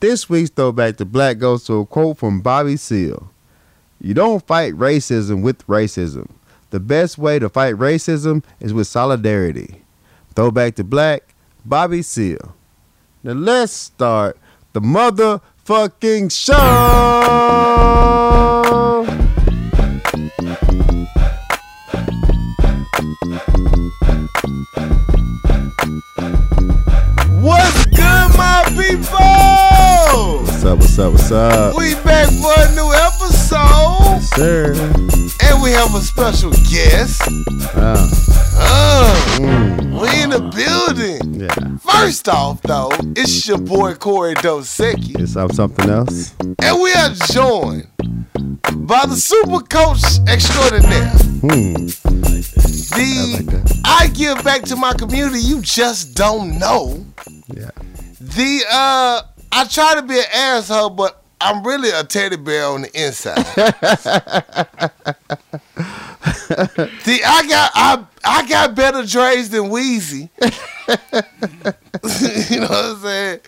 This week's throwback to black goes to a quote from Bobby Seale. You don't fight racism with racism. The best way to fight racism is with solidarity. Throwback to black, Bobby Seale. Now let's start the motherfucking show. What's good, my people? What's up? What's up? What's up? We back for a new episode, Sir. and we have a special guest. Oh, Uh, we in the building. yeah. First off, though, it's your boy Corey Dosecki, It's up something else. and we are joined by the super coach extraordinaire. Hmm. The I give back to my community. You just don't know. Yeah. The uh, I try to be an asshole, but I'm really a teddy bear on the inside. the I got I I got better trades than Wheezy. you know what I'm saying?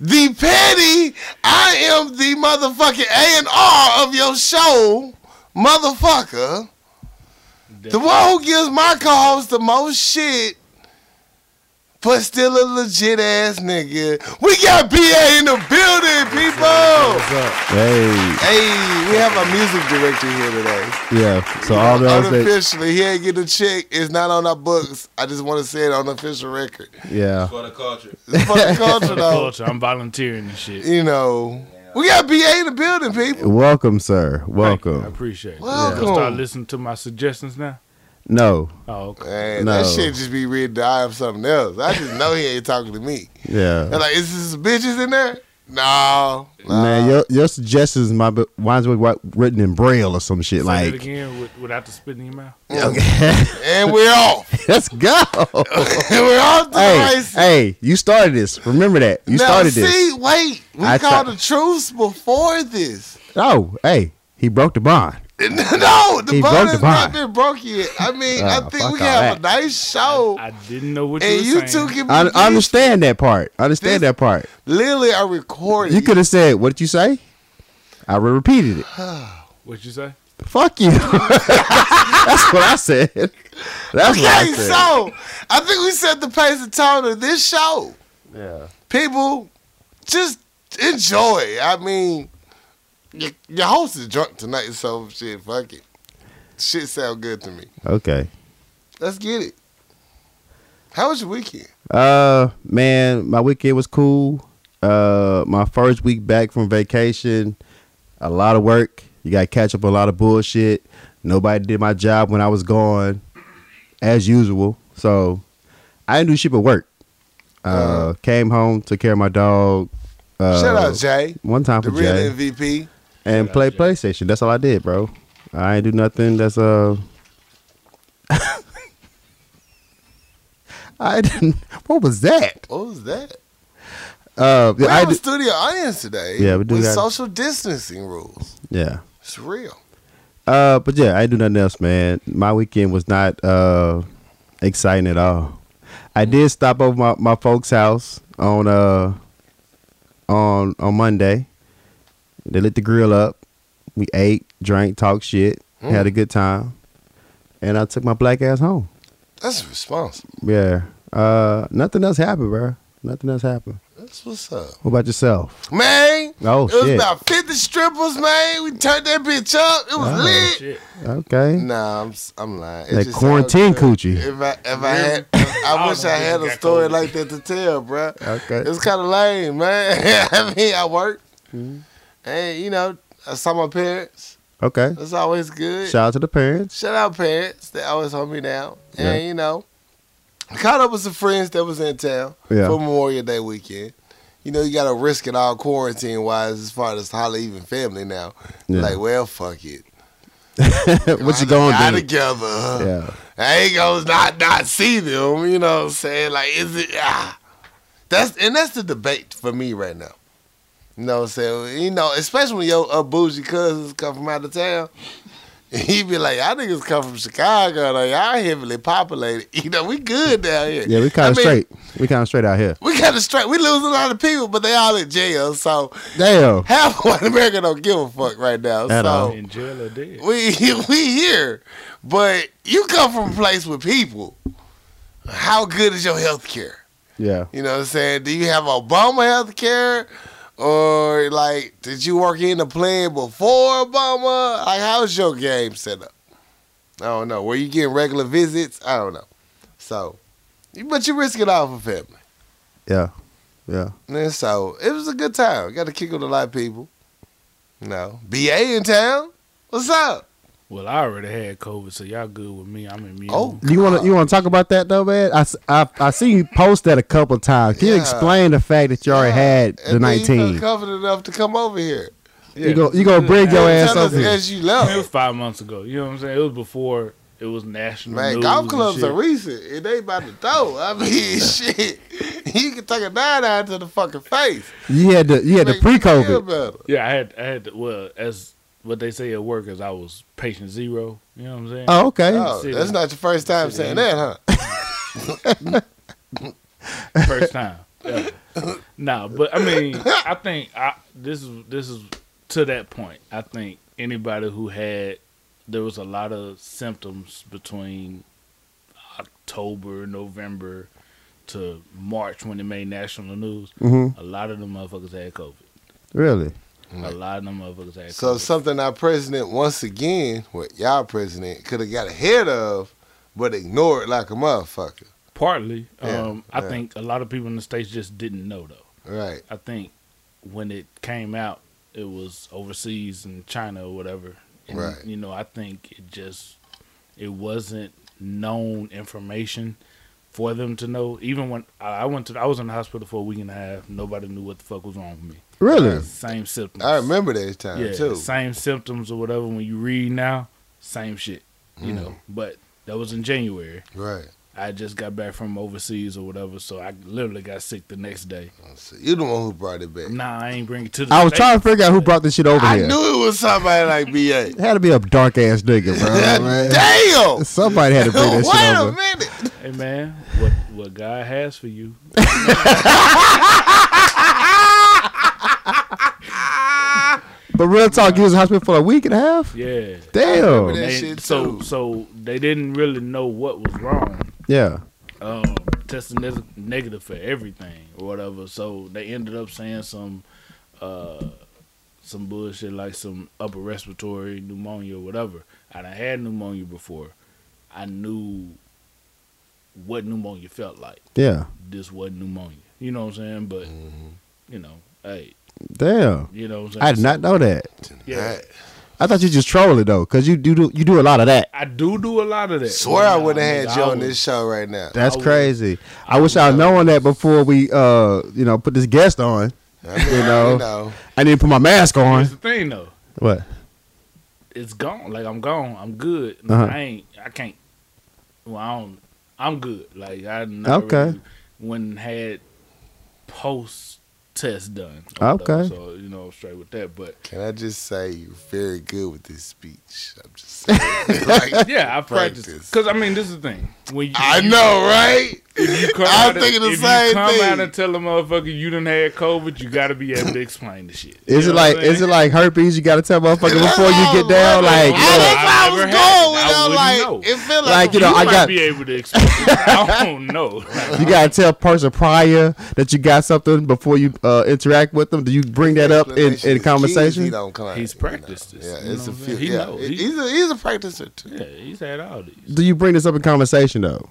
The petty, I am the motherfucking A and R of your show, motherfucker. The one who gives my co-host the most shit but still a legit ass nigga. We got BA in the building, people. Hey. Hey, we have a music director here today. Yeah. So all those that. Unofficially, he ain't get a check. It's not on our books. I just want to say it on the official record. Yeah. For the culture. It's for the culture, though. culture. I'm volunteering and shit. You know, we got BA in the building, people. Welcome, sir. Thank you. I Welcome. appreciate it. Welcome. Gonna start listening to my suggestions now. No. Oh, okay. Man, No. that shit just be read die of something else. I just know he ain't talking to me. They're Yeah. like, is this bitches in there? No. no. Man, your your suggestions might be, mine's were written in braille or some shit Say it like. again with, without the spit in your mouth. And we're off. Let's go. and we're off to the hey, races. hey, you started this. Remember that you now, started see, this. wait, we I thought- called the truce before this. Oh, hey, he broke the bond. no, the He broke bond the has not bond. been broke yet. I mean, I Oh, think fuck all we can have that. a nice show, I didn't know what you and were you two saying. can be. I, I understand that part. I understand This- that part. Literally, I recorded. You could have said, "What did you say?" I re- repeated it. What you say? Fuck you. That's what I said. That's what I Okay, said. so I think we set the pace and tone of this show. yeah. People, just enjoy. I mean, your, your host is drunk tonight, so shit, fuck it. Shit sound good to me. Okay. Let's get it. How was your weekend? Uh, man, my weekend was cool. Uh, my first week back from vacation, a lot of work. You got to catch up on a lot of bullshit. Nobody did my job when I was gone, as usual. So I didn't do shit but work. Uh, came home, took care of my dog. Uh, Shout out Jay, One time the for real Jay, MVP. and play PlayStation. That's all I did, bro. I ain't do nothing. That's uh. I didn't. What was that? What was that? Uh, We I have a do, studio audience today. Yeah, we do With got- social distancing rules. yeah. It's real. Uh, but yeah, I didn't do nothing else, man. My weekend was not uh exciting at all. I did stop over my, my folks' house on uh on on Monday. They lit the grill up. We ate, drank, talked shit, had a good time, and I took my black ass home. That's responsible. Yeah. Uh, nothing else happened, bro. Nothing else happened. That's what's up. What about yourself? Man, Oh, it was shit. about 50 strippers, man. We turned that bitch up. It was lit. Shit. Okay. Nah, I'm, s- I'm lying. It Oh, That just quarantine sounds coochie. good. If I, if I had, I All wish them I had bitches a got story COVID. like that to tell, bruh. Okay. It's kind of lame, man. I mean, I worked. Mm-hmm. And, you know, I saw my parents. Okay. That's always good. Shout out to the parents. Shout out parents. They always hold me down. Yeah. And you know, I caught up with some friends that was in town Yeah. for Memorial Day weekend. You know, you gotta risk it all quarantine wise as far as holly even family now. Yeah. Like, well, fuck it. what you I going got to do? together. Yeah. I ain't gonna not not see them. You know what I'm saying? Like, is it? Ah. That's and that's the debate for me right now. You know what I'm saying? You know, especially when your uh, bougie cousins come from out of town. And he be like, y'all niggas come from Chicago, though. Y'all heavily populated. You know, we good down here. Yeah, we I kind mean, of straight. We kind of straight out here. We kind of straight. We lose a lot of people, but they all in jail. So Damn. half of white America don't give a fuck right now. At so all. In jail or dead. we we here, but you come from a place with people. How good is your health care? Yeah. You know what I'm saying? Do you have Obama health care? Or like, did you work in the plan before Obama? Like, how's your game set up? I don't know. Were you getting regular visits? I don't know. So, but you risk it all for family. Yeah. Yeah. And so it was a good time. Got to kick with a lot of people. No, BA in town. What's up? Well, I already had COVID, so y'all good with me. I'm immune. Oh. You want to you want to talk about that though, man? I, s- I, I see you post that a couple times. Can you Yeah. explain the fact that you already had the And then You 19? felt confident enough to come over here. You go you gonna bring your And ass tell up us here? as you It was left. five months ago. You know what I'm saying? It was before it was national. Man, news golf and clubs shit. are recent. It ain't about to throw. I mean, shit. You can take a nine out to the fucking face. You had the you had the Make me feel pre-COVID. better. Yeah, I had, I had. To, well, as what they say at work is, I was patient zero. You know what I'm saying? Oh, okay. Oh, Shit. that's not your first time Shit. saying that, huh? first time. Yeah. nah, but I mean, I think I this is this is to that point. I think anybody who had there was a lot of symptoms between October, November to March when it made national news. hmm Mm-hmm. A lot of them motherfuckers had COVID. Really? A lot of them motherfuckers had So COVID. something our president once again, what y'all president could have got ahead of, but ignored like a motherfucker. Partly, Yeah, um, I yeah. think a lot of people in the states just didn't know though. Right. I think when it came out, it was overseas in China or whatever. And, Right. You know, I think it just it wasn't known information for them to know. Even when I I went to, I was in the hospital for a week and a half. Nobody knew what the fuck was wrong with me. Really? Same symptoms. I remember that time Yeah, too. same symptoms or whatever. When you read now, same shit. Mm. You know, but that was in January. Right. I just got back from overseas or whatever, so I literally got sick the next day. So you the one who brought it back. Nah, I ain't bring it to the. I was States. trying to figure out who brought this shit over I here. knew it was somebody like BA. it had to be a dark ass nigga, bro. man. Damn. Somebody had to bring that Wait shit a over. minute. Hey man, what what God has for you? But real talk, you was in hospital for a week and a half. Yeah. remember Damn. that. They- shit so too. so they didn't really know what was wrong. Yeah. Um, testing neg- negative for everything or whatever. So they ended up saying some uh some bullshit like some upper respiratory pneumonia or whatever. I done had pneumonia before. I knew what pneumonia felt like. Yeah. This wasn't pneumonia. You know what I'm saying? But Mm-hmm. you know, hey, Damn. you know what I'm saying? I did not know that. Yeah. I thought you just trolling though, cause you do you do a lot of that. I do do a lot of that. I swear I Nah, wouldn't nigga, have had you I on was- this show right now. That's I would- crazy. I wish I'd known that before we uh you know put this guest on. I mean, You know. you know. I need to put my mask Here's on. the thing though. What? It's gone. Like I'm gone. I'm good. Uh-huh. I ain't. I can't. Well, I don't. I'm good. Like I done Okay. already went and had post test done. or whatever. Okay. So you know, I'm straight with that. But Can I just say you're very good with this speech? I'm just saying. Like, yeah, I practice Practice. because I mean, this is the thing. When you, I know, right? if you come I'm out thinking the if same you come thing. out and tell a motherfucker you done had COVID, you got to be able to explain the shit. Is You it know what like I'm saying? is it like herpes? You gotta tell motherfucker before you get down. Like, I, look, that's why I I've was never going had it. I without, wouldn't like, know. it feel like, Like, you You, know, I might got- be able to explain. it. I don't know. you gotta tell person prior that you got something before you uh, interact with them. Do you bring that up in, explanation in is key. He conversation? don't come. He's practiced You know. this. Yeah, You it's know a what I'm few. saying? He yeah, knows. he- He- he's a he's a practicer too. Yeah, he's had all these. Do you bring this up in conversation though?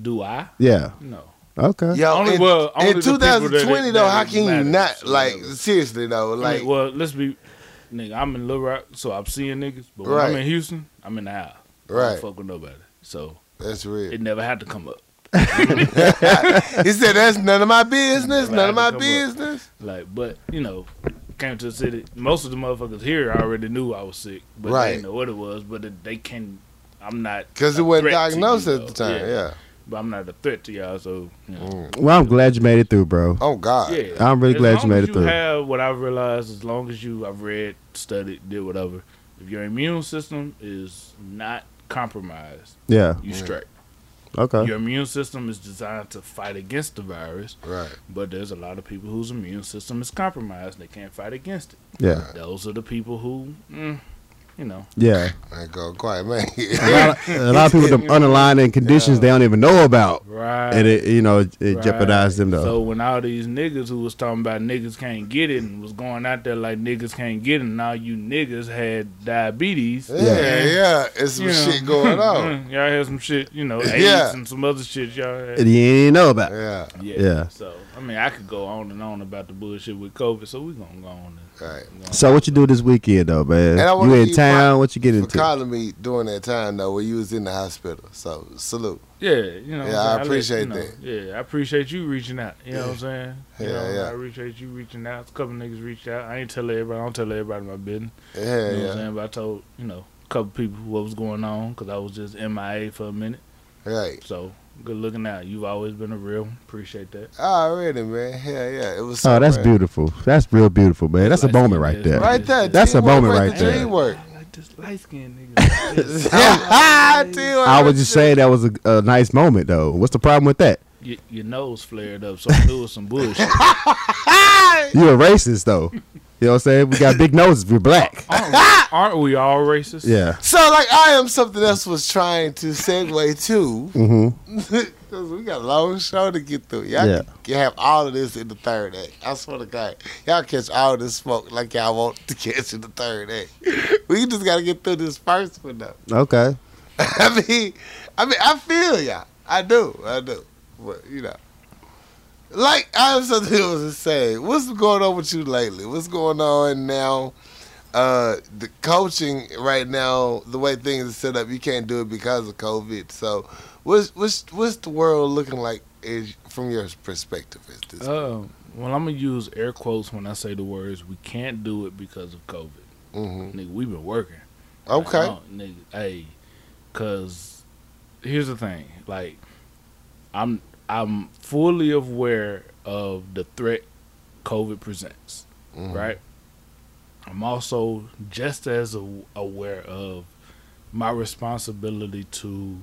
Do I? Yeah. No. Okay. Yo, Only- in, well, only in the people 2020 that though, it- that how it can you not matters or like whatever. seriously though? Like, Like, well, let's be, nigga. I'm in Little Rock, so I'm seeing niggas. But when I'm Right. in Houston, I'm in the house. I right? don't fuck with nobody. So That's real. it never had to come up. he said that's none of my business. Never None of my had to come up. business. Like, but you know, came to the city. Most of the motherfuckers here already knew I was sick, but they Right. didn't know what it was. But it, they can. I'm not Because it a wasn't threat to diagnosed you, at the though. time. Yeah. But I'm not a threat to y'all, so you know. Well, I'm glad you made it through, bro. Oh God. Yeah, I'm really As glad you long made as it through. Have what I've realized, as long as you, I've read, studied, did whatever, If your immune system is not compromised, Yeah. you Yeah. straight. Okay. Your immune system is designed to fight against the virus, Right. but there's a lot of people whose immune system is compromised. They can't fight against it. Yeah. Those are the people who, mm, you know, Yeah. I go quiet, man. A lot of, a lot of people with them underlying conditions they don't even know about, right. and it you know it, it Right. jeopardized them though. So when all these niggas who was talking about niggas can't get it and was going out there like niggas can't get it, and all you niggas had diabetes. yeah, yeah. It's some you know, shit going on. mm, y'all had some shit, you know, AIDS Yeah. and some other shit y'all had. And you ain't know Mm-hmm. about. it. yeah. Yeah. Yeah. So I mean, I could go on and on about the bullshit with COVID. So we gonna go on. And, Right. we gonna- So what you do this weekend though, man? And I You wanna in keep town? What you get For into? calling me during that time though, when you was in the hospital. So salute. yeah, you know. Yeah, I what I'm saying? let- appreciate you know, Yeah, I appreciate you reaching out. You know what I'm saying? You Yeah, know, yeah. I appreciate you reaching out. A couple niggas reached out. I ain't tell everybody. I don't tell everybody my business. Yeah, You know what yeah, I'm saying? But I told, you know, a couple people what was going on because I was just MIA for a minute. right. So good looking out. You've always been a real. one. Appreciate that. Already, man. Yeah, yeah. It was. Oh, that's somewhere. beautiful. That's real beautiful, man. That's a Like, moment right there. Right there. That's a teamwork moment with right the there. Teamwork. I like this light skinned nigga. Teamwork I with was just the- saying that was a, a nice moment though. What's the problem with that? your, your nose flared up, so I knew it was some bullshit. You're a racist though. You know what I'm saying? We got big noses. We're black. Aren't, aren't we all racist? Yeah. So like I am something else was trying to segue to hmm because we got a long show to get through. Y'all Yeah. can have all of this in the third act. I swear to God, y'all catch all this smoke like y'all want to catch in the third act. We just gotta get through this first one though. Okay. I mean, I mean, I feel y'all. I do, I do. But you know, like I am something that was insane. What's going on with you lately? What's going on now? Uh, the coaching right now, the way things are set up, you can't do it because of COVID. So, what's what's what's the world looking like is, from your perspective? Is this Um, well, I'm gonna use air quotes when I say the words. We can't do it because of COVID. hmm Nigga, we've been working. Like, okay? no, nigga, hey, cause here's the thing. Like, I'm I'm fully aware of the threat COVID presents. Mhm. Right. I'm also just as a- aware of my responsibility to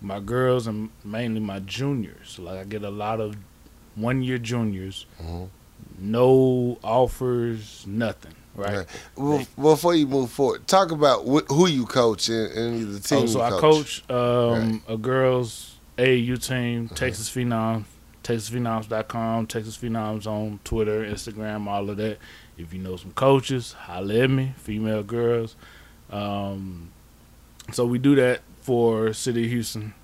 my girls and mainly my juniors. Like I get a lot of one year juniors, Mhm. no offers, nothing. Right. Right. Well, before you move forward, talk about wh- who you coach and, and the team. Oh, so you I coach um, a girls AAU team, Texas Phenom, TexasPhenoms.com, Texas Phenoms on Twitter, Instagram, all of that. If you know some coaches, holla at me, female girls. Um, so we do that for City of Houston.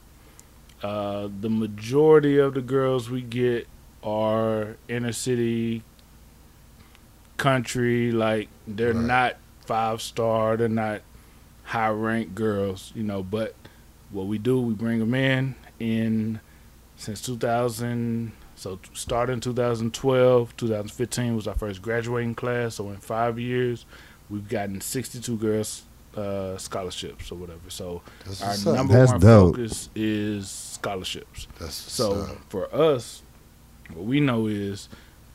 Uh, the majority of the girls we get are inner city, country. Like they're Right. not five star. They're not high ranked girls, you know. But what we do, we bring them in in since 2000. So t- starting 2012, 2015 was our first graduating class. So in five years, we've gotten 62 girls uh, scholarships or whatever. So That's our what's up. number That's one dope. focus is scholarships. That's So so. for us, what we know is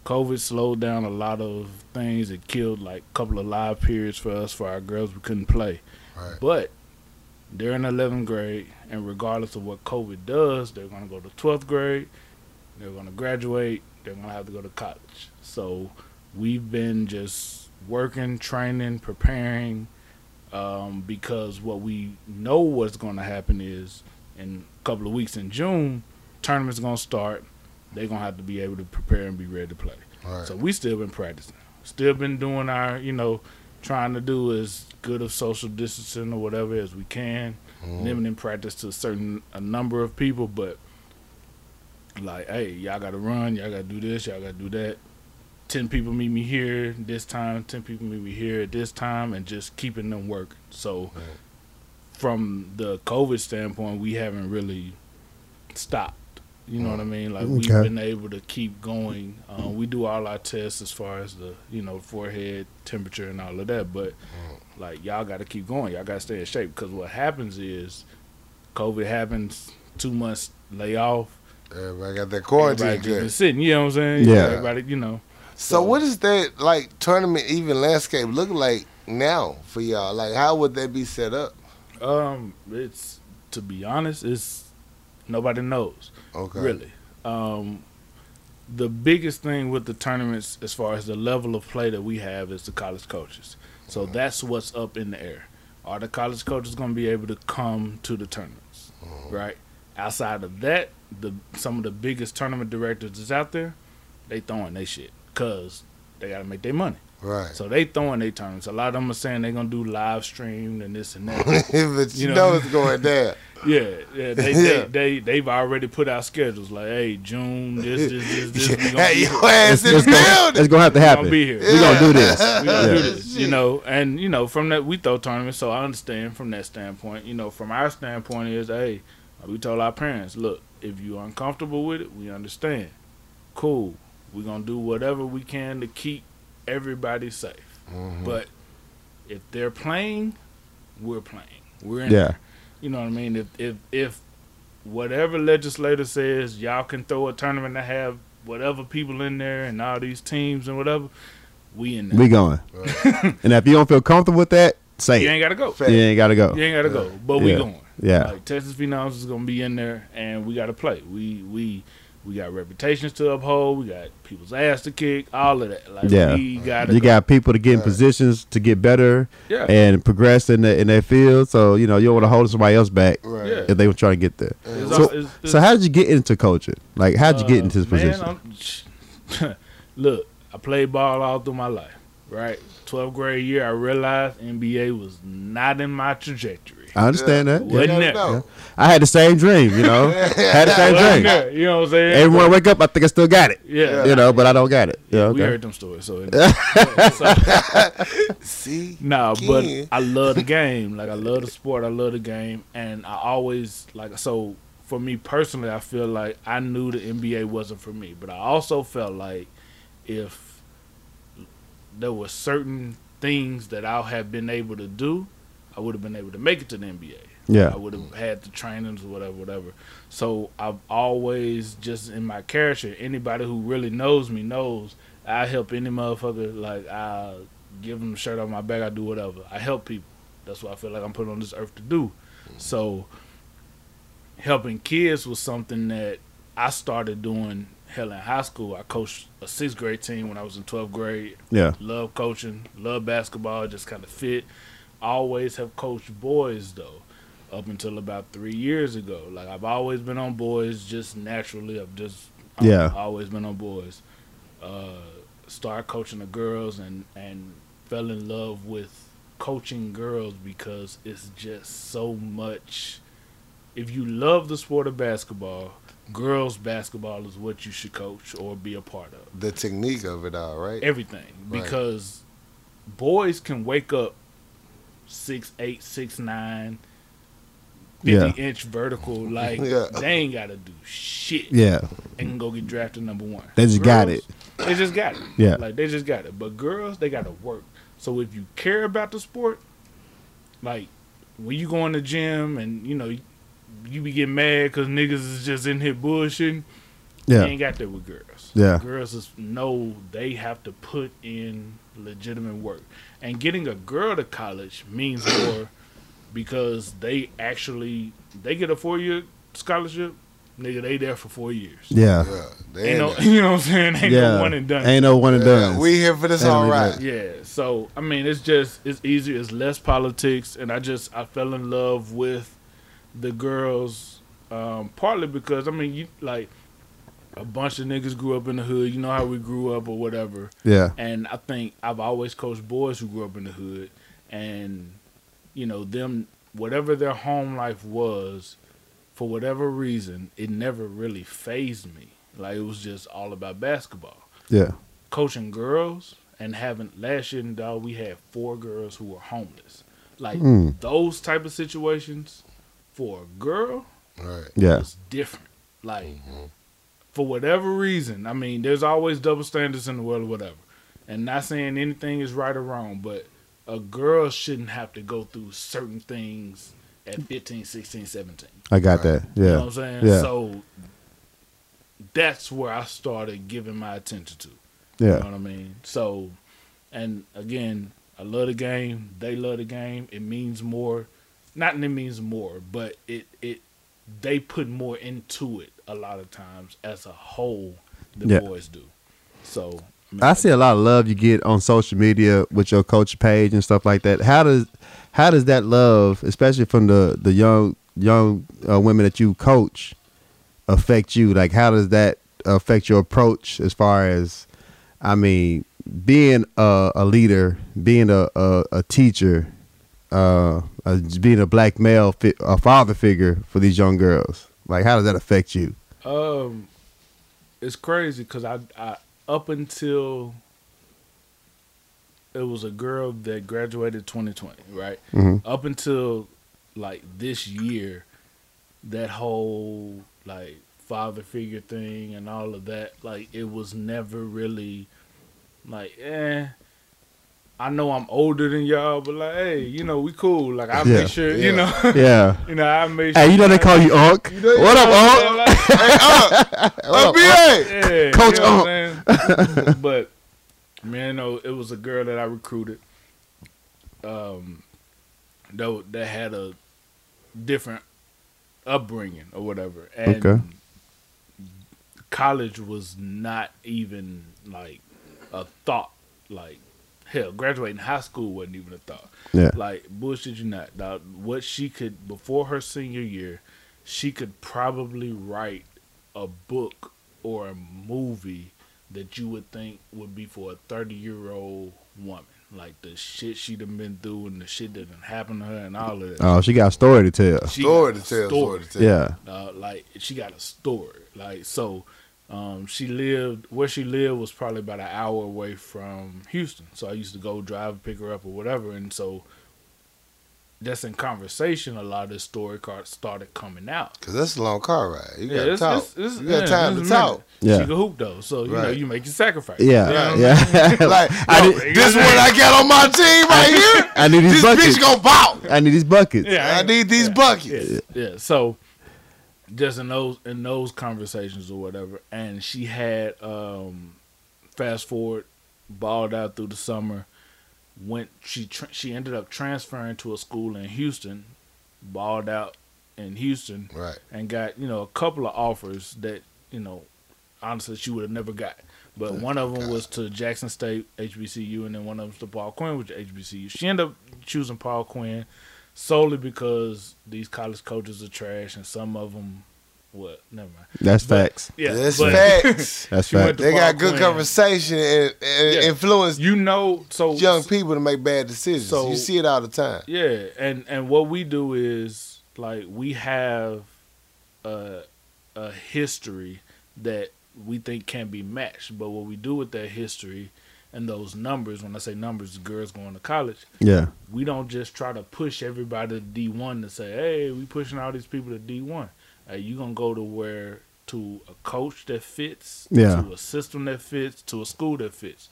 COVID slowed down a lot of things. It killed like a couple of live periods for us for our girls. We couldn't play, Right. but they're in 11th grade, and regardless of what COVID does, they're going to go to 12th grade. They're going to graduate. They're going to have to go to college. So we've been just working, training, preparing, um, because what we know what's going to happen is in a couple of weeks in June, tournament's gonna start. They're gonna have to be able to prepare and be ready to play. Right. So we still been practicing, still been doing our, you know, trying to do as good of social distancing or whatever as we can, limiting practice to a certain a number of people. But like, hey, y'all gotta run, y'all gotta do this, y'all gotta do that. Ten people meet me here this time. Ten people meet me here at this time, and just keeping them working. So, from the COVID standpoint, we haven't really stopped. You know what I mean? Like we've Okay. been able to keep going. Um, we do all our tests as far as the you know forehead temperature and all of that, but like y'all got to keep going. Y'all got to stay in shape because what happens is COVID happens. Two months layoff. Everybody got that Everybody quarantine just been good. sitting. You know what I'm saying? Yeah. Everybody, you know. So what is that like tournament even landscape look like now for y'all? Like, how would that be set up? Um, it's to be honest, it's nobody knows Okay. really. Um, the biggest thing with the tournaments, as far as the level of play that we have, is the college coaches. So Uh-huh. that's what's up in the air. Are the college coaches going to be able to come to the tournaments? Uh-huh. Right. Outside of that, the some of the biggest tournament directors that's out there, they throwing they shit because they got to make their money. Right. So they throwing their tournaments. A lot of them are saying they're gonna do live stream and this and that. but you, You know, know. it's going down. Yeah, yeah, they, Yeah. They, they they've already put out schedules like, hey, June, this, this, this, this, we gonna, hey, be, your ass It's, in the it's gonna, building. it's gonna have to we happen. gonna be here. We gonna do this. We gonna Yeah. do this, you know. And you know, from that we throw tournaments, so I understand from that standpoint. You know, from our standpoint is, hey, we told our parents, look, if you're uncomfortable with it, we understand. Cool, we're gonna do whatever we can to keep everybody safe. Mm-hmm. But if they're playing, we're playing. We're in Yeah. you know what I mean? If if if whatever legislator says y'all can throw a tournament that have whatever people in there and all these teams and whatever, we in there. We going. and if you don't feel comfortable with that, say you it. ain't gotta go. Fact. You ain't gotta go. You ain't gotta go. But we Yeah. going. Yeah. Like Texas Phenoms is gonna be in there and we gotta play. We we we got reputations to uphold, we got people's ass to kick, all of that. Like Yeah. we gotta You go. got people to get in positions to get better Yeah. and progress in the, in their field. So you know you don't want to hold somebody else back Right. Yeah. if they were trying to get there. It's So- all- it's- So how did you get into coaching? Like how did you get into this Uh, man, position? I'm- look, I played ball all through my life, right? 12th grade year, I realized NBA was not in my trajectory. I understand that. What? Yeah. Wasn't You it? never know. I had the same dream. You know, had the same Wasn't dream. there, you know what I'm saying? Everyone wake up, I think I still got it. yeah. You know, but I don't got it. Yeah, We okay. heard them stories, so, yeah, so See? Nah, Ken. but I love the game. Like I love the sport. I love the game, and I always like so. For me personally, I feel like I knew the NBA wasn't for me, but I also felt like if there were certain things that I have been able to do, I would have been able to make it to the NBA. I Yeah, would have had the trainings or whatever, whatever. So I've always just in my character. Anybody who really knows me knows I help any motherfucker. Like I give them a shirt off my back. I do whatever. I help people. That's what I feel like I'm put on this earth to do. So helping kids was something that I started doing. Hell in high school, I coached a sixth grade team when I was in twelfth grade yeah, love coaching, love basketball, just kind of fit. Always have coached boys though, up until about three years ago. Like I've always been on boys, just naturally. I've just I've Yeah. always been on boys. Uh, started coaching the girls and and fell in love with coaching girls because it's just so much. If you love the sport of basketball, girls basketball is what you should coach or be a part of The technique of it all, right? everything Right. because boys can wake up six eight six nine 50 yeah, inch vertical like Yeah. they ain't gotta do shit yeah. and can go get drafted number one They just got Girls, they just got it Yeah. like they just got it but girls they gotta work so if you care about the sport like when you go in the gym and you know you be getting mad because niggas is just in here bullshitting you Yeah, ain't got that with girls. Yeah. Girls is, know they have to put in legitimate work. And getting a girl to college means more because they actually they get a four year scholarship, nigga, they there for four years. yeah, Yeah. They Ain't in no, there. you know what I'm saying? Ain't no yeah. one and done. Ain't no one and Yeah, done. we here for this They don't all right. even Yeah, so I mean, it's just it's easier. It's less politics, and I just I fell in love with the girls um, partly because I mean, you like a bunch of niggas grew up in the hood. You know how we grew up or whatever. Yeah, And I think I've always coached boys who grew up in the hood, and you know them whatever their home life was, for whatever reason, it never really phased me. Like it was just all about basketball yeah, coaching girls and having last year in dog we had four girls who were homeless like Mm. those type of situations for a girl Right. yeah, Mm-hmm. is different like for whatever reason i mean there's always double standards in the world or whatever and not saying anything is right or wrong but a girl shouldn't have to go through certain things at 15 16 17 I got that. you know what Yeah, i'm saying Yeah. so that's where i started giving my attention to you know yeah, what I mean? So, and again, a I love the game. They love the game. It means more. Not that it means more, but it it they put more into it a lot of times as a whole the Yeah. boys do. So I, mean, I see a lot of love you get on social media with your coach page and stuff like that. How does how does that love, especially from the the young young uh, women that you coach, affect you? Like, how does that affect your approach as far as, I mean, being a, a leader, being a a, a teacher, uh, uh, being a black male, fi- a father figure for these young girls? Like, how does that affect you? Um, it's crazy because I, I up until it was a girl that graduated 2020, right? Mhm. Up until like this year, that whole like father figure thing and all of that, like it was never really like eh. I know I'm older than y'all, but like, hey, you know, we cool. Like, I Yeah. make sure, Yeah. you know, Yeah. you know, I make sure. Hey, you know they call you Unc. You know, What you up, know Unc? I'm saying? Like, Hey, uh, NBA. Oh, yeah, Coach uh-huh. you know what I'm saying? but man, no, it was a girl that I recruited. Um, that wa- that had a different upbringing or whatever, and Okay. college was not even like a thought. Like hell, graduating high school wasn't even a thought. Yeah. Like bullshit, you not. Dog, what she could before her senior year, she could probably write a book or a movie that you would think would be for a thirty year old woman. Like the shit she done been through and the shit that done happened to her and all of that. Oh, she got a story to tell. She Story got to a tell. Story story. to tell. Yeah. Uh, like she got a story. Like so, um, she lived where she lived was probably about an hour away from Houston. So I used to go drive pick her up or whatever. And so that's in conversation. A lot of this story card started coming out. Cause that's a long car ride. You gotta it's- talk. it's- it's- you got yeah, time to it's a minute. talk. Yeah. She could hoop though, so you know Right. you make your sacrifice. Yeah. You know what I'm saying? Yeah. Like I yo, did- this is what I got on my team right here. I need these This buckets. bitch gonna ball. I need these buckets. Yeah. I need these buckets. Yeah. yeah. So just in those in those conversations or whatever, and she had um fast forward balled out through the summer. Went she tr she ended up transferring to a school in Houston, balled out in Houston, Right. and got you know a couple of offers that you know honestly she would have never got. But Oh one of them was to Jackson State HBCU, and then one of them to Paul Quinn, which is HBCU. She ended up choosing Paul Quinn solely because these college coaches are trash, and some of them, what? Never mind. That's facts. Yeah, That's but facts. That's she went facts. to they got Paul good Quinn. conversation and, and Yeah. influence You know, so young people to make bad decisions. So- you see it all the time. Yeah, and and what we do is like we have a a history that we think can be matched, but what we do with that history and those numbers, when I say numbers, girls going to college, Yeah. we don't just try to push everybody to D one to say, hey, we pushing all these people to D one. Uh, you gonna go to where to a coach that fits, Yeah. to a system that fits, to a school that fits,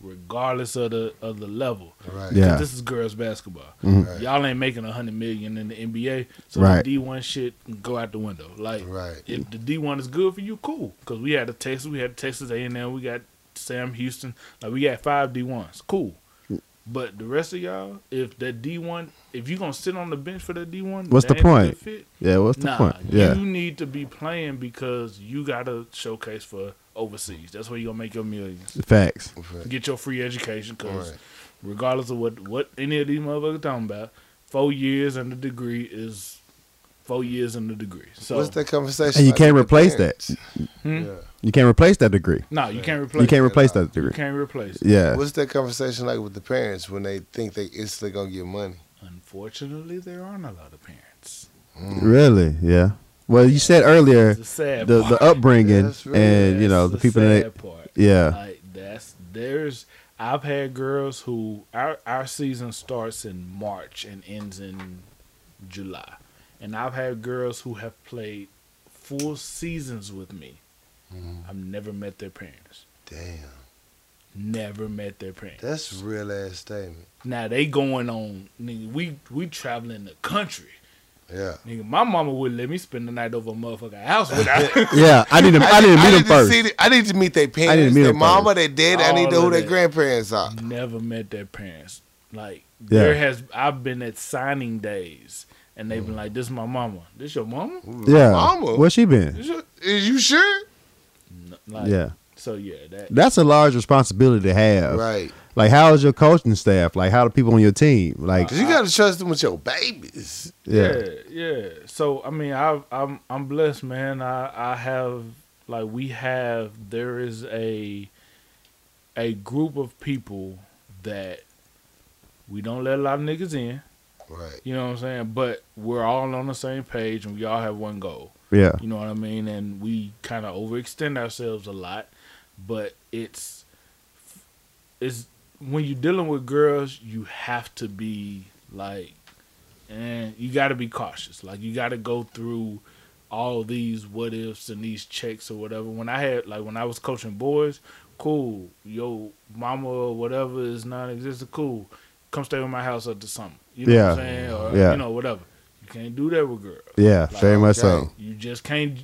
regardless of the of the level. Mm-hmm. Right. Yeah. Mm-hmm. 'Cause This is girls basketball. Right. Y'all ain't making a hundred million in the NBA, so Right. the D one shit can go out the window. Like, Right. if the D one is good for you, cool. Because we had the Texas, we had Texas A and M, we got Sam Houston. Like, we got five D ones, cool. But the rest of y'all, if that D one, if you gonna sit on the bench for that D one, What's the point? Fit, Yeah. What's the nah, point? Yeah. you need to be playing because you gotta showcase for overseas. That's where you gonna make your millions Facts. get your free education because Right. regardless of what what any of these motherfuckers talking about, four years and a degree is four years and a degree. So What's that conversation? And you like can't with the replace parents? Hmm? Yeah. You can't replace that degree. no, you can't replace. You can't it. replace that you degree. can't replace. It. Yeah. What's that conversation like with the parents when they think they instantly gonna get money? Unfortunately, there aren't a lot of parents. Really? Yeah. Well, you said earlier It's a sad the part. the upbringing That's really- and you know That's the people sad that part. yeah Like that's there's I've had girls who our our season starts in March and ends in July. And I've had girls who have played full seasons with me. I've never met their parents. Damn, Never met their parents. that's a real ass statement. now they going on nigga, we we traveling the country. Yeah. Nigga, my mama would let me spend the night over a motherfucking house without yeah. I need to I need to meet them To see first. the- I need to meet their parents, meet their them mama, their daddy. I need to know All who of their that. grandparents are. Never met their parents. Like Yeah. there has I've been at signing days and Mm. they've been like, This is my mama. This your mama? Yeah. Mama. Where she been? Is you- is you sure? No, Like, Yeah. So yeah, that That's a large responsibility to have. Right. Like, how is your coaching staff? Like, how the people on your team? Like, Cause you gotta trust them with your babies. yeah, yeah, yeah. So I mean, I, I'm I'm blessed, man. I I have like we have there is a a group of people that we don't let a lot of niggas in. Right. You know what I'm saying? But we're all on the same page and we all have one goal. yeah, You know what I mean? And we kind of overextend ourselves a lot, but it's it's when you're dealing with girls, you have to be like, and you got to be cautious. Like you got to go through all these what ifs and these checks or whatever. When I had like when I was coaching boys, cool. Yo, mama or whatever is non-existent. Cool, come stay with my house up to summer. You know what Yeah. I'm saying? Or Yeah. you know whatever. You can't do that with girls. yeah, Like, very much so. okay. You just can't.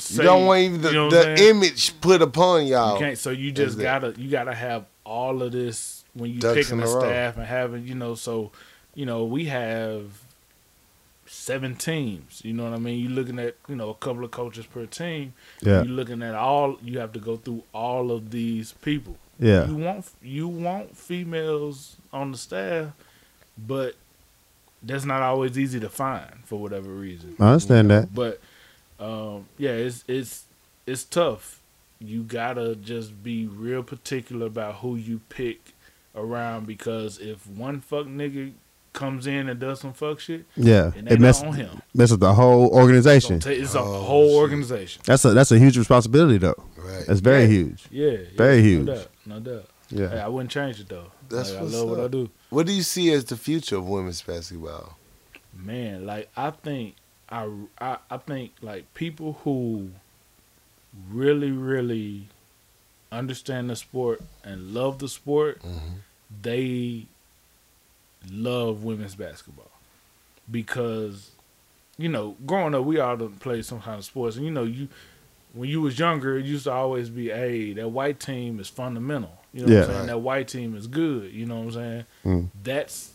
Say, You don't want even the, you know what I'm the saying? image put upon You y'all. can't. So you just Exactly. gotta you gotta have all of this when you Ducks picking in the a row. staff and having you know. So you know we have seven teams. You know what I mean. You looking at you know a couple of coaches per team. Yeah, You looking at all. You have to go through all of these people. You yeah, want you want females on the staff, but that's not always easy to find for whatever reason. I understand that. But um, yeah, it's it's it's tough. You gotta just be real particular about who you pick around because if one fuck nigga comes in and does some fuck shit, Yeah, it ain't it messes on him. messes the whole It's, gonna organization. ta- it's a Oh, whole shit. organization. That's a that's a huge responsibility though. Right. That's very Yeah. huge. Yeah, yeah, Very huge. No doubt. No doubt. Hey, Yeah, I wouldn't change it though. That's Like, I what's love what up. I do. What do you see as the future of women's basketball? man like i think I, I i think like people who really really understand the sport and love the sport they love women's basketball because you know growing up we all done played some kind of sports and you know you when you was younger it used to always be hey that white team is fundamental you know Yeah. what i'm saying Right. that white team is good you know what i'm saying Mm. that's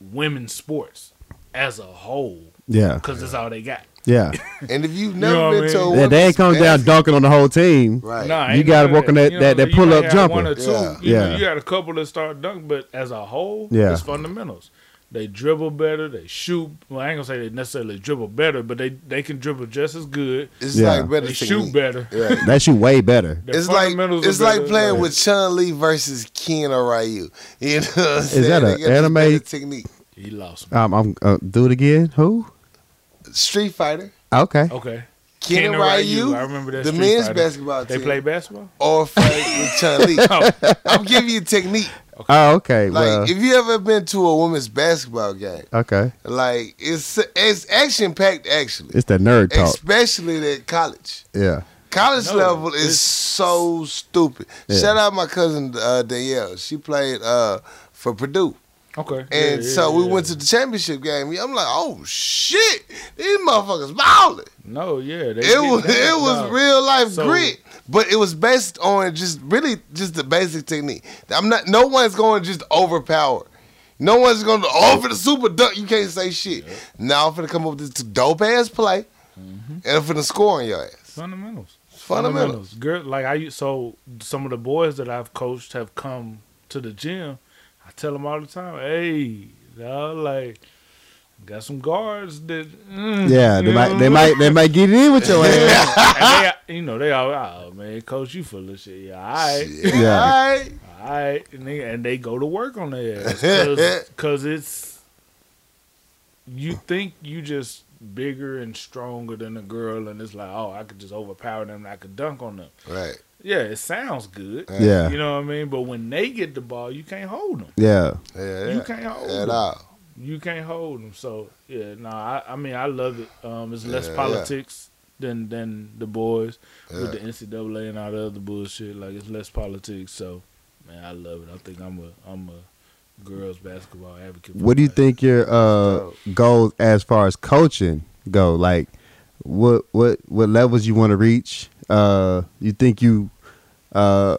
women's sports as a whole yeah, because that's all they got. yeah. And if you've know never what I been to a mean? Yeah, women's they ain't come down basketball- dunking on the whole team. Right. Nah, You ain't gotta none of work on that- You that- know, that you pull-up might have jumper. One or two. Yeah. You, know, Yeah. you got a couple that start dunk, but as a whole, Yeah. it's fundamentals. They dribble better. They shoot. Well, I ain't gonna say they necessarily dribble better, but they they can dribble just as good. It's Yeah. like better They technique. shoot better. Right. That shoot way better. Their It's like fundamentals are it's like better. playing with Chun Li versus Ken Ryu. You know, what I'm saying? that a They got this anime- better technique? He lost. Me. Um, I'm uh, do it again. Who? Ah, Street Fighter, Okay. Okay. Ken Kenan Ryu, I remember that. the Street men's Fighter. basketball They team, play basketball. or fight with Chun Li. Oh, I'm giving you technique. Oh, okay. Like well, if you ever been to a women's basketball game, okay. like it's it's action packed actually, It's that nerd talk. especially at college. yeah. College No, level it's- is so stupid. Yeah. Shout out my cousin uh, Danielle. She played uh, for Purdue. okay. And Yeah, so yeah, we yeah. went to the championship game. I'm like, oh shit, these motherfuckers balling. No, yeah. They It was did that, it was dog. real life So- grit, but it was based on just really just the basic technique. I'm not. No one's going to just overpower. No one's going to over the super duck. You can't say shit. Now I'm finna come up with this dope ass play, Mm-hmm. and I'm finna score on your ass. fundamentals. Fundamental. Girl, like I u- so some of the boys that I've coached have come to the gym. I tell them all the time, "Hey, dawg, like got some guards that mm, Yeah. They you might. know They what I'm might. They might get it in with your ass. saying?" And they, you know, they all, oh man, coach, you full of shit. Yeah, all right, Yeah. All right. all right, and they, and they go to work on their ass because it's you think you just bigger and stronger than a girl, and it's like, oh, I could just overpower them, and I could dunk on them. Right. Yeah, it sounds good. Yeah. You know what I mean? But when they get the ball, you can't hold them. Yeah. Yeah. You yeah. can't hold At them. all. You can't hold them. So yeah, no, I, I mean I love it. Um, it's less Yeah, yeah. politics than than the boys Yeah. with the NCAA and all the other bullshit. Like it's less politics. So man, I love it. I think I'm a I'm a girls basketball advocate. for What do you that. think your uh, goals as far as coaching go? Like, what what what levels you want to reach? Uh, you think you uh,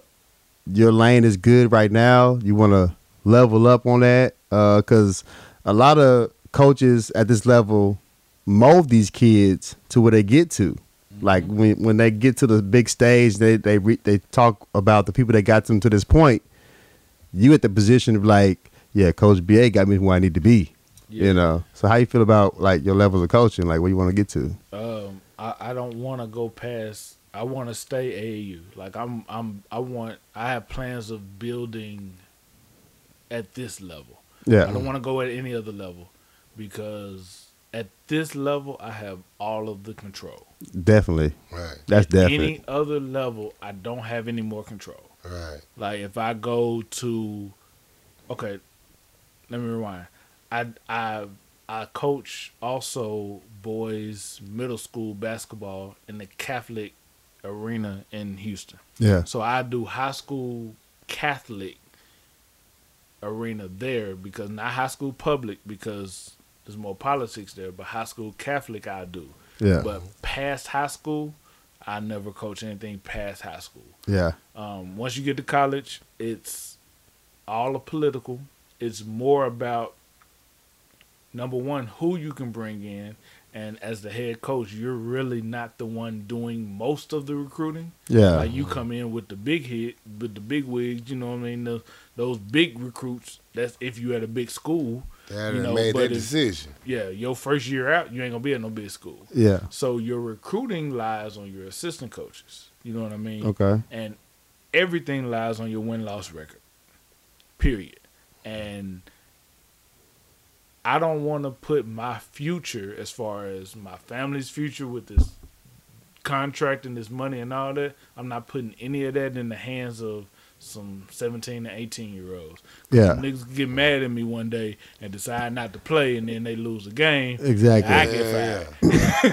your lane is good right now? You want to level up on that? because a lot of coaches at this level mold these kids to where they get to. Mm-hmm. Like when when they get to the big stage, they they re, they talk about the people that got them to this point. You at the position of like, yeah, Coach BA got me where I need to be. Yeah. You know. So how you feel about like your levels of coaching? Like where you want to get to? um, I, I don't want to go past. I want to stay AAU. Like I'm, I'm, I want. I have plans of building at this level. I Yeah. don't want to go at any other level because at this level I have all of the control. Definitely. Right, That's definitely Any other level I don't have any more control. right, Like if I go to, okay, let me rewind. I I I coach also boys middle school basketball in the Catholic arena in Houston. Yeah. So I do high school Catholic arena there because not high school public because there's more politics there, but high school Catholic I do. Yeah. But past high school, I never coach anything past high school. Yeah. Um, once you get to college, it's all a political. It's more about number one, who you can bring in, and as the head coach, you're really not the one doing most of the recruiting. Yeah. Like you come in with the big hit, with the big wigs. You know what I mean? The, those big recruits. That's if you at a big school. that You know, made but that if- decision. Yeah, your first year out, you ain't gonna be at no big school. Yeah. So your recruiting lies on your assistant coaches. You know what I mean? Okay. and everything lies on your win loss record. Period. And I don't want to put my future, as far as my family's future with this contract and this money and all that, I'm not putting any of that in the hands of some 17 to 18 year olds. Yeah. Niggas get mad at me one day and decide not to play, and then they lose a game. I Exactly. get Yeah, fired.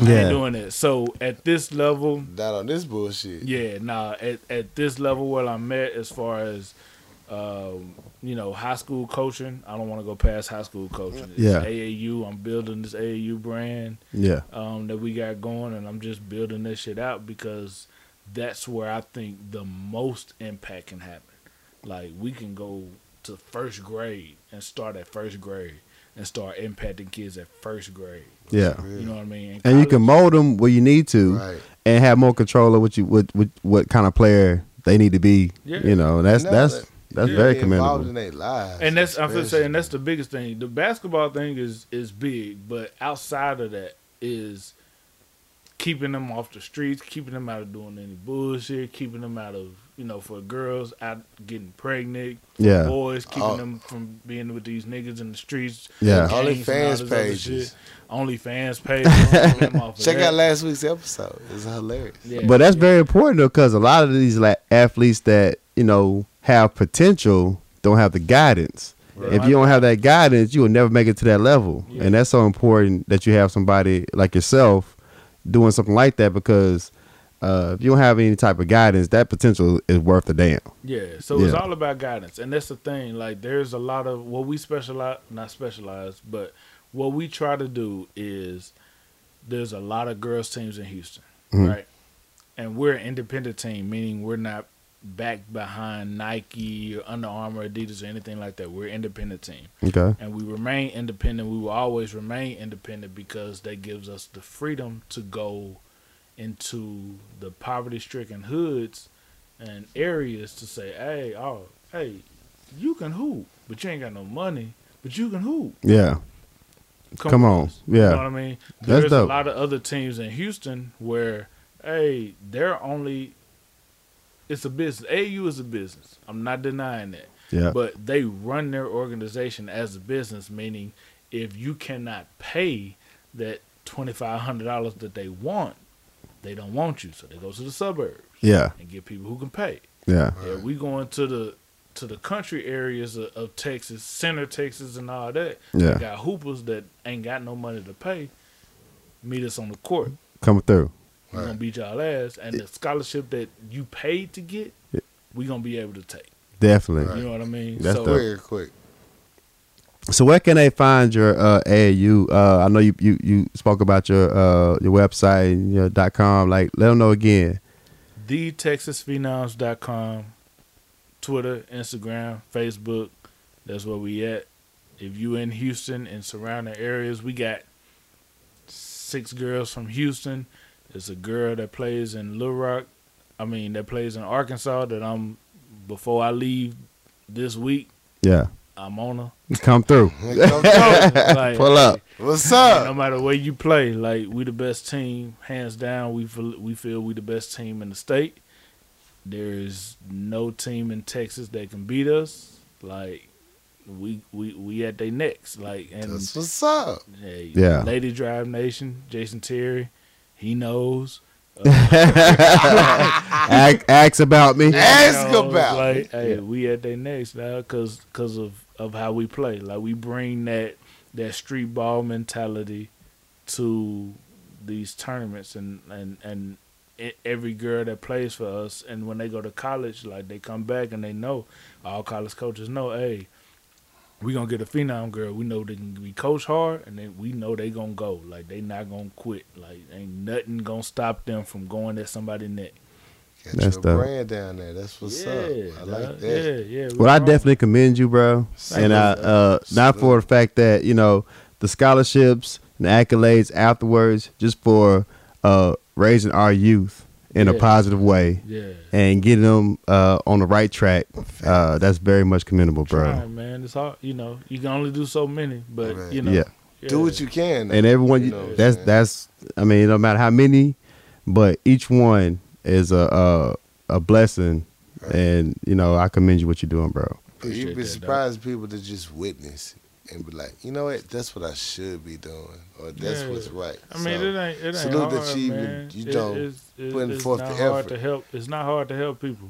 I ain't Yeah. doing that. So at this level, not on this bullshit. yeah, nah. At at this level where I'm at, as far as um, you know, high school coaching, I don't want to go past high school coaching. It's Yeah. AAU. I'm building this AAU brand Yeah. um, that we got going, and I'm just building this shit out because that's where I think the most impact can happen. Like we can go to first grade and start at first grade and start impacting kids at first grade. Yeah. You know what I mean? And you can mold them where you need to. Right. and have more control of what you what what, what kind of player they need to be. Yeah. You know, and that's No, that's that- that's Yeah, very they involved commendable. in their lives. and that's I'm finna say, especially. and that's the biggest thing. The basketball thing is is big, but outside of that is keeping them off the streets, keeping them out of doing any bullshit, keeping them out of you know for girls out getting pregnant, Yeah. boys keeping Oh. them from being with these niggas in the streets, Yeah. gangs and all OnlyFans this other pages. shit. OnlyFans pages, them off of Check that. out last week's episode. It's hilarious. Yeah. But that's very important though, because a lot of these like athletes that you know have potential don't have the guidance. If you don't have that guidance, you will never make it to that level. Yeah. And that's so important that you have somebody like yourself doing something like that because uh, if you don't have any type of guidance, that potential is worth a damn. Yeah, so it's Yeah. all about guidance, and that's the thing. Like, there's a lot of what we specialize, not specialize, but what we try to do is there's a lot of girls teams in Houston, right? And we're an independent team, meaning we're not backed behind Nike or Under Armour, Adidas, or anything like that. We're an independent team, Okay. and we remain independent. We will always remain independent because that gives us the freedom to go into the poverty-stricken hoods and areas to say, "Hey, oh, hey, you can hoop, but you ain't got no money, but you can hoop." Yeah. Come with on. us." Yeah. you know what I mean. That's There's a dope. lot of other teams in Houston where, hey, they're only. It's a business. AU is a business. I'm not denying that Yeah. but they run their organization as a business meaning if you cannot pay that $2500 that they want they don't want you so they go to the suburbs yeah. and get people who can pay Yeah. yeah, we going to the to the country areas of, of texas center texas and all that Yeah. They got hoopers that ain't got no money to pay meet us on the court Coming through. we're gonna beat y'all ass and the scholarship that you paid to get we gonna be able to take Definitely. you know what i mean That's so the- Real quick. So where can they find your uh, AAU? Uh, I know you, you you spoke about your uh, your website and your dot com. Like let them know again. thetexasphenons.com, Twitter, Instagram, Facebook. That's where we at. If you in Houston and surrounding areas, we got six girls from Houston. There's a girl that plays in Little Rock. I mean, that plays in Arkansas. That I'm before I leave this week. Yeah. I'm on her. Come through. Like, Pull up. What's no up? matter where you play, like we the best team, hands down. We feel, we feel we the best team in the state. There is no team in Texas that can beat us. Like we we we at their necks. Like and That's what's up. hey, Yeah. Lady Drive Nation, Jason Terry, he knows. Ask, ask about me. Ask knows, about like hey, we at their necks now because of of how we play. Like we bring that that street ball mentality to these tournaments and and and e- every girl that plays for us and when they go to college like they come back and they know all college coaches know hey we gonna get a phenom girl we know they can be coach hard and then we know they gonna go like they not gonna quit like ain't nothing gonna stop them from going at somebody neck Got That's your dope. brand down there. That's what's up. I like dog. that. yeah yeah we Well, I wrong. definitely commend you, bro. Thank And you, I, uh, not for the fact that, you know, the scholarships and accolades afterwards, just for uh, raising our youth in a Yeah. positive way yeah and getting them uh, on the right track. Uh, that's very much commendable, bro. trying, man. It's hard, you know. You can only do so many, but Right. you know, Yeah. Do what you can. And everyone, You know what I'm that's, saying? that's, I mean, it don't matter how many, but each one is a, a, a blessing. And, you know, I commend you what you're doing, bro. Appreciate You'd that, be dog. surprised people that just witness and be like, you know what? That's what I should be doing, or that's Yeah. what's right. I mean, So, it ain't it ain't salute hard, that you even- man. you It- don't it's, it's, putting it's forth not the hard effort. to help. It's not hard to help people.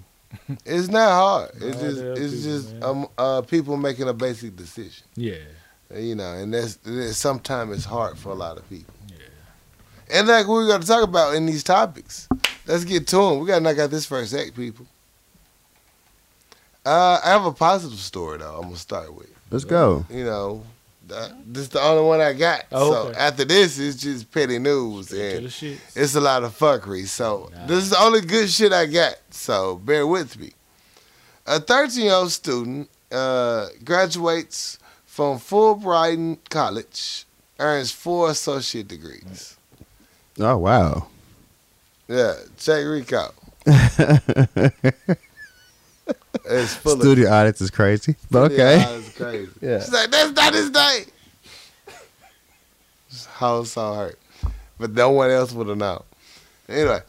it's not hard. Not It's hard just, to help it's people, just man. um, uh, people making a basic decision. Yeah, You know, and that's, that's sometimes it's hard for a lot of people. Yeah. And like we're gonna talk about in these topics. Let's get to them. We gotta knock out this first act, people. Uh, I have a positive story though. I'm gonna start with. Let's go. you know, th- this is the only one I got. Oh, so okay. after this, it's just petty news to the and shit. it's a lot of fuckery. So Nah. this is the only good shit I got. So bear with me. A 13 year old student uh, graduates from Fulbright College, earns four associate degrees. Oh, wow. Yeah, check Rico. it's full of Studio audience is crazy. But okay. Yeah, it's crazy. Yeah. She's like, that's not his name. How so hurt. But no one else would have known. Anyway.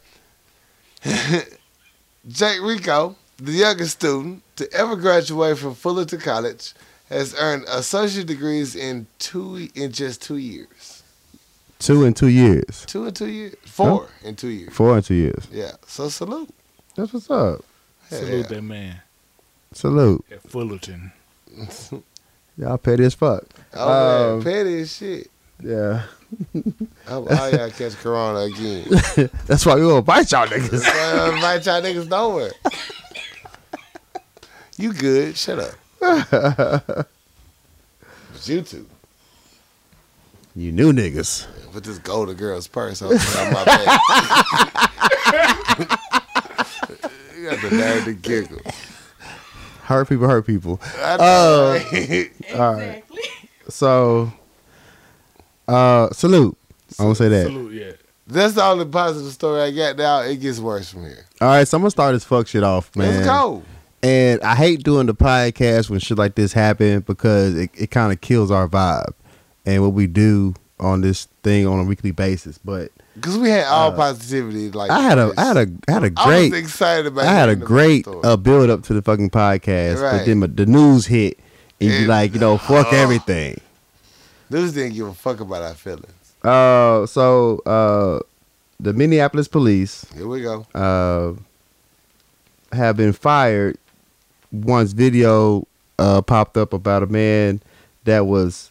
Jake Rico, the youngest student to ever graduate from Fullerton College, has earned associate degrees in two in just two years. Two in two years. Two and two years. Four in two years. Four in two years. Yeah. So salute. That's what's up. Yeah, Salute yeah. that man Salute. at Fullerton. Y'all petty as fuck. Oh Um, man, petty as shit. Yeah. I hope all y'all catch corona again. That's why we gonna bite y'all niggas. Well, invite y'all niggas nowhere. You good? Shut up. It's you two You new niggas. with this golden girl's purse on, on my back. you got the nerve to giggle. Hurt people hurt people. I Oh. know, right? Exactly. So uh salute. I'm gonna say that. Salute, yeah. That's the only positive story I got. Now it gets worse from here. Alright, so I'm gonna start this fuck shit off, man. Let's go. And I hate doing the podcast when shit like this happen because it, it kind of kills our vibe and what we do on this thing on a weekly basis. But Cause we had all positivity. Like Uh, I had a this. I had a I had a I was great excited about. I had a hearing about great the story. uh, build up to the fucking podcast, but Right. then my- the news hit, and you And- like, you know, fuck everything. This didn't give a fuck about our feelings. Uh, so uh, the Minneapolis police Here we go. uh, have been fired once video uh, popped up about a man that was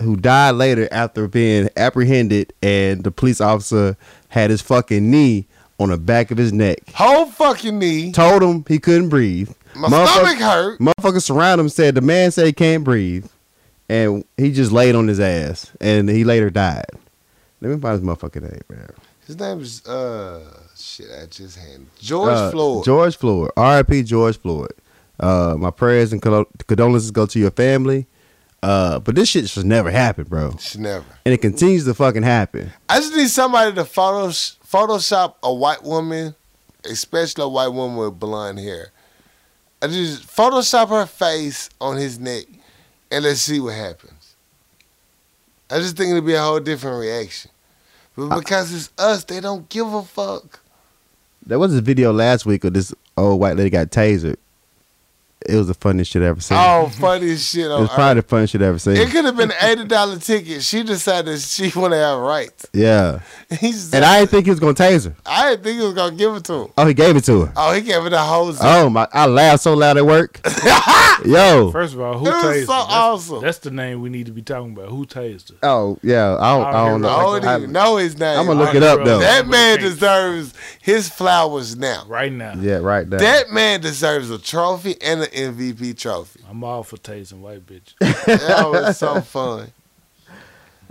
who died later after being apprehended, and the police officer had his fucking knee on the back of his neck. Whole fucking knee. Told him he couldn't breathe. My Motherfuck- stomach hurt. Motherfuckers surround him said the man said he can't breathe, and he just laid on his ass, and he later died. Let me find his motherfucking name, man. His name is uh shit. I just hand George Uh, Floyd. George Floyd. R.I.P. George Floyd. Uh, my prayers and condol- condolences go to your family. Uh, but this shit just never happened, bro. It's never. And it continues to fucking happen. I just need somebody to photo Photoshop a white woman, especially a white woman with blonde hair. I just Photoshop her face on his neck, and let's see what happens. I just think it'll be a whole different reaction, Uh, but because it's us, they don't give a fuck. There was a video last week of this old white lady got tasered. It was the funniest shit I ever seen. Oh, funny shit it on was earth. probably the funniest shit I ever seen. It could have been an eighty dollar ticket. She decided she want to have rights. yeah. He's And I didn't think he was gonna tase her. I didn't think he was gonna give it to him. Oh, he gave it to her. Oh, he gave it a whole. Oh my! I laughed so loud at work. Yo. First of all, who It was tased? her? so That's- awesome. That's the name we need to be talking about. Who tased? her? Oh yeah. I don't. I don't know. I don't even know his name. I'm gonna look it up though. That man deserves his flowers now. Right now, Yeah, right there. That man deserves a trophy and an MVP trophy. I'm all for tasing white bitches. That was so fun.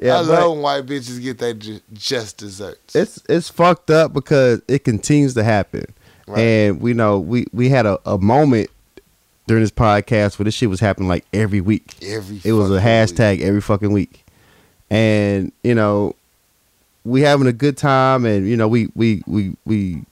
yeah, I but love when white bitches get their ju- just desserts. It's it's fucked up because it continues to happen, Right. and we know we we had a, a moment during this podcast where this shit was happening like every week. Every It was a fucking hashtag every fucking week, and you know, we having a good time, and you know, we we we we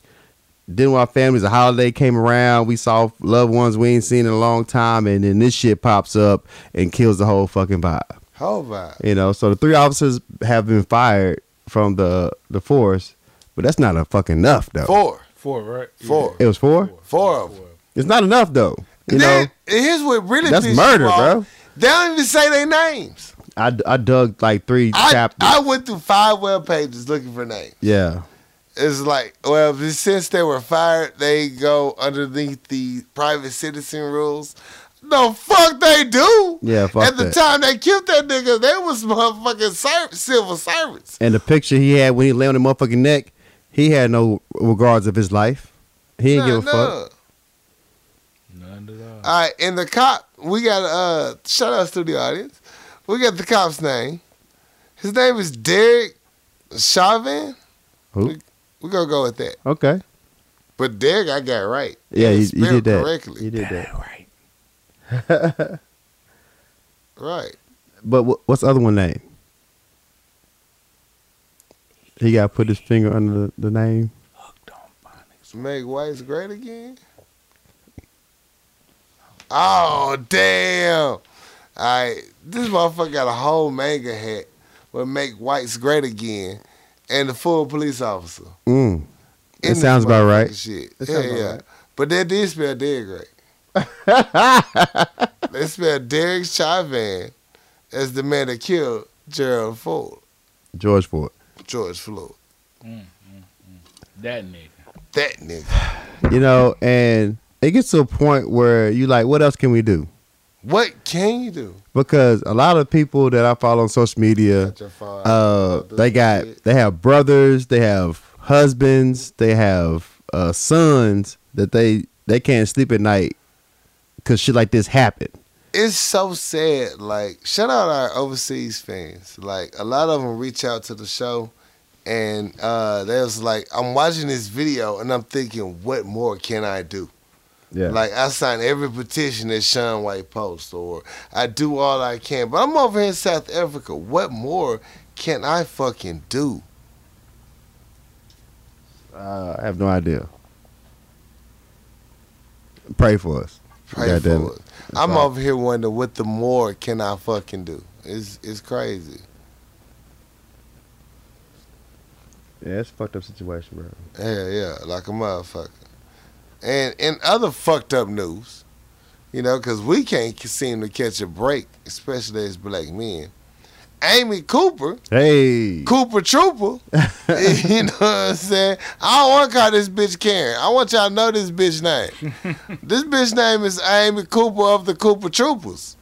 did with our families. A holiday came around, we saw loved ones we ain't seen in a long time, and then this shit pops up and kills the whole fucking vibe. week. Hold on. You know, so the three officers have been fired from the the force, but that's not a fucking enough though. Four. Four, right? Yeah. Four. It was four. Four of them. It's not enough though. You know, Then, here's what really that's pissed murder, you off. bro. They don't even say their names. I, I dug like three I, chapters. I went through five web pages looking for names. yeah, It's like, well, since they were fired, they go underneath the private citizen rules. No, fuck they do. Yeah, fuck At the that. time they killed that nigga, they was motherfucking serv civil servants. and the picture he had when he lay on the motherfucking neck, he had no regards of his life. He didn't give a fuck. None at all. All right, and the cop, we got uh, shout out to the audience. We got the cop's name. His name is Derek Chauvin. Who? We're gonna go with that. Okay. But Derek, I got right. Yeah, he, he did Spelled that. correctly. He did that. Right. Right. But wh- what's the other one name? He got to put his finger under the, the name. Make whites great again? Oh damn! Alright, this motherfucker got a whole manga hat with make whites great again and the full police officer. Mm. In It this sounds about motherfucking right. Shit. That Yeah, sounds about yeah. right. But they did spell Derek great. they spelled Derek Chauvin as the man that killed Gerald Ford, George Ford. George Floyd. That nigga. That nigga. You know, and it gets to a point where you like, what else can we do? What can you do? Because a lot of people that I follow on social media, Got your phone, uh, got they got bullshit. they have brothers, they have husbands, they have uh, sons that they they can't sleep at night because shit like this happened. it's so sad. Like, shout out our overseas fans. Like, a lot of them reach out to the show, and uh, they was like, I'm watching this video, and I'm thinking, what more can I do? Yeah, Like, I sign every petition that Sean White posts, or I do all I can. But I'm over here in South Africa. What more can I fucking do? uh, I have no idea. Pray for us. Pray God damn for it. I'm all. over here wondering what the more can I fucking do. It's it's crazy. Yeah, it's a fucked up situation, bro. Yeah, yeah, like a motherfucker. And in other fucked up news, you know, because we can't c- seem to catch a break, especially as black men. Amy Cooper, Hey, Cooper Trooper, you know what I'm saying? I don't want to call this bitch Karen. I want y'all to know this bitch name. this bitch name is Amy Cooper of the Cooper Troopers.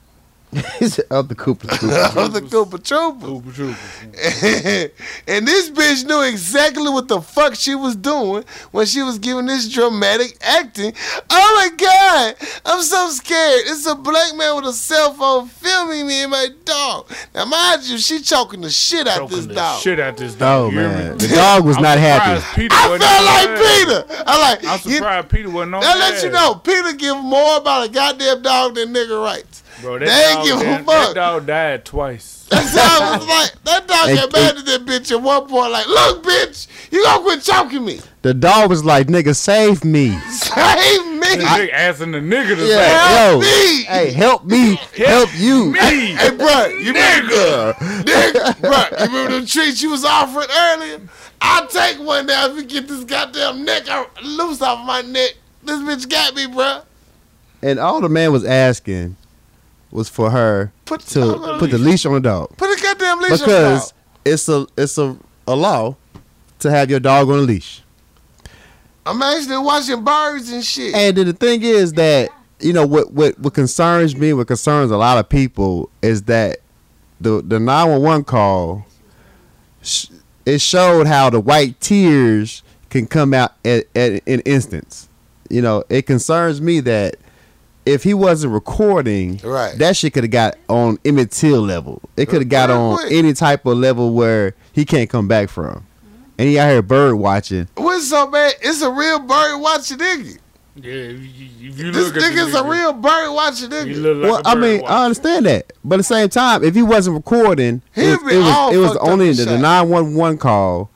He's of the Cooper. Troopers. of the Cooper Troopers. Super trooper. and this bitch knew exactly what the fuck she was doing when she was giving this dramatic acting. Oh my god, I'm so scared. It's a black man with a cell phone filming me and my dog. Now mind you, she choking the shit out Choking this the dog. shit out this oh dog. You hear me? man, the dog was I'm not surprised happy. Peter I wasn't felt on like Peter. I like. that. I'm you- surprised Peter wasn't on I'll let that. you know, Peter give more about a goddamn dog than nigga rights. Bro, They ain't that, dog, give a that, fuck. that dog died twice. That's how I was like, that dog Hey, got hey. mad at that bitch at one point, like, look, bitch, you gonna quit choking me. The dog was like, nigga, save me. Save me. This nigga asking the nigga to Yeah. Help Yo. me. Hey, help me. Help you. say, me. Hey, bro, you nigga, nigga, bro, you remember the treats you was offering earlier? I'll take one now if you get this goddamn neck out- loose off my neck. This bitch got me, bro. And all the man was asking was for her Put the dog on to a put the leash on the dog. Put a goddamn leash because on it's a it's a, a law to have your dog on a leash. I'm actually watching birds and shit. And then the thing is that you know what what what concerns me, what concerns a lot of people is that the the nine one one call sh- it showed how the white tears can come out at, at an instance. You know, it concerns me that if he wasn't recording, Right. that shit could have got on Emmett Till level. It could have got Real on quick. any type of level where he can't come back from. And he out here bird watching. What's so bad? It's a real bird watching nigga. Yeah, if you, if you This look at the nigga's a real bird watching You nigga. look well, like a I bird mean, I watching. understand that, but at the same time, if he wasn't recording, He'd it was, be it was, all it was fucked up only and the shot. nine one one call.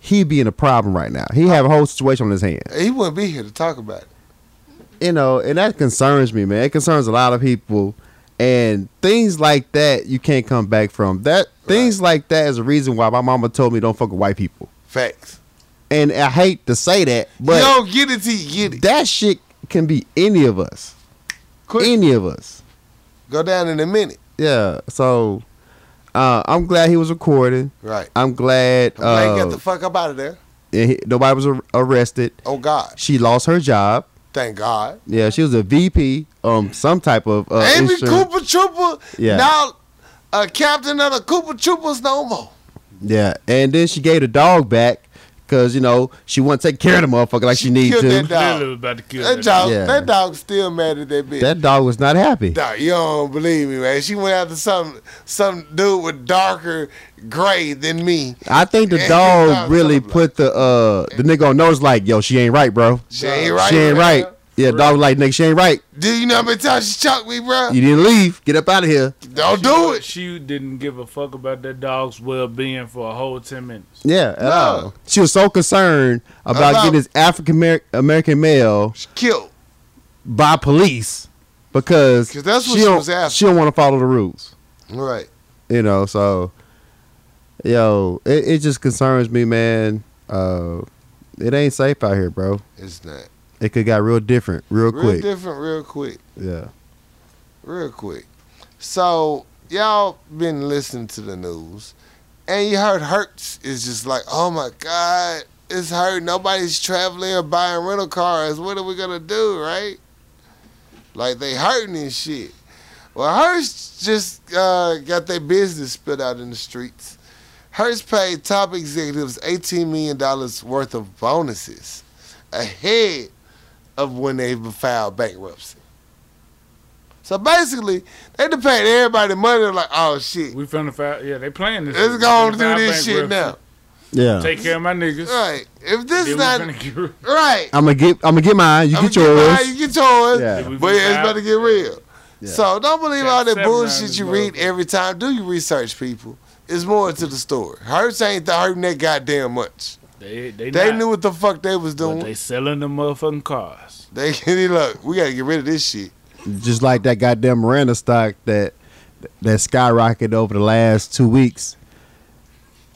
He be in a problem right now. He have a whole situation on his hand, He wouldn't be here to talk about it. you know, and that concerns me, man. It concerns a lot of people, and things like that you can't come back from. That things like that is a reason why my mama told me don't fuck with white people, Facts. and I hate to say that, you but don't get it till you get it. that shit can be any of us, Quick, any of us. go down in a minute. Yeah, so uh, I'm glad he was recording. Right. I'm glad I'm glad you uh, got the fuck up out of there. and he- nobody was ar- arrested. Oh God. She lost her job. Thank God. Yeah, she was a VP, um, some type of uh, Amy insurance- Cooper Trooper. Yeah. Now a captain of the Cooper Troopers no more. Yeah, and then she gave the dog back because you know she wouldn't take care of the motherfucker like she, needs killed to. That, that dog. Literally was about to kill That that dog, Yeah. that dog still mad at that bitch. dog was not happy. Dog, you don't believe me, man. She went after some some dude with darker gray than me. I think the And the dog dog really was put the uh the nigga on notice like, yo, she ain't right, bro. She ain't right. She ain't bro. right. Yeah, dog was like, nigga, she ain't right. Do you know how many times she choked me, bro? You didn't leave. Get up out of here. Don't She- do it. She didn't give a fuck about that dog's well being for a whole ten minutes. Yeah, at No. all. She was so concerned about, About- getting this African American male She killed. by police because 'Cause that's what she don't, was after. She don't want to follow the rules, Right. you know. So, yo, it, it just concerns me, man. Uh, it ain't safe out here, bro. It's not. It could got real different real, Real quick. different, real quick. yeah, real quick. So y'all been listening to the news, and you heard Hertz is just like, oh my god, it's hurt. Nobody's traveling or buying rental cars. What are we gonna do, right? Like they hurting and shit. Well, Hertz just uh, got their business spit out in the streets. Hertz paid top executives $18 million worth of bonuses ahead of when they filed bankruptcy. So basically, they done paid everybody money. They're like, oh shit, We finna find yeah, they playing this. let's shit. go on Finna and do file this shit now. bankruptcy. yeah. Take care of my niggas. Right? If this Then we is not finna get rid- right, I'm gonna get. I'm gonna get mine. You I'ma get yours. mine, you get yours. Yeah. Then we But finna it's file- about to get real. Yeah. So don't believe Got all that seven bullshit rounds you of read motherfuckers. every time. Do your research, people. It's more to the story. Hurts ain't the hurting that goddamn much. They they, They not, knew what the fuck they was but doing. they selling the motherfucking cars. They can look. We gotta get rid of this shit. Just like that goddamn Miranda stock that that skyrocketed over the last two weeks.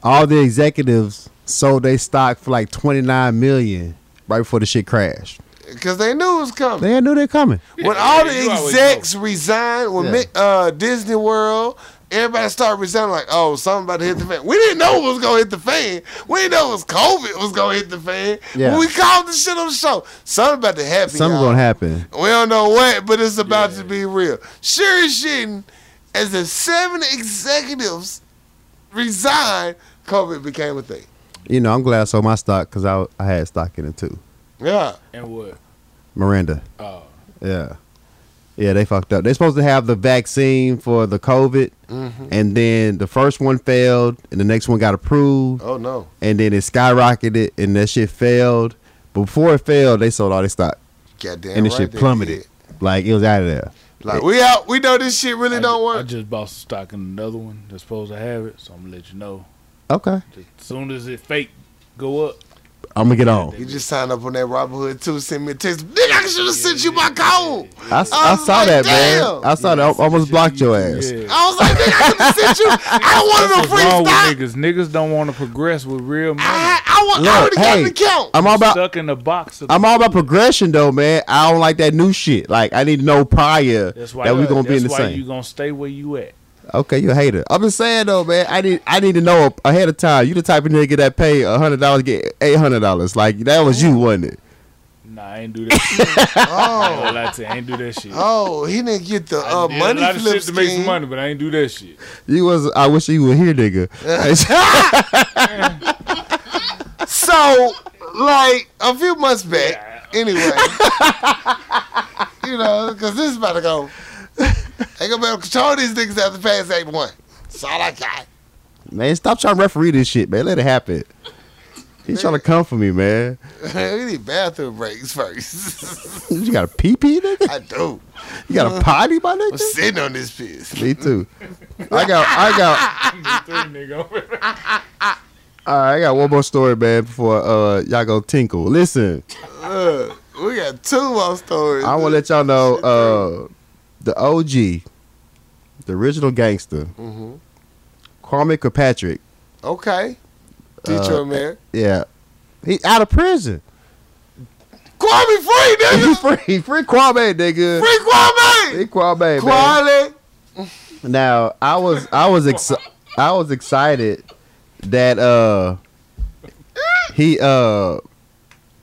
All the executives sold their stock for like 29 million right before the shit crashed. Cause they knew it was coming. They knew they're coming. when Yeah, all you the always execs resigned, when Yeah. Mi- uh, Disney World, everybody started resigning. Like, oh, something about to hit the fan. We didn't know it was gonna hit the fan. We didn't know it was COVID was gonna hit the fan. Yeah. When we called the shit on the show, something about to happen. Something's y'all. gonna happen. We don't know what, but it's about Yeah. to be real. Sure as shit, as the seven executives resigned, COVID became a thing. You know, I'm glad I sold my stock because I, I had stock in it too. Yeah. And what? Miranda. Oh, Yeah. Yeah, they fucked up. They're supposed to have the vaccine for the COVID, and then the first one failed, and the next one got approved. Oh no. and then it skyrocketed and that shit failed. Before it failed, they sold all their stock Goddamn. and this right shit they plummeted. did. Like it was out of there. Like we out, we know this shit really I, don't I work. just bought some stock in another one that's supposed to have it, so I'm gonna let you know. Okay, As soon as it fake go up, I'm gonna get on. You just signed up on that Robin Hood too. Send me a text. Nigga, I should have sent you my code. I, s- I I'm saw like, that, man. damn. I saw that. I almost blocked your ass. Yeah. I was like, nigga, I could have sent you. I wanted What's a free wrong with stock. niggas? Niggas don't want to progress with real money. I, I, want, I Look, already got hey, an account. I'm all about. Stuck in the box. Of I'm all about progression, though, man. I don't like that new shit. Like I need to know prior That's that why we're gonna that's be in the why same. You gonna stay where you at? Okay, you a hater. I'm just saying though, man. I need I need to know ahead of time. You the type of nigga that pay hundred dollars get eight hundred dollars. Like that was you, wasn't it? Nah, I ain't do that. shit. I ain't Oh, gonna lie to you, I ain't do that shit. oh, he didn't get the I uh, did money a lot of flip shit to make some scheme. money, but I ain't do that shit. You was. I wish you were here, nigga. So, like a few months back, Yeah. anyway, you know, because this is about to go. They gonna be able to control these niggas after past eight one. That's all I got. man, stop trying to referee this shit, man. Let it happen. He's trying to come for me, man. we need bathroom breaks first. You got a pee pee, nigga. I do. You got a potty, my I'm nigga. sitting on this piss. Me too. I got. I got. all right, I got one more story, man. Before uh y'all go tinkle. Listen. Uh, we got two more stories. I want to let y'all know uh, the OG, the original gangster, Mhm. Kwame Kirkpatrick. Okay. Uh, Detroit man. Yeah, he out of prison. Kwame free, He nigga. free, free Kwame, nigga. Free Kwame. Free Kwame, man. Kwame. Now I was, I was, exci- I was excited that uh, he uh,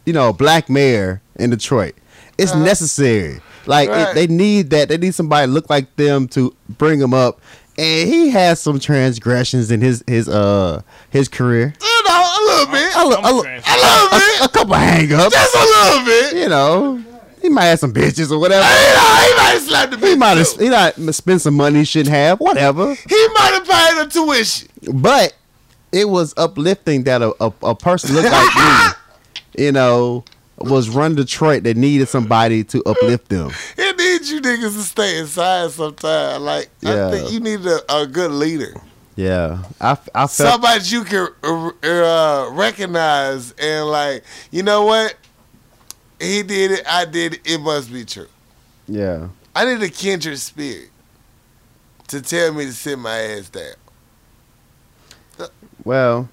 you know, black mayor in Detroit. It's necessary. Like it- Uh-huh. Right. they need that. They need somebody to look like them to bring him up. And he has some transgressions in his his uh his career. You know, a little bit. A, li- a, li- trans- A little a, bit. a couple hangups. Just a little bit. You know, he might have some bitches or whatever. He, know, he might have slapped the bitch. He might have too. he might spent some money he shouldn't have. Whatever. He might have paid her tuition. But it was uplifting that a, a, a person looked like me, you know, was run Detroit that needed somebody to uplift them. It needs you niggas to stay inside sometime. Like I Yeah. think you need a, a good leader, Yeah, I, f- I felt somebody you can uh, uh, recognize and like. You know what? He did it. I did it. It must be true. yeah. I need a kindred spirit to tell me to sit my ass down. Well,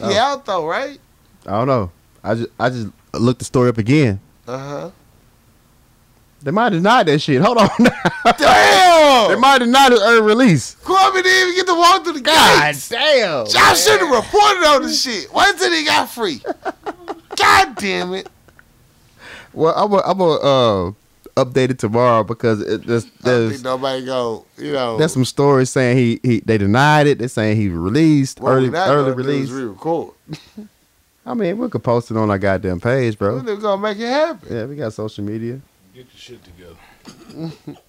Oh. He out though, right? I don't know. I just I just looked the story up again. Uh-huh. Uh They might deny that shit. Hold on, huh. they Damn! might deny the early release. Kwame didn't even get to walk through the God gates. damn! Y'all should have reported on the shit. Wait until he got free. God damn it. Well, I'm gonna I'm gonna uh, update it tomorrow because it, there's I don't think there's, nobody go, you know. there's some stories saying he, he they denied it. They're saying he released what early we not early gonna do is release. Re-record. I mean, we could post it on our goddamn page, We're bro. just gonna make it happen. Yeah, we got social media. Get your shit together.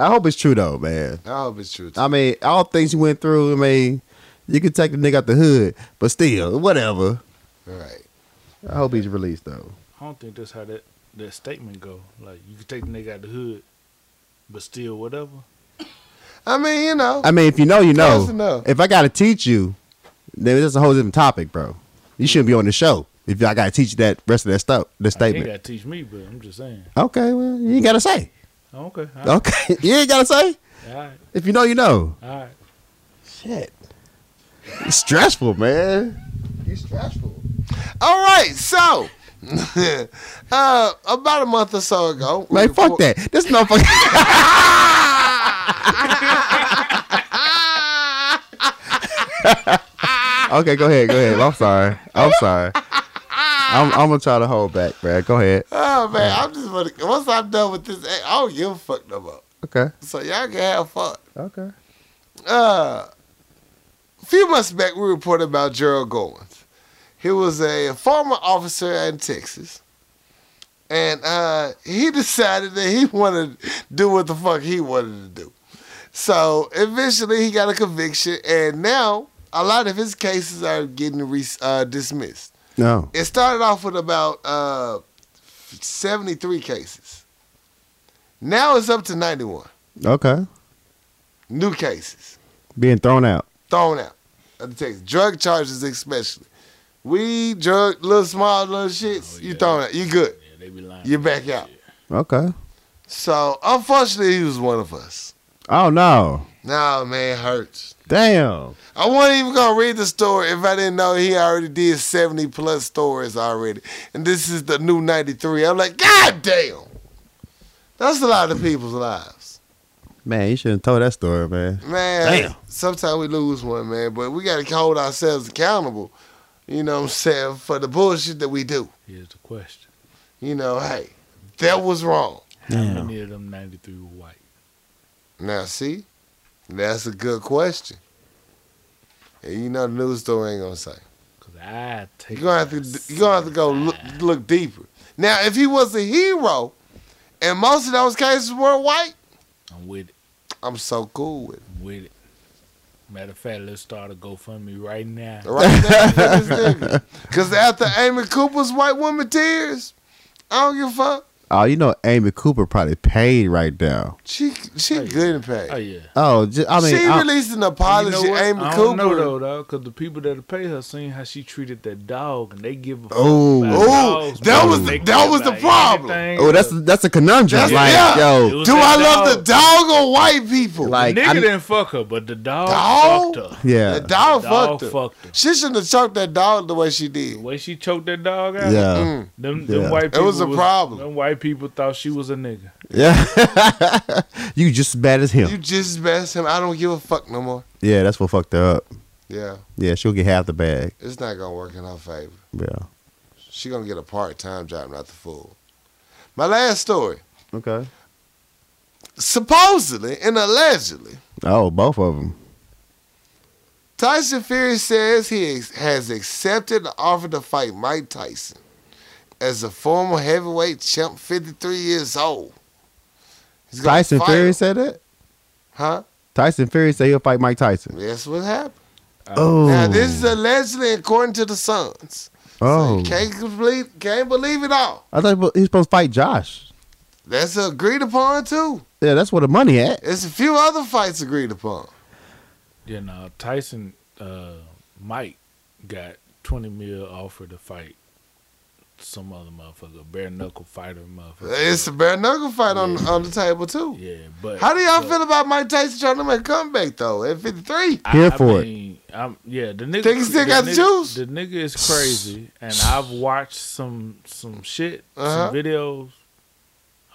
I hope it's true though, man. I hope it's true. Too. I mean, all things you went through. I mean, you could take the nigga out the hood, but still, whatever. All right. I hope he's released though. I don't think that's how that that statement go. Like you can take the nigga out the hood, but still whatever. I mean, you know. I mean, if you know, you Close know. enough. If I gotta teach you, then that's a whole different topic, bro. You shouldn't be on the show if I gotta teach you that rest of that stuff, the You ain't statement. gotta teach me, but I'm just saying. Okay, well, you ain't gotta say. Okay. All right. Okay, you ain't gotta say. All right. If you know, you know. All right. Shit, it's stressful, man. You stressful. All right, so uh about a month or so ago. we Like fuck record- that. This motherfucker. okay, go ahead, go ahead. I'm sorry. I'm sorry. I'm, I'm gonna try to hold back, man. Go ahead. Oh man, I'm just gonna, once I'm done with this, eh, I don't give a fuck no more. Okay. So y'all can have fun. Okay. uh, a few months back, we reported about Gerald Goins. He was a former officer in Texas, and uh, he decided that he wanted to do what the fuck he wanted to do. So eventually, he got a conviction, and now a lot of his cases are getting re- uh, dismissed. No. It started off with about uh, 73 cases. Now it's up to 91 Okay. new cases Being thrown out. thrown out of the Texas. Drug charges, especially. Weed, drug, little small little shits, you thrown out. You good. Yeah, they be lying. You back out. Okay. So unfortunately, he was one of us. Oh no. Nah, man, it hurts. Damn. I wasn't even gonna read the story if I didn't know he already did 70 plus stories already. And this is the new 93. I'm like, God damn. That's a lot of people's lives. Man, you shouldn't told that story, man. Man, Damn. sometimes we lose one, man, but we gotta hold ourselves accountable, you know what I'm saying, for the bullshit that we do. Here's the question: You know, hey, that was wrong. How Damn. many of them ninety three were white? Now, see, that's a good question. And you know, the news story ain't gonna say. Cause I take. You're gonna have to you're gonna have to go look, look deeper. Now, if he was a hero, and most of those cases were white, I'm with it. I'm so cool with it. I'm with it. Matter of fact, let's start a GoFundMe right now. Right there, for this nigga. Cause after Amy Cooper's white woman tears, I don't give a fuck. Oh, you know Amy Cooper probably paid right now. She she Hey. good and Oh paid. yeah. Oh, just, I mean, she I- released an apology, You know what? Amy I don't know Cooper. though, though, because the people that pay her seen how she treated that dog, and they give a fuck Oh. about Oh, dogs, that bro. was the- They that care was the about problem. anything. oh, that's that's a conundrum. That's- like, yeah. It yo, was Do that I love the dog. dog or white people? Like- nigga I'm- didn't fuck her, but the dog, Dog? fucked her. yeah, the dog, the dog fucked her. fucked her. She shouldn't have choked that dog the way she The did. way she choked that dog out, yeah, Mm. them, them Yeah. white It people was a problem. Them white people thought she was a nigga. yeah. you just as bad as him. You just as bad as him. I don't give a fuck no more. yeah, that's what fucked her up. Yeah, Yeah, she'll get half the bag. it's not gonna work in her favor. Yeah. She gonna get a part time job, not the full. My last story, Okay. supposedly and allegedly, Oh, both of them. Tyson Fury says he ex- has accepted the offer to fight Mike Tyson as a former heavyweight champ, fifty three years old. He's gonna Tyson fight Fury him. said that. huh? Tyson Fury said he'll fight Mike Tyson. That's what happened. Oh, Uh, Now this is allegedly according to the Suns. So oh. you can't believe, can't believe it all. I thought he was supposed to fight Josh. That's agreed upon too. Yeah, that's where the money at. There's a few other fights agreed upon. Then uh, Tyson, uh, Mike got twenty mil offer to fight some other motherfucker, bare knuckle fighter motherfucker. It's a bare knuckle fight on on the table too. yeah, but How do y'all but- feel about Mike Tyson trying to make a comeback though at 53? Here for it. it. I'm, yeah, the nigga Think he still the got the nigga- juice? The nigga is crazy, and I've watched some some shit, Uh-huh. some videos.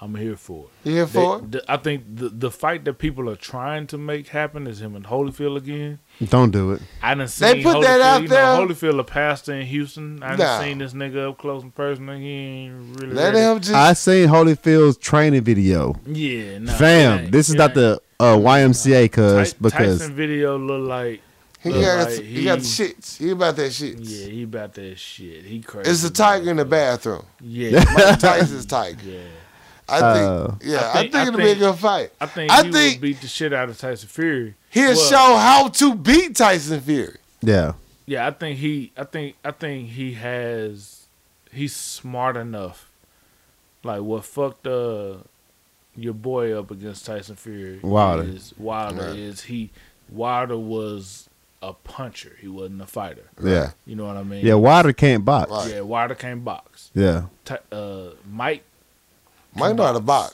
I'm here for it. You here for it? They- the- I think the the fight that people are trying to make happen is him and Holyfield again. Don't do it. I done They seen put Holyfield, that out you know, there? Holyfield, a pastor in Houston. I done Nah. seen this nigga up close and personal. He ain't really. Let ready. him just I seen Holyfield's training video. Yeah, nah, it Fam, ain't- this is it not ain't. the uh, YMCA Ty- cuz because Tyson video look like he look got like he got the he- shits. He about that shit. yeah, he about that shit. He crazy. It's the tiger in the bathroom. Yeah, Mike Tyson's tiger. yeah. I Uh, think yeah, I I think, think- I it'll be a think- good fight. I think I he think- would beat the shit out of Tyson Fury. He'll Well- show how to beat Tyson Fury. yeah. Yeah, I think he I think I think he has he's smart enough. Like what fucked uh your boy up against Tyson Fury Wilder. is Wilder Right. is he Wilder was a puncher. He wasn't a fighter. Yeah. You know what I mean? Yeah, Wilder can't box. Right. Yeah, Wilder can't box. Yeah. Ty- uh Mike Mike know how to box.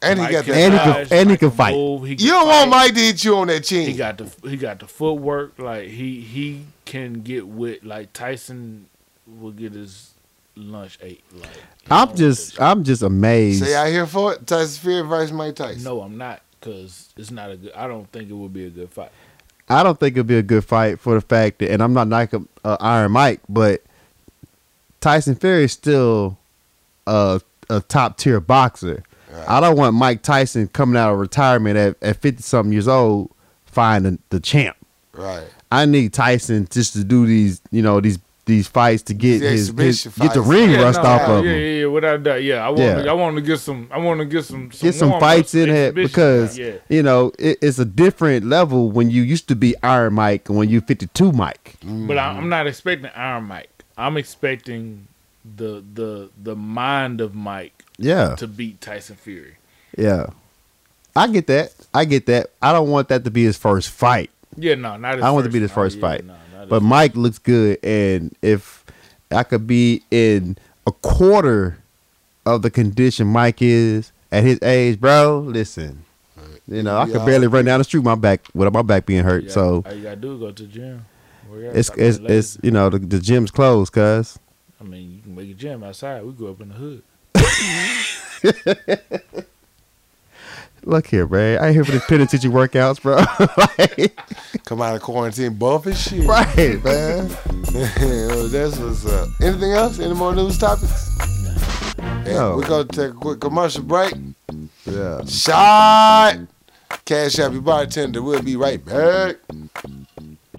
And he Mike got that. And he can- dodge, and he Mike can fight. move, he can you don't want fight. Mike to hit you on that chin. He got the he got the footwork. Like he he can get with like Tyson will get his lunch ate. Like he I'm don't just want I'm just amazed. So y'all here for it? Tyson Fury versus Mike that Tyson. shit. no, I'm not because it's not a good. I don't think it would be a good fight. I don't think it'd be a good fight for the fact that, and I'm not knocking uh, Iron Mike, but Tyson Fury is still a, a top tier boxer. Right. I don't want Mike Tyson coming out of retirement at, at 50 something years old, finding the champ. Right. I need Tyson just to do these, you know, these these fights to get his, his- These exhibition get the fights. ring Yeah, rust no, off yeah, of yeah, him. Yeah, yeah, without that. Yeah, I want. Yeah. To, I want to get some. I want to get some. some Get some warm-ups, fights in it exhibition. because yeah, you know it, it's a different level when you used to be Iron Mike and when you 52 Mike. Mm. but I, I'm not expecting Iron Mike. I'm expecting the the the mind of Mike Yeah, to beat Tyson Fury. Yeah. I get that. I get that. I don't want that to be his first fight. Yeah, no, not. His I want it to be his first fight. But Mike looks good, and if I could be in a quarter of the condition Mike is at his age, bro, listen, you know I could Yeah. barely run down the street with my back without my back being hurt. So all you gotta do is go to the gym. Work out, it's talk to it's the ladies. it's you know the, the gym's closed, cuz I mean, you can make a gym outside. We grew up in the hood. look here, bro. I ain't here for the penitentiary workouts, bro. like, Come out of quarantine buff as shit. right, man. Man. That's what's up. Anything else? Any more news topics? Yeah, No. We're going to take a quick commercial break. Yeah. Shot! Cash App, your bartender. We'll be right back.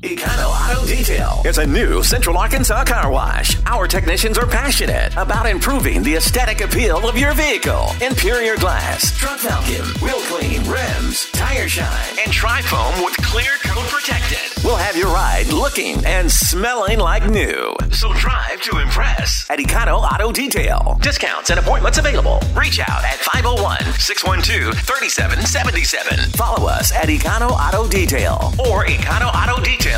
Econo Auto Detail. It's a new Central Arkansas car wash. Our technicians are passionate about improving the aesthetic appeal of your vehicle. Interior glass, truck vacuum, wheel clean, rims, tire shine, and tri foam with clear coat protected. We'll have your ride looking and smelling like new. So drive to impress at Econo Auto Detail. Discounts and appointments available. Reach out at 501 612 3777. Follow us at Econo Auto Detail or EconoAutoDetail.com.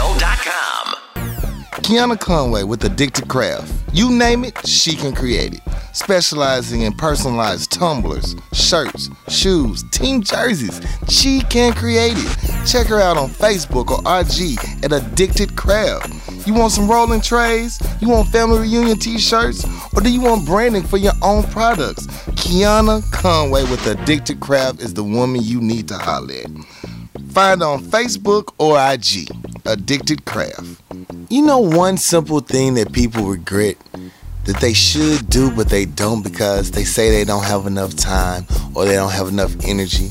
Kiana Conway with Addicted Craft. You name it, she can create it. Specializing in personalized tumblers, shirts, shoes, team jerseys, she can create it. Check her out on Facebook or IG at Addicted Craft. You want some rolling trays? You want family reunion t shirts? Or do you want branding for your own products? Kiana Conway with Addicted Craft is the woman you need to holler at. Find on Facebook or IG, Addicted Craft. You know one simple thing that people regret that they should do but they don't because they say they don't have enough time or they don't have enough energy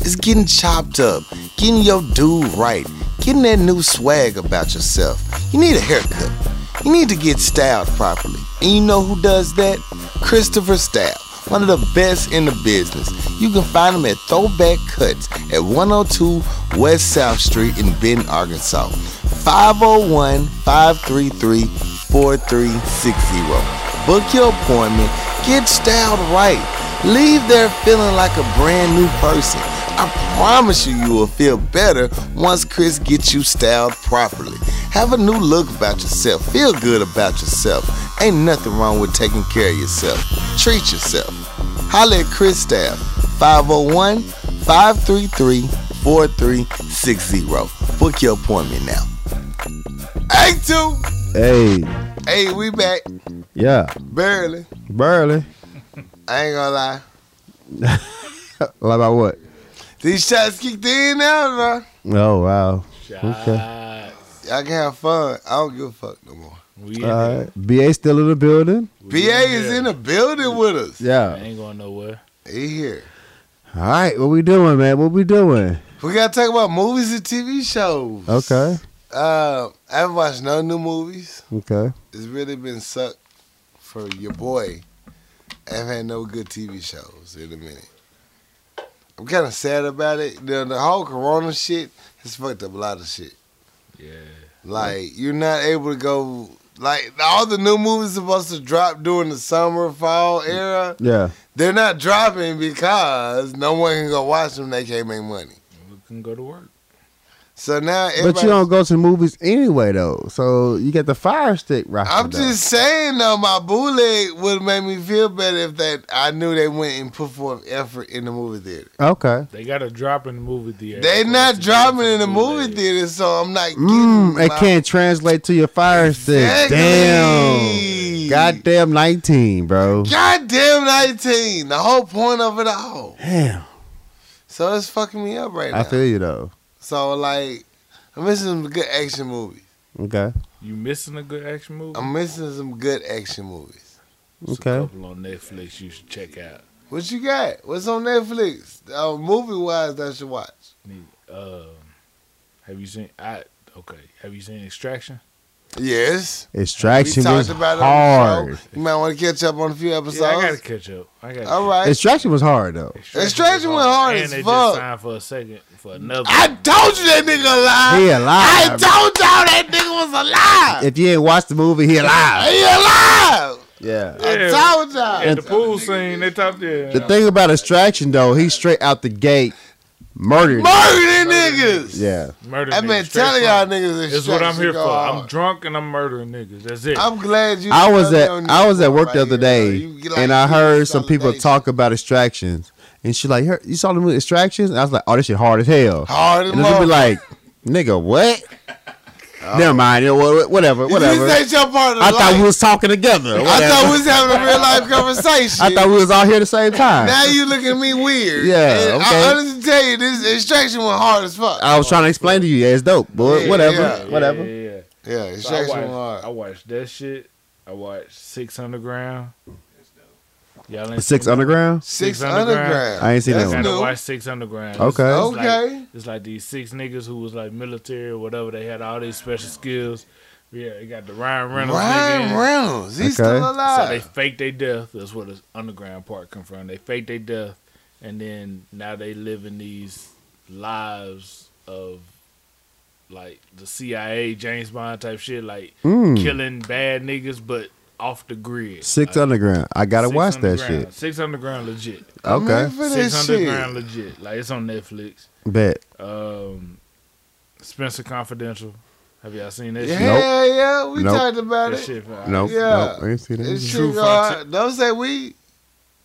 is getting chopped up, getting your dude right, getting that new swag about yourself. You need a haircut. You need to get styled properly. And you know who does that? Christopher Style, one of the best in the business. You can find him at Throwback Cuts at 102 West South Street in Benton, Arkansas. 501 533 4360. Book your appointment. Get styled right. Leave there feeling like a brand new person. I promise you, you will feel better once Chris gets you styled properly. Have a new look about yourself. Feel good about yourself. Ain't nothing wrong with taking care of yourself. Treat yourself. Holla at Chris Staff, 501 533 4360. Book your appointment now. Hey, two. Hey. Hey, we back. Yeah. Barely. Barely. I ain't gonna lie. Like about what? These shots kicked in now, bro. Oh wow. Shots. I can have fun. I don't give a fuck no more. We in All there. right. BA still in the building. BA is in the building with us. Yeah. ain't going nowhere. He here. All right, what we doing, man? What we doing? We gotta talk about movies and TV shows. Okay, Uh, I haven't watched no new movies. okay. It's really been sucked for your boy. I haven't had no good TV shows in a minute. I'm kind of sad about it. The, the whole Corona shit has fucked up a lot of shit. Yeah. Like you're not able to go. Like all the new movies supposed to drop during the summer, fall era. Yeah, They're not dropping because no one can go watch them. They can't make money. We can go to work. So now, but you everybody- don't go to the movies anyway, though. So you got the fire stick roster. I'm though. just saying though, my bootleg would make me feel better if that I knew they went and put forth effort in the movie theater. okay. They got to drop in the movie theater. They not dropping in the movie theater. theater, so I'm not. Getting Mm, it my- can't translate to your fire stick. Exactly. Damn. Goddamn nineteen, bro. Goddamn nineteen. The whole point of it all. Damn. So it's fucking me up right now. I feel you though. so like, I'm missing some good action movies. Okay. You missing a good action movie? I'm missing some good action movies. There's Um, Okay. A couple on Netflix you should check out. What you got? What's on Netflix? Uh, movie wise, that I should watch. Um, have you seen? I okay. Have you seen Extraction? Yes, Extraction was it on hard. the show. You might want to catch up on a few episodes. Yeah, I gotta catch up. I gotta. All right. Extraction was hard though. Extraction went hard and as they fuck. just signed for a second for another. I told you that nigga alive. He alive. I told y'all that nigga was alive. If you ain't watched the movie, he alive. he alive. Yeah. I Yeah. told y'all. At the pool scene, they talked there. The thing about distraction though, he straight out the gate murdered. Murder them niggas. Yeah. Murder I've been niggas, straight telling from- y'all niggas That's this what I'm here for. I'm I'm, drunk and I'm murdering niggas. That's it. glad you. I was at you don't I was at need work the right other here, day bro. You get like and I heard this some people validation. talk about distractions. And she like, "Her- you saw the movie Distractions? And I was like, oh, this shit hard as hell. hard as and it'll be motherfucker. like, nigga, what? Never mind. you know, wha- Whatever, whatever. Oh. You just ain't your part of I the thought life. we was talking together. I thought whatever. we was having a real life conversation. I thought we was all here at the same time. now you look at me weird. Yeah, And okay. I honestly tell you, this extraction went hard as fuck. I was trying to explain to you, yeah, it's dope, boy. Yeah, whatever, yeah, Yeah, whatever. Yeah, yeah, yeah. So I, extraction went watched, I hard. watched that shit. I watched Six Underground. Y'all ain't Six seen that? Underground. Six, Six underground. Underground. I ain't seen That's that one. gotta new. watch Six Underground. Okay. It's like- Okay. it's like these six niggas who was like military or whatever. They had all these special skills. Yeah, they got the Ryan Reynolds. nigga. Ryan Reynolds, he's Okay. still So they alive. faked their death. That's where the underground part come from. They faked their death, and then now they living these lives of like the CIA, James Bond type shit, like Mm. killing bad niggas, but off the grid. Six Like, Underground. I gotta Uh, Six watch that Underground. shit. Six Underground legit. I'm Okay. here for Six this shit. Underground legit. Like it's on Netflix. Bet. Um, Spencer Confidential. Have y'all seen that Yeah, shit? yeah, we Nope. talked about That it. shit. fire. Nope. Yeah. Nope. I ain't seen that. It's either. true. True Don't say we.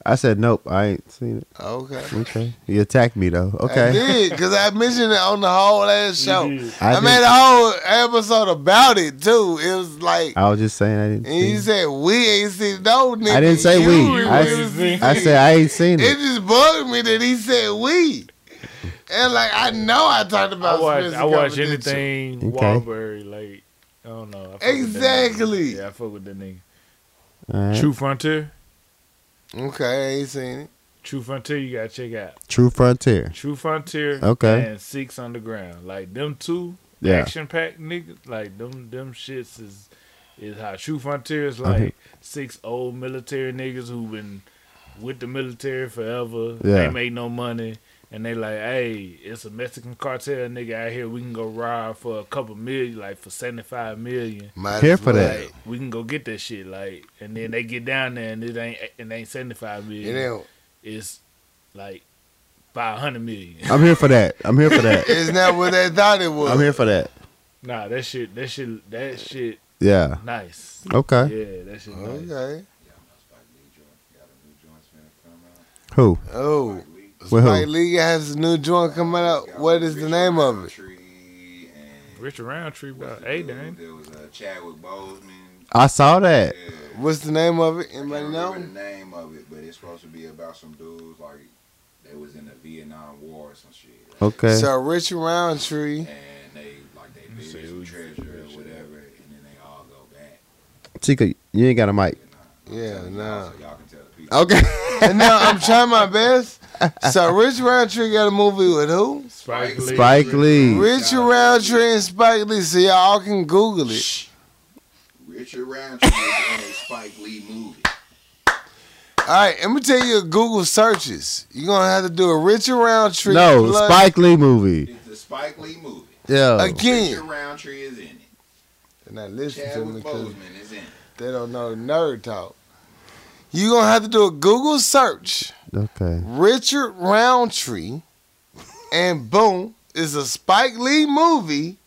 I said nope. I ain't seen it. Okay. Okay. He attacked me though. I Okay. did because I mentioned it on the whole ass You show. did. I I, did. made a whole episode about it too. It was like, I was just saying I didn't. and you See said we ain't seen no nigga. I didn't say You we. I- remember- it. I said I ain't seen it it. just bugged me that he said we. And like I know I talked I about. watch, Spencer I watch Confidential. anything Okay. Wahlberg. Like I don't know. I fuck with that nigga. Exactly. Yeah, I fuck with that nigga. All right. True Frontier. Okay, I ain't seen it. True Frontier, you gotta check out. True Frontier. True Frontier. Okay. And Six Underground. Like them two Yeah. action packed niggas. Like them them shits is is how True Frontier is like Okay. six old military niggas who been with the military forever. Yeah. They make no money. And they like, hey, it's a Mexican cartel nigga out here. We can go rob for a couple million, like for seventy five million. Might Here as for well. that. Like, we can go get that shit, like, and then they get down there and it ain't it ain't seventy five It million. ain't. It's like five hundred million. I'm here for that. I'm here for that. It's not what they thought it was. I'm here for that. nah, that shit, that shit, that shit, Yeah. nice. Okay. Yeah, that shit. Nice. Okay. Who? Oh. With Spike who? Lee has a new joint coming out. What is the name of it? Tree and Richard Roundtree about the hey, dude, dang. There was uh, Chadwick Boseman. I saw that. What's the name of it? I Anybody can't remember know? the name of it, but it's supposed to be about some dudes like they was in the Vietnam War or some shit, Okay. So Richard Roundtree. and they like they buried some treasure or whatever, and then they all go back. Chica, you ain't got a mic. Yeah, nah. So y'all can tell the people. Okay. And now I'm trying my best. So Richard Roundtree got a movie with who? Spike Lee. Spike Lee. Richard Roundtree and Spike Lee. So y'all can Google it. Richard Roundtree was in a Spike Lee movie. All right, let me tell you Google searches. You're gonna have to do a Richard Roundtree. No, plus- Spike Lee movie. It's a Spike Lee movie. Yeah. Richard again. Roundtree is in it. And I listen to me Chadwick 'cause Boseman is in it. they don't know nerd talk. You're gonna have to do a Google search. Okay. Richard Roundtree, and boom, is a Spike Lee movie,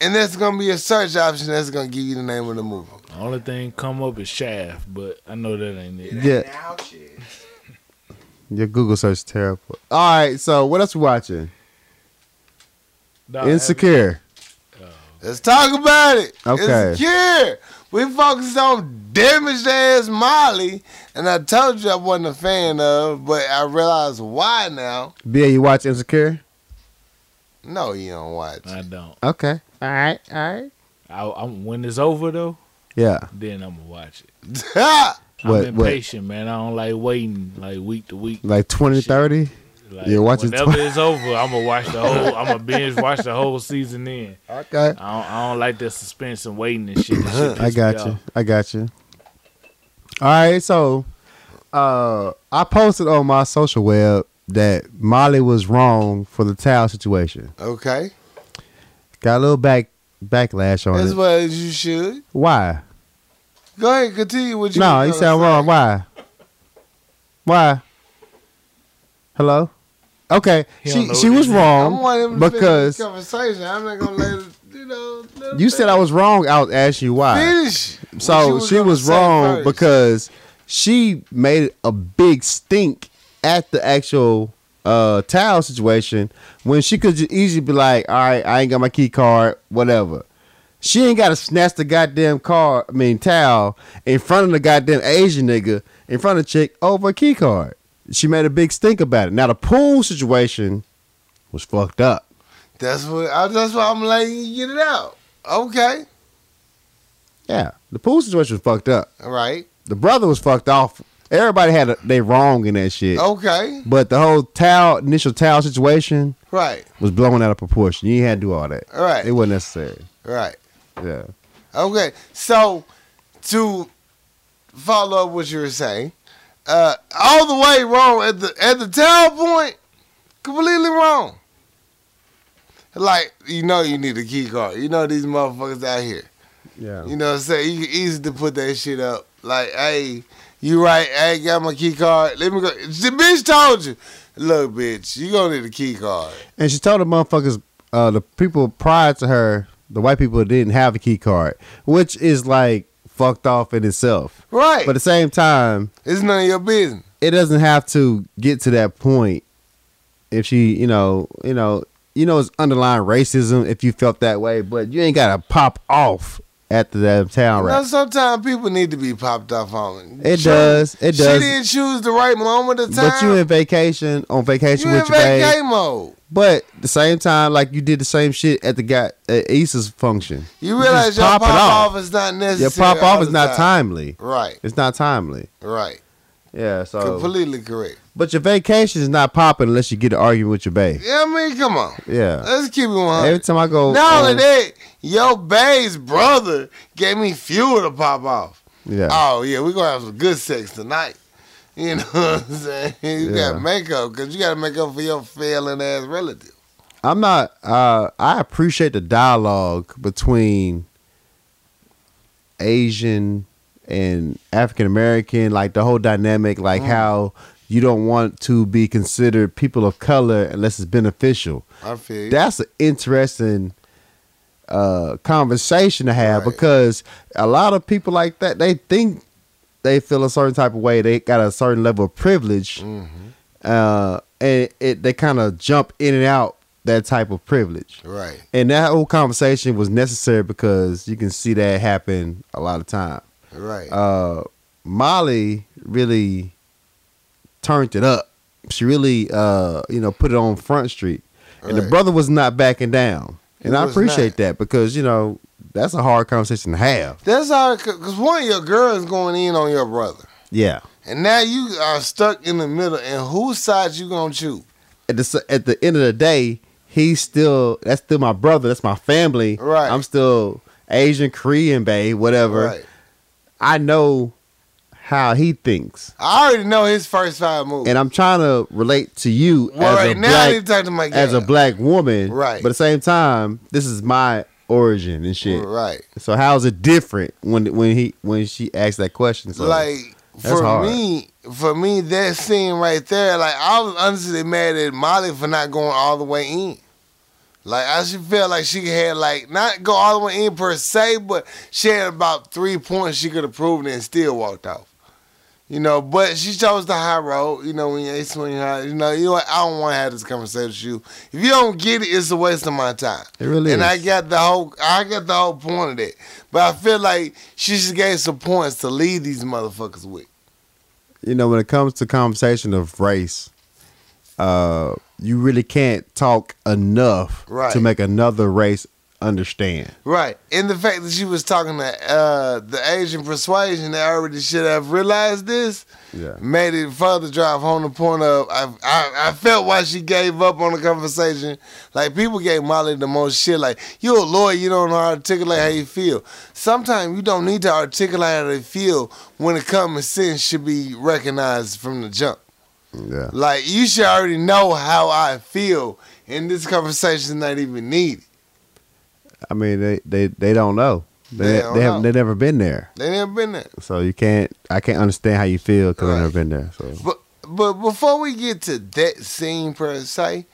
and that's gonna be a search option. That's gonna give you the name of the movie. Only thing come up is Shaft, but I know that ain't it. Yeah. Now, shit. Your Google search is terrible. All right. So what else we watching? Nah, Insecure. Let's talk about it. Okay. Insecure. We focused on damaged ass Molly, and I told you I wasn't a fan of, but I realize why now. Yeah, you watch Insecure? No, you don't watch. I don't. Okay. All right. All right. I, I'm when it's over though, Yeah. then I'm gonna watch it. Ha! What- I'm what? impatient, man. I don't like waiting like week to week. Like 20, 30? Like, Yeah, watch it whenever twice. it's over, I'm gonna watch the whole. I'm gonna binge watch the whole season. Then Okay. I don't, I don't like that suspense and waiting and shit. That shit I piss me got you. off. I got you. All right, so uh I posted on my social web that Molly was wrong for the towel situation. okay, Got a little back backlash on as it. well as you should. Why? Go ahead, continue with you. No, he sound wrong. Why? Why? Hello. Okay, He don't she know she what was he I want wrong him to because because finish this conversation. I'm not gonna let it, you know. let him you said I was wrong. I was asking you why. finish. what So you she gonna was say wrong first. because she made a big stink at the actual uh towel situation when she could just easily be like, "All right, I ain't got my key card, whatever." She ain't got to snatch the goddamn card, I mean towel, in front of the goddamn Asian nigga, in front of the chick over a key card. She made a big stink about it. Now the pool situation was fucked up. that's what I, that's why I'm letting you get it out. Okay, Yeah, the pool situation was fucked up. all right, The brother was fucked off. Everybody had a, they wrong in that shit. okay, But the whole towel initial towel situation right, was blown out of proportion. You had to do all that. All right. It wasn't necessary. right. Yeah. Okay, so to follow up what you were saying, uh, all the way wrong at the at the town point, completely wrong. Like you know, you need a key card. You know these motherfuckers out here. Yeah. You know what I'm saying? You can easy to put that shit up. Like, hey, you right, I ain't got my key card. Let me go. The bitch told you. Look, bitch, you gonna need a key card. And she told the motherfuckers, uh, the people prior to her, the white people didn't have a key card, which is like fucked off in itself. Right. But at But the same time, it's none of your business. it doesn't have to get to that point if she, you know, you know, you know, it's underlying racism if you felt that way, but you ain't gotta pop off after that town You know, rap. sometimes people need to be popped off on. It She- does, it does. She didn't choose the right moment of time. But you in vacation on vacation you in with your babe. vacay mode. But at the same time, like you did the same shit at the guy at Issa's function. You realize just your pop it pop off is not necessary. Your pop all off is the not time. timely. Right, It's not timely. right. Yeah. So, Completely correct. but your vacation is not popping unless you get an argument with your babe. Yeah, I mean, come on. Yeah. Let's keep it 100. Every time I go, Not only on- that, yo Bay's brother gave me fuel to pop off. yeah, Oh yeah, we gonna have some good sex tonight. You know what I'm saying? You Yeah. got makeup because you got to make up for your failing ass relative. I'm not. Uh, I appreciate the dialogue between Asian and African American, like the whole dynamic, like Mm-hmm. how you don't want to be considered people of color unless it's beneficial. I feel you. that's an interesting uh conversation to have Right. because a lot of people like that they think they feel a certain type of way they got a certain level of privilege uh and it they kind of jump in and out that type of privilege right. and that whole conversation was necessary because you can see that happen a lot of time Right. uh, Molly really turned it up. She really, uh, you know, put it on Front Street, and the Right. brother was not backing down, and He I was appreciate not. that because you know that's a hard conversation to have. That's how because one of your girls going in on your brother, Yeah. and now you are stuck in the middle. And whose side you gonna choose? At the s- at the end of the day, he's still that's still my brother. That's my family. Right. I'm still Asian, Korean, babe, whatever. Right. I know how he thinks, I already know his first five moves. and I'm trying to relate to you as well, right a now black I need to talk to my as a gal. black woman. Right. But at the same time, this is my origin and shit. Right. So how is it different when when he when she asked that question? So like that's for hard. me, for me, that scene right there, like I was honestly mad at Molly for not going all the way in. Like I should feel like she had like not go all the way in per se, but she had about three points she could have proven and still walked off. You know, but she chose the high road. You know, when you ain't swing high, you know, you know what? I don't want to have this conversation with you. If you don't get it, it's a waste of my time. it really And is. I got the whole I got the whole point of that. But I feel like she just gave some points to lead these motherfuckers with. you know, when it comes to conversation of race, uh, you really can't talk enough Right. to make another race understand. Right. And the fact that she was talking to uh, the Asian persuasion that already should have realized this Yeah. made it further drive home the point of I, I I felt why she gave up on the conversation. Like people gave Molly the most shit. Like you a lawyer, you don't know how to articulate how you feel. Sometimes you don't need to articulate how they feel when the common sense should be recognized from the jump. Yeah. Like you should already know how I feel, and this conversation's not even needed. I mean, they they, they don't know. They, Yeah, I they don't have know. they never been there, They never been there. so you can't. I can't understand how you feel because Right. I've never been there. So But but before we get to that scene per se,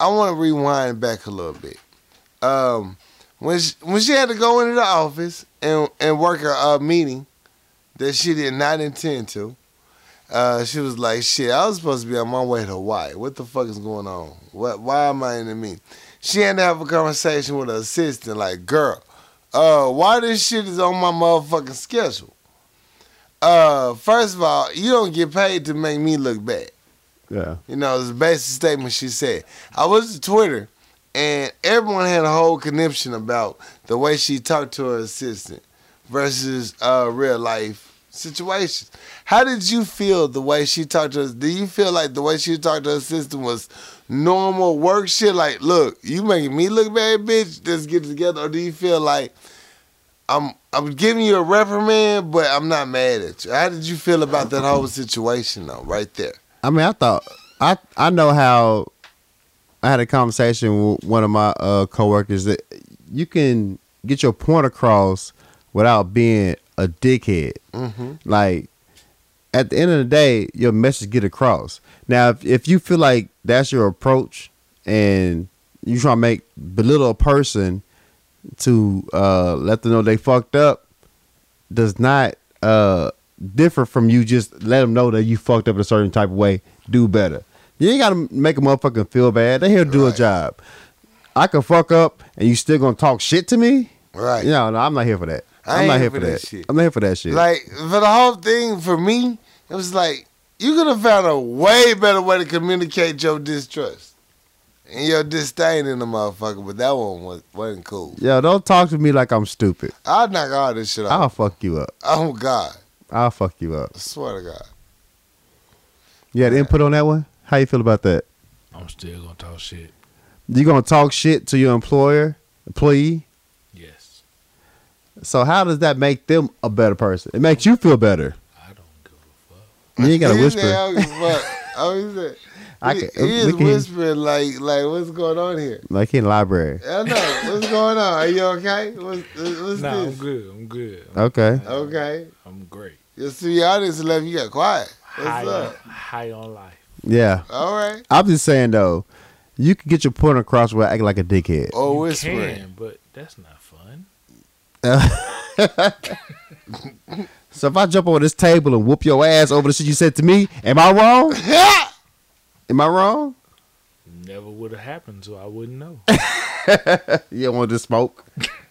I want to rewind back a little bit. Um, when she, when she had to go into the office and and work a uh, meeting that she did not intend to, uh, she was like, "Shit, I was supposed to be on my way to Hawaii. What the fuck is going on? What? Why am I in the meeting?" She had to have a conversation with her assistant, like, "Girl, uh, why this shit is on my motherfucking schedule?" uh, first of all, you don't get paid to make me look bad. yeah, You know, it's a basic statement she said. I was to Twitter, and everyone had a whole conniption about the way she talked to her assistant versus uh, real life situations. How did you feel the way she talked to us? Do you feel like the way she talked to her assistant was normal work shit? Like, look, you making me look bad, bitch. Let's get together. Or do you feel like I'm I'm giving you a reprimand, but I'm not mad at you? How did you feel about that whole situation though? Right there. I mean, I thought I I know how. I had a conversation with one of my uh, coworkers that you can get your point across without being a dickhead. Mm-hmm. like at the end of the day your message get across now if, if you feel like that's your approach and you try to make belittle a person to uh let them know they fucked up does not uh differ from you just let them know that you fucked up in a certain type of way do better you ain't gotta make a motherfucking feel bad they here to do a Right. job i could fuck up and you still gonna talk shit to me Right. no no i'm not here for that I i'm ain't not here here for for that that, shit. i'm not here for that shit Like for the whole thing for me, it was like you could have found a way better way to communicate your distrust and your disdain in the motherfucker, but that one was, wasn't cool. Yo, don't talk to me like I'm stupid. I'll knock all this shit I'll off. fuck you up. Oh God, I'll fuck you up. I swear to God. You had input on that one? How you feel about that? I'm still gonna talk shit. You gonna talk shit to your employer, employee? Yes. So how does that make them a better person? It makes you feel better. I don't give a You ain't gotta He said, whisper. "I don't give a fuck." Oh, he said, I he, can, he is we can- whispering like like what's going on here. like in the library. I know what's going on. Are you okay? What's, what's Nah, I'm this? good. I'm good. I'm, Okay. Okay, I'm great. you see, y'all just left. You got quiet. What's High on, up? high on life. Yeah. All right. I'm just saying though, you can get your point across without acting like a dickhead. Or you whispering. can, but that's not fun. So if I jump over this table and whoop your ass over the shit you said to me, am I wrong? Am I wrong? Never would have happened, so I wouldn't know. You don't want to smoke.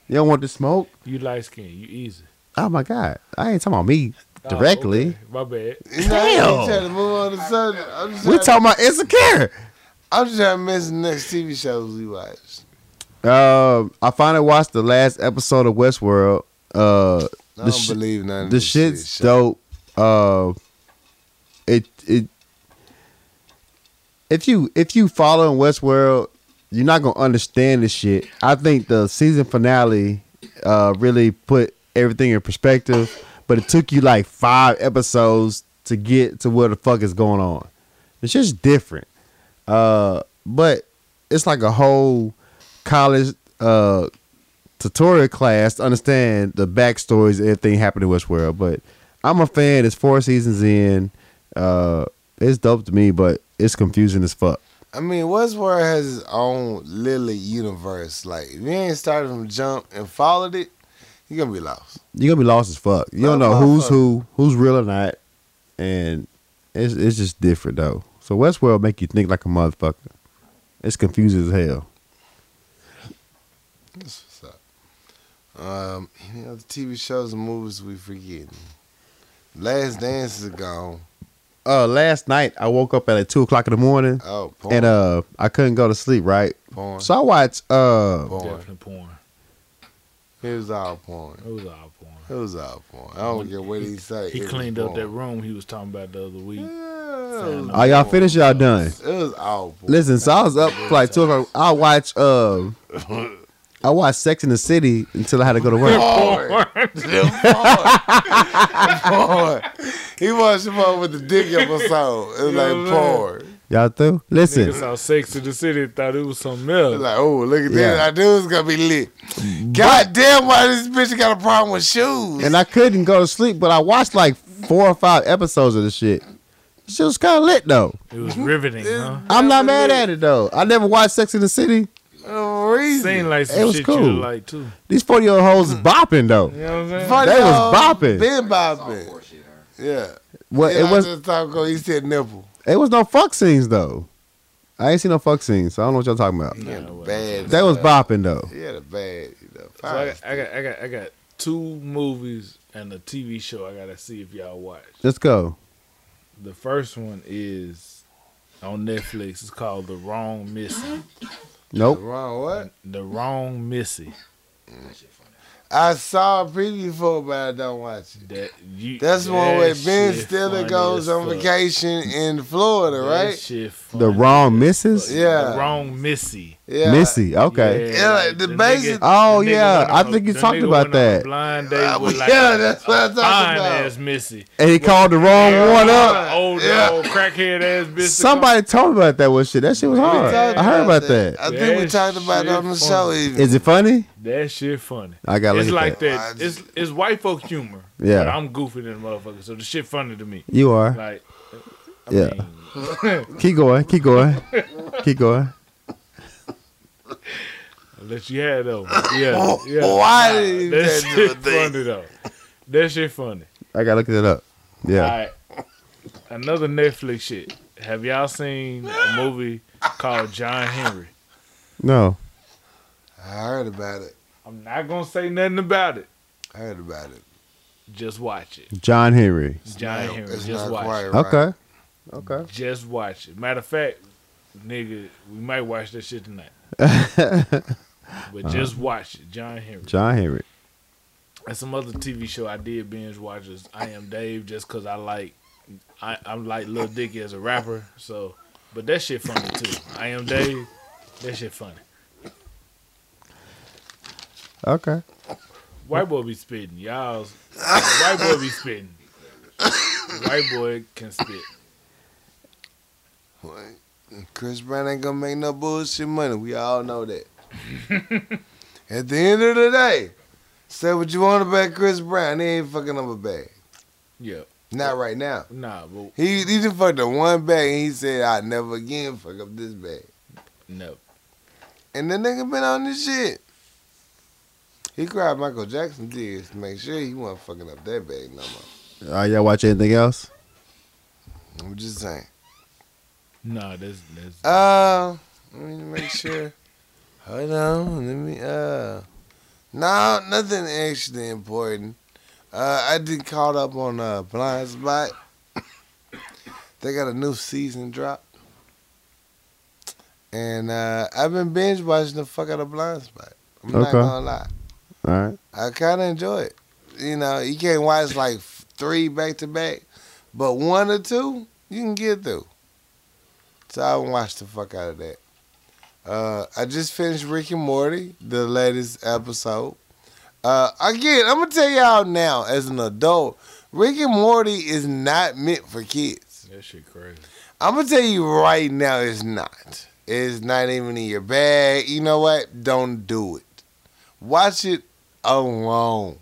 You don't want to smoke. you light skin, you easy. Oh my god, I ain't talking about me Oh, directly. okay. My bad. You know, I ain't Damn. trying to move on to something. I'm just We trying, talking about insecure. I'm just trying to mention the next TV shows we watch. Um, I finally watched the last episode of Westworld. Uh, I The don't shi- believe none of the this shit. shit's Shut dope. Uh, it it if you if you follow in Westworld, you're not gonna understand this shit. I think the season finale uh really put everything in perspective, but it took you like five episodes to get to where the fuck is going on. It's just different. Uh, but it's like a whole college uh tutorial class to understand the backstories and everything happened in Westworld. But I'm a fan. It's four seasons in. Uh, it's dope to me, but it's confusing as fuck. I mean, Westworld has its own little universe. Like, if you ain't started from jump and followed it, you're gonna be lost. You're gonna be lost as fuck. You don't know Lost who's motherfucker. who, who's real or not, and it's it's just different though. So Westworld make you think like a motherfucker. It's confusing as hell. That's what's up. Um, any other TV shows and movies we forgetting? Last Dance is gone. Uh, last night I woke up at like two o'clock in the morning, Oh, porn. and uh, I couldn't go to sleep. Right, porn. so I watched uh, porn. Definitely porn. It was all porn. It was all porn. It was all porn. I don't care what he say. He it was cleaned up porn. that room he was talking about the other week. Yeah, are y'all finished? Y'all done? It was all porn. Listen, so I was up for like two o'clock. I watch uh, I watched Sex in the City until I had to go to work. Porn. Them porn. Porn. He watched him up with the dick episode. It was Yeah, like man. porn. Y'all through? Listen, Niggas saw Sex in the City and thought it was something else. Like, oh, look at this. Yeah. I knew it was gonna be lit. God damn, why this bitch got a problem with shoes? and I couldn't go to sleep, but I watched like four or five episodes of the shit. Shit was kind of lit though. It was riveting, huh? I'm not mad at it though. I never watched Sex in the City. no reason. Seemed like It some was shit cool. you would like too. These 40 year old hoes is bopping though. You know what I'm saying? Fuck They was y'all, bopping. Been All bopping. four shit, huh? Yeah. Well, yeah, it was I just thought go, he said nipple. it was no fuck scenes though. I ain't seen no fuck scenes, so I don't know what y'all talking about. He had a it wasn't. bad. They was bopping though. He had a bad, you know. So I, got, I got I got I got two movies and a TV show I gotta see if y'all watch. Let's go. The first one is on Netflix. It's called The Wrong Missy. Uh-huh. Nope. Wrong what? The Wrong Missy. I saw a preview for it, but I don't watch it. That you. That's the one that where Ben shit Stiller funny goes as on fuck. vacation in Florida, That right? The shit funny. wrong misses? Yeah. The Wrong Missy. Yeah. Missy. Okay. Yeah, like, the basic- Oh, the nigga yeah, went I on a- think you the talked nigga about went on a that. Blind date with like yeah, that's what I'm fine talking about. ass Missy. And he called the wrong one up. Old, Yeah. old crackhead ass bitch. Somebody told me about that one shit. That shit was We hard. talked I heard about that. I think we That talked about it on the shit show funny. even. Is it funny? That shit funny. I gotta It's look at like that. that. It's it's white folk humor. Yeah. But I'm goofy than a motherfucker, so the shit funny to me. You are. Like, I Yeah. mean, Keep going. Keep going. keep going. Unless you had though. Yeah. yeah. Why Nah, did you that just do a shit thing? funny though? That shit funny. I gotta look it up. Yeah. All right. Another Netflix shit. Have y'all seen a movie called John Henry? No. I heard about it. I'm not gonna say nothing about it. I heard about it. Just watch it. John Henry. John No, Henry. it's Just not watch quite it. right. Okay. Okay. Just watch it. Matter of fact, nigga, we might watch that shit tonight. but just watch it, John Henry. John Henry. And some other TV show I did binge watch is I Am Dave, just cause I like, I, I'm like Lil Dicky as a rapper. So, but that shit funny too. I Am Dave, that shit funny. Okay. White boy be spitting, y'all. White boy be spitting. White boy can spit. Chris Brown ain't gonna make no bullshit money. We all know that. At the end of the day, say what you want about Chris Brown. He ain't fucking up a bag. Yeah, Not right now. nah, but He he just fucked up one bag and he said, I never again fuck up this bag. no. And the nigga been on this shit. He cried Michael Jackson tears to make sure he wasn't fucking up that bag no more. Are y'all watch anything else? I'm just saying. Nah, that's that's Uh, let me make sure. Hold on, let me. Uh, no, nothing actually important. Uh, I did caught up on uh, Blind Spot. they got a new season drop, and uh, I've been binge watching the fuck out of Blind Spot. I'm not Okay. gonna lie, All right. I kind of enjoy it. You know, you can't watch like f- three back to back, but one or two you can get through. So I watched the fuck out of that. Uh, I just finished Rick and Morty, the latest episode. Uh, again, I'm gonna tell y'all now, as an adult, Rick and Morty is not meant for kids. that shit crazy. I'm gonna tell you right now, it's not. It's not even in your bag. You know what? Don't do it. Watch it alone.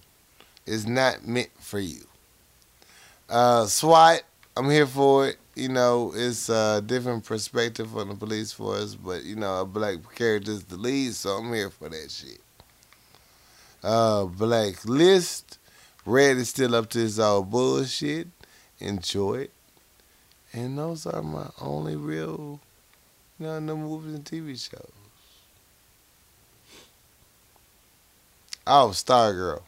It's not meant for you. Uh, SWAT, I'm here for it. You know, it's a different perspective from the police force, but you know, a black character's the lead, so I'm here for that shit. Uh, black list, red is still up to his old bullshit. Enjoy it. And those are my only real, you know, the movies and TV shows. Oh, Stargirl.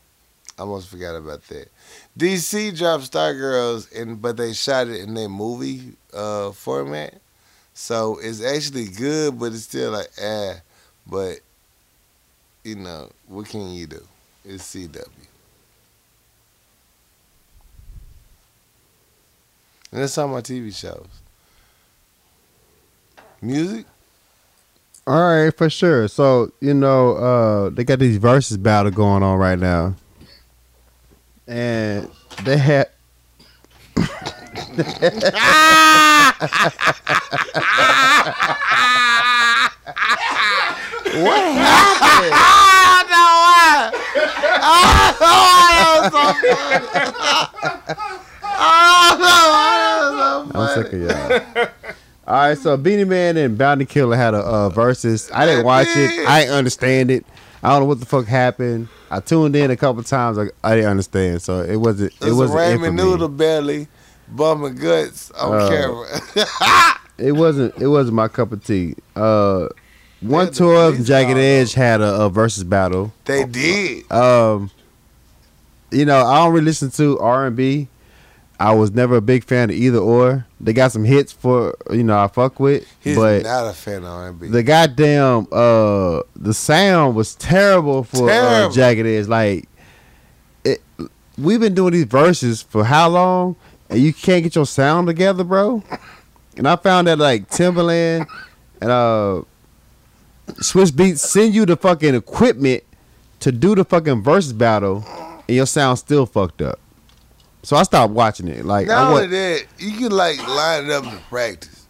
I almost forgot about that. DC dropped Stargirls, and but they shot it in their movie uh, format. So it's actually good, but it's still like, eh. But, you know, what can you do? It's CW. And that's all my TV shows. Music? All right, for sure. So, you know, uh they got these versus battle going on right now. And they had I know why. I know why that was so funny. I know why that was so I'm sick of y'all. All right, so Beanie Man and Bounty Killer had a uh, versus. I didn't watch it. I didn't understand it. I don't know what the fuck happened. I tuned in a couple times. I, I didn't understand, so it wasn't. It It's wasn't. it for Raymond me. Noodle Belly bumming guts on Oh. camera. It wasn't. It wasn't my cup of tea. Uh, one Yeah, the tour of police Jagged dog. Edge had a, a versus battle. they did. Um, you know, I don't really listen to R and B. I was never a big fan of either or. They got some hits for you know I fuck with, He's but not a fan of R&B. the goddamn uh the sound was terrible for Uh, Terrible. Jagged Edge. Like it, we've been doing these verses for how long, and you can't get your sound together, bro. And I found that like Timberland and uh Swiss Beats send you the fucking equipment to do the fucking versus battle, and your sound still fucked up. So I stopped watching it. Like I not wa- only that, you can like line it up to practice.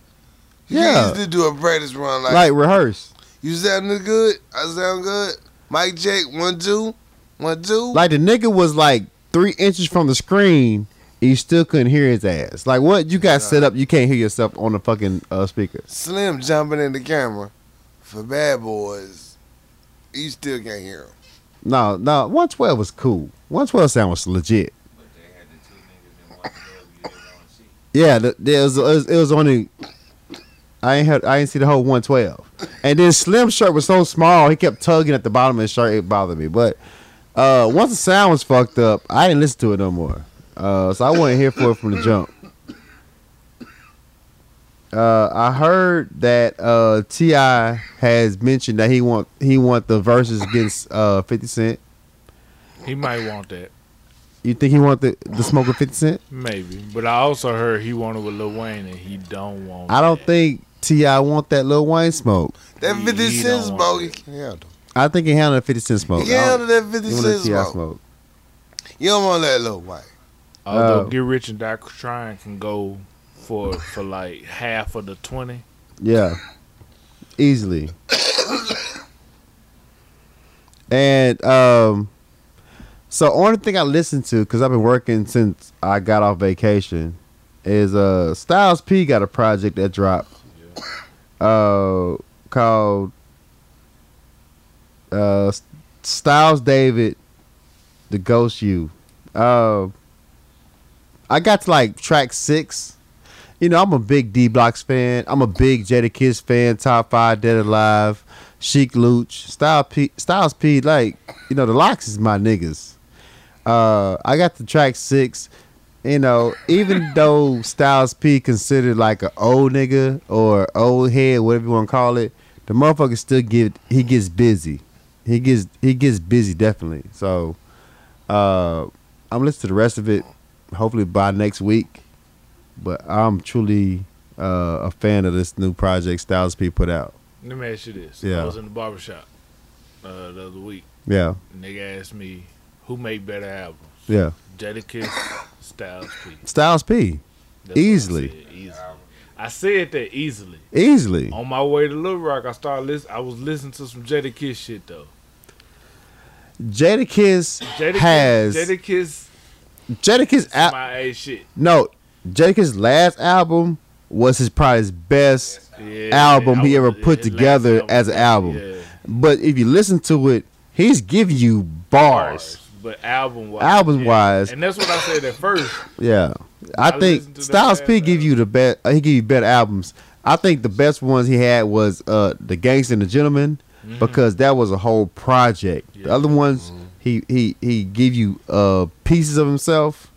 You Yeah. yeah. used to do a practice run like, like rehearse. you sounding good, I sound good. Mike Jake, one two, one two. Like the nigga was like three inches from the screen, and you still couldn't hear his ass. Like what you got set up, you can't hear yourself on the fucking uh, speaker. Slim jumping in the camera for bad boys. You still can't hear him. No, no, one twelve was cool. One twelve sound was legit. Yeah, the, there was, it was it was only. I ain't had, I ain't see the whole one twelve, and then Slim shirt was so small he kept tugging at the bottom of his shirt. It bothered me, but uh, once the sound was fucked up, I didn't listen to it no more. Uh, so I wasn't here for it from the jump. Uh, I heard that uh, Ti has mentioned that he want he want the verses against uh, Fifty Cent. He might want that, You think he want the the smoke with Fifty Cent? maybe. But I also heard he wanted with Lil Wayne, and he don't want. I don't that. think Ti want that Lil Wayne smoke. That He- 50 he cent don't smoke, want he that. can handle. I think he handled the Fifty Cent smoke. He can I handle don't- that 50 he want that cent T.I. smoke. You don't want that little white. Although Oh. Get Rich and Die Trying can go for for like half of the twenty. Yeah, easily. and um, so only thing I listen to because I've been working since I got off vacation is uh Styles P got a project that dropped uh called uh S- Styles David the Ghost You. Uh, I got to like track six. You know, I'm a big D Blocks fan. I'm a big Jada Kiss fan. Top five, Dead Alive, Chic Luch, Style P, Styles P. Like, you know, the Locks is my niggas. Uh, I got the track six. You know, even though Styles P considered like an old nigga or old head, whatever you want to call it, the motherfucker still get he gets busy. He gets he gets busy definitely. So, uh, I'm listening to the rest of it. Hopefully by next week but I'm truly uh, a fan of this new project Styles P put out. Let me ask you this. Yeah. I was in the barbershop uh, the other week. Yeah, And nigga asked me who made better albums, yeah. Jadakiss, Styles P. Styles P, That's what I Easily. said, easily. I said that easily. easily. On my way to Little Rock, I started listen. I was listening to some Jadakiss shit though. Jadakiss Jadakiss, has Jadakiss, Jadakiss. al- Al- my A shit. no, Jadakiss' last album was his probably his best. Yeah, Album I he was- ever put his last together as an album. Yeah, But if you listen to it, he's giving you bars. bars, but album wise, Album-wise. and that's what I said at first. Yeah, I, I listened think to uh, the Styles P last give you the best. He give you better albums. I think the best ones he had was uh the Gangsta and the Gentleman because that was a whole project. The Mm-hmm. Yeah. other ones he he he give you uh pieces of himself.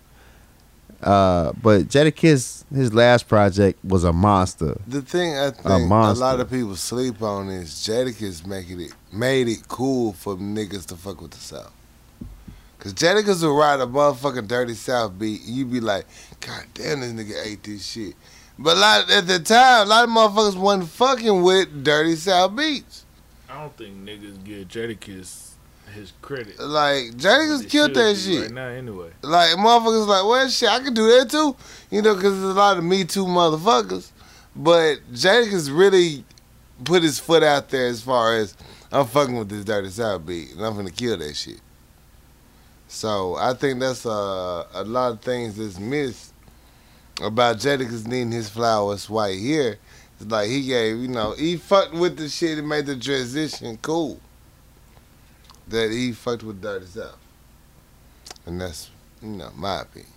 Uh, but Jadakiss his last project was a monster. The thing I think a, monster. lot of people sleep on is Jadakiss making it made it cool for niggas to fuck with the South. Cause Jadakiss will ride a motherfucking dirty South beat, and you be like, God damn, this nigga ate this shit. But a lot at the time, a lot of motherfuckers wasn't fucking with dirty South beats. I don't think niggas give Jadakiss his credit. Like, Jadakiss It killed should that be shit. right now. Anyway, Like motherfuckers, like well, shit, I could do that too, you know, because there's a lot of Me Too motherfuckers. But Jadakiss really put his foot out there as far as I'm fucking with this dirty side beat, and I'm gonna kill that shit. So I think that's uh, a lot of things that's missed about Jadakiss needing his flowers right here. It's like he gave, you know, he fucked with the shit and made the transition cool. That he fucked with dirty south, and that's you know, my opinion.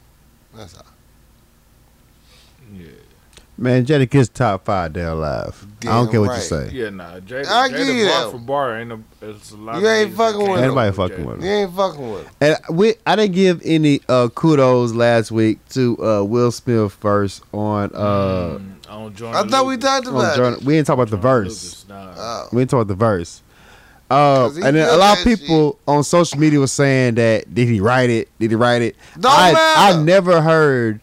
That's all. yeah, Man, Jadakiss top five dead alive. I Damn don't care what right. you say. yeah, nah. Jada, I give you Jada that bar for one. bar ain't a, it's a lot. You of ain't niggas fucking that with can't him. Everybody fuck fucking Jada. with him. You ain't fucking with him. And we, I didn't give any uh, kudos last week to uh, Will Smith first on. Uh, Mm, on Jordan I thought we Lucas. talked on about Jordan. it. We didn't talk about the Jordan verse. Lucas, nah. Oh. We didn't talk about the verse. Uh, 'Cause he and then a killed lot of that people on social media were saying that did he write it? Did he write it? Don't I, matter. I never heard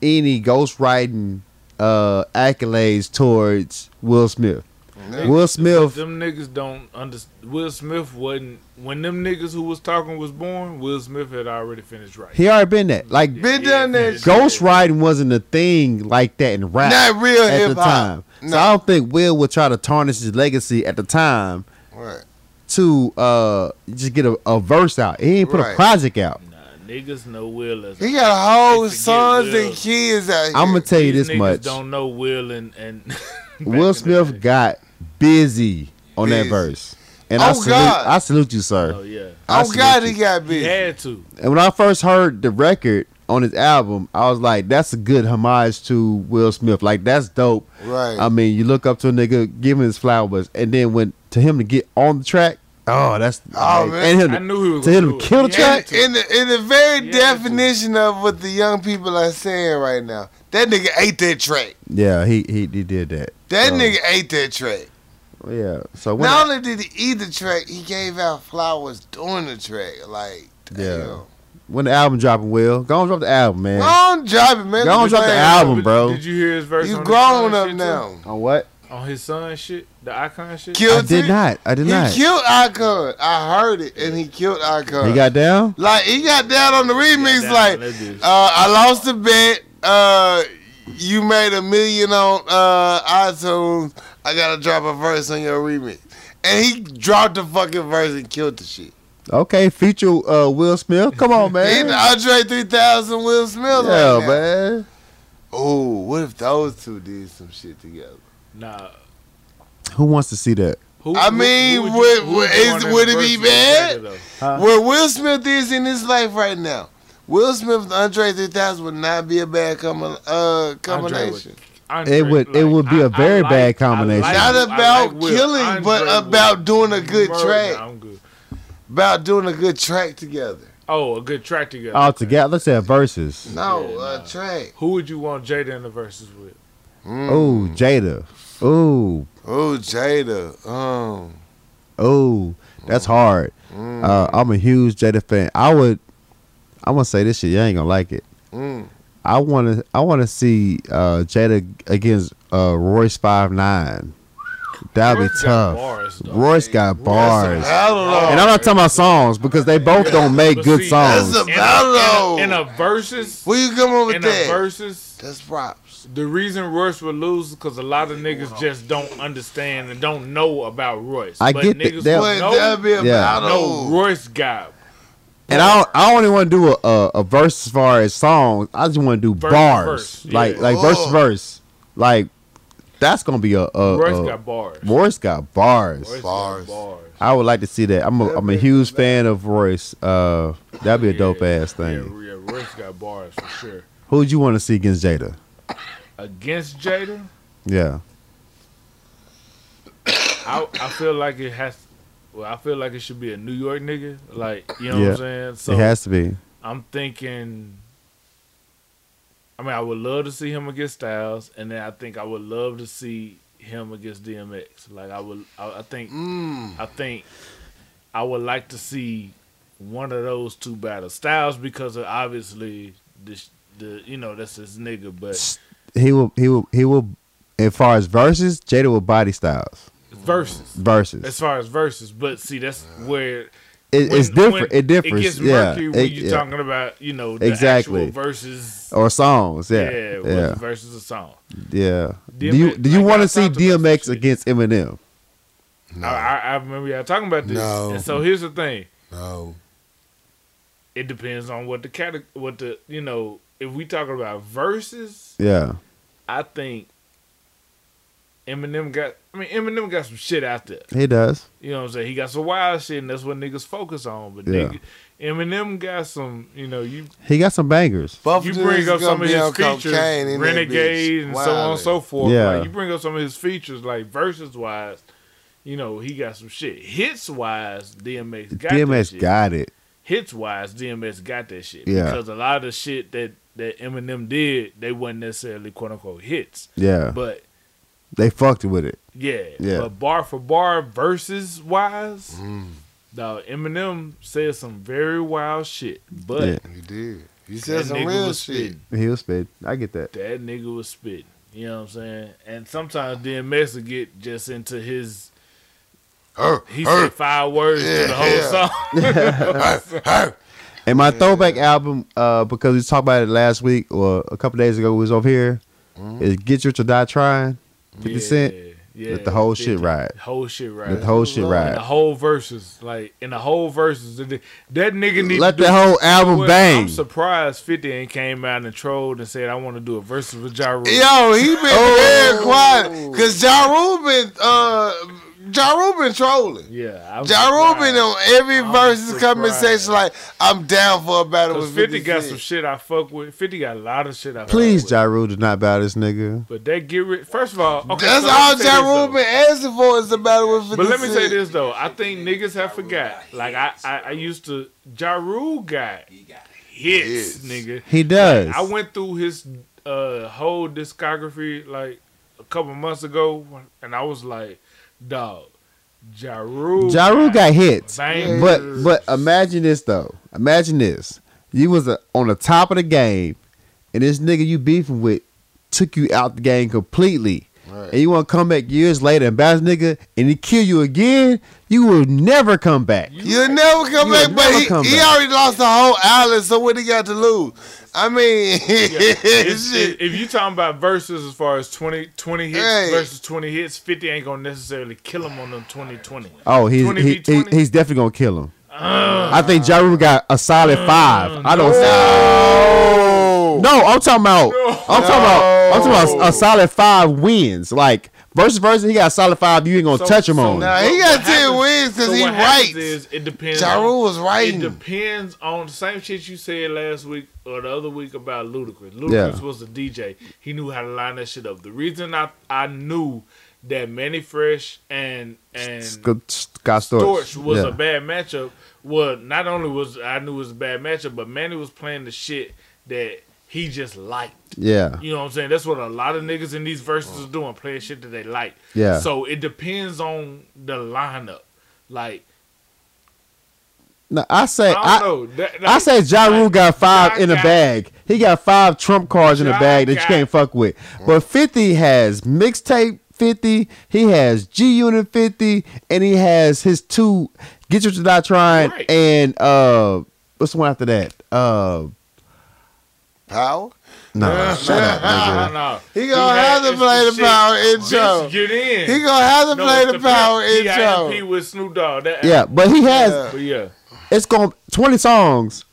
any ghostwriting uh, accolades towards Will Smith. No. Will Smith, Them niggas don't understand. Will Smith wasn't when them niggas who was talking was born. Will Smith had already finished writing. he already been that. Like Been done that shit. ghostwriting wasn't a thing like that in rap. Not real at the hip hop. time. So I don't think Will would try to tarnish his legacy at the time Right. to uh just get a, a verse out. He ain't put Right. a project out. Nah, niggas know Will as. He got a whole They forget sons and Will. kids out here. I'm gonna tell you These this niggas much: Don't know Will and and back in Will the Smith day. got busy on that Busy. verse, and Oh, I salute, God. I salute you, sir. Oh yeah, I oh God, salute he got he big. had to. And when I first heard the record on his album, I was like, "That's a good homage to Will Smith. Like that's dope." Right. I mean, you look up to a nigga, give him his flowers, and then when to him to get on the track, oh, that's Oh, like, man. and him I to- knew he was to gonna him do it. kill the He track. had And to. in the in the very Yeah. definition of what the young people are saying right now, that nigga ate that track. Yeah, he he, he did that. That So, nigga ate that track. Yeah. So when Not I, only did he eat the track, he gave out flowers during the track. Like, Yeah. damn. when the album dropping, Will, go on drop the album, man. Go on, drop it, man. Go on, drop the Damn. album. bro. Did you hear his verse? You on his grown son up shit, now. On what? too? On his son shit, the icon shit. Killed I did it. not. I did He not. killed Icon. I heard it, and he killed Icon. He got down. like he got down on the remix. down like on that bitch. uh, I lost the bet. Uh, you made a million on uh, iTunes. I gotta drop a verse on your remix, and he dropped the fucking verse and killed the shit. Okay, feature uh, Will Smith. Come on, He the man. Andre 3000 Will Smith. Yeah, right now. man. Oh, what if those two did some shit together? Nah. Who wants to see that? Who, I who- mean, who would, would- you, who would- you is- want in would the it be verse with bad? Jada, though? Where Will Smith is in his life right now. Will Smith and Andre 3000 would not be a bad com- uh, Andre combination. would- Andre, It would- it would be a a very bad combination. Not about killing, but about doing a good track. I'm good. About doing a good track together. Oh, a good track together. All together. Let's say verses. No, Yeah, uh, nah. track. Who would you want Jada in the verses with? Ooh, Jada. Ooh, Oh, Jada. Um, ooh. That's hard. Uh, I'm a huge Jada fan. I would. I'm gonna say this shit. You ain't gonna like it. mm. I wanna. I wanna see uh, Jada against uh, Royce five nine. That'd be Royce got tough. bars, though. Royce got bars. I don't know. And I'm not talking about songs because they both don't make But good see, songs. That's a In a- battle. In a, in a versus. Where you come up with In a that? versus. That's props. The reason Royce would lose is because a lot of niggas just don't understand and don't know about Royce. I but get that. niggas That- who But know, that'd be a Yeah. know battle. Royce got and I don't, I only want to do a, a, a verse as far as songs. I just want to do Verse, bars, verse, yeah. like like verse Oh. verse. Like that's gonna be a, a, Royce a- got bars. Royce got bars. Royce Bars. got bars. I would like to see that. I'm a, I'm a huge fan of Royce. Uh, that'd be a dope ass thing. Yeah, yeah, Royce got bars for sure. Who'd you want to see against Jada? Against Jada, Yeah, I, I feel like it has. Well, I feel like it should be a New York nigga. Like you know Yeah. what I'm saying. So it has to be. I'm thinking. I mean, I would love to see him against Styles, and then I think I would love to see him against DMX. Like I would, I, I think, I think, I would like to see one of those two battle Styles because of obviously the the you know that's his nigga, but He will he will he will. As far as verses, Jada will body styles versus verses. as far as verses, but see that's where it, it's When- different. when It differs. It gets yeah. murky It- when you're yeah. talking about you know the Exactly. actual verses. or songs. Yeah, Yeah. yeah, Yeah. versus a song. yeah. DMX do you do you like want I to see talked about some DMX shit. against Eminem? I, I, I remember y'all talking about this. No. And so here's the thing: No. it depends on what the cate- what the you know. If we talking about verses, Yeah. I think Eminem got. I mean, Eminem got some shit out there. He does. You know what I'm saying? He got some wild shit, and that's what niggas focus on. But Yeah. nigga, Eminem got some. You know, you He got some bangers. Buff you bring up some of his features, cocaine Renegade, and so on and so forth. Yeah. Like, you bring up some of his features, like verses wise. You know, he got some shit. Hits wise, DMX got that DMX shit. got it. Hits wise, DMX got that shit. Yeah. Because a lot of the shit that that Eminem did, they wasn't necessarily quote unquote hits, Yeah. but they fucked with it. yeah, Yeah. But bar for bar, verses wise, Mm. now Eminem said some very wild shit, but. Yeah. You did. You That said some nigga real was shit. spitting. He was spit. I get that. That nigga was spitting. You know what I'm saying? And sometimes DMX would get just into his. Her, He said five words to the whole Yeah. song. her, her. And my throwback album, uh, because we talked about it last week or a couple days ago, we was over here. Is Get Rich or Die Trying, Fifty Cent. Mm-hmm. Yeah. Let the whole shit 50. ride. Whole shit ride. Let the whole shit And ride. the whole verses, like in the whole verses, that that nigga need Let to do- the whole album Well, bang. I'm surprised Fifty ain't came out and trolled and said I want to do a versus with Ja Rule. Yo, he been Oh. very quiet because Ja Rule been uh, Ja Rule been trolling. Yeah, I'm Ja Rule been surprised. on every I'm verse coming surprised. section like I'm down for a battle 'Cause with 50 50, got Cent." some shit I fuck with. 50 got a lot of shit I fuck Please, with. Ja Rule, do not bow this nigga. But that get rid. First of all, okay, That's so let all me say Ja this, Rule though. been asking for is the battle with 50 But let me say Cent. this though, I think niggas have forgot. Like I, I, I used to. Ja Rule got hits, nigga. He does. I went through his uh, whole discography like a couple months ago, and I was like, dog, Ja Rule. Ja Rule got hits. bangers. But but imagine this though. Imagine this. You was uh on the top of the game, and this nigga you beefing with took you out the game completely. Right. And you want to come back years later and bash nigga, and he kill you again. You will never come back. You'll never come You'll back, but never he, come he back. already lost the whole island, so what he got to lose? I mean, It's- shit. it- if you talking about verses as far as 20, 20 hits Hey. versus 20 hits, 50 ain't going to necessarily kill him on them 2020. Oh, he's 20 he, v Uh. he, 20? he's definitely gonna kill him. I think Ja Rule got a solid five. I don't. oh, No, I'm talking about. I'm talking about. I'm talking about a solid five wins. Like versus versus, he got a solid five. You ain't gonna So- touch him so on. Nah, he What- got what 10 happens- wins because so he what happens writes. Is it depends. Ja on- Rule was writing. It depends on the same shit you said last week or the other week about Ludacris. Ludacris Yeah. was a DJ. He knew how to line that shit up. The reason I I knew that Manny Fresh and and Sc- Scott Storch, Storch was Yeah. a bad matchup. Well, not only was I knew it was a bad matchup, but Manny was playing the shit that he just liked. yeah. You know what I'm saying? That's what a lot of niggas in these verses are doing, playing shit that they like. Yeah. So it depends on the lineup. Like No, I say I I, don't know. That- I like, say Ja Rule got five Ja in a got- bag. He got five trump cards in a Ja bag that you got- can't fuck with. But Fifty has mixtape Fifty. He has G Unit Fifty, and he has his two Get You to Die Trying Right. and uh what's the one after that? Uh Power? no, shut up, nigga. No, no. He gonna have to it's play the shit. power Bitch, intro. Get in. He gonna have to No, play it's the, power P- P.I.M.P. intro. with Snoop Dogg. That, Yeah, but he has Yeah. But yeah. it's going twenty songs.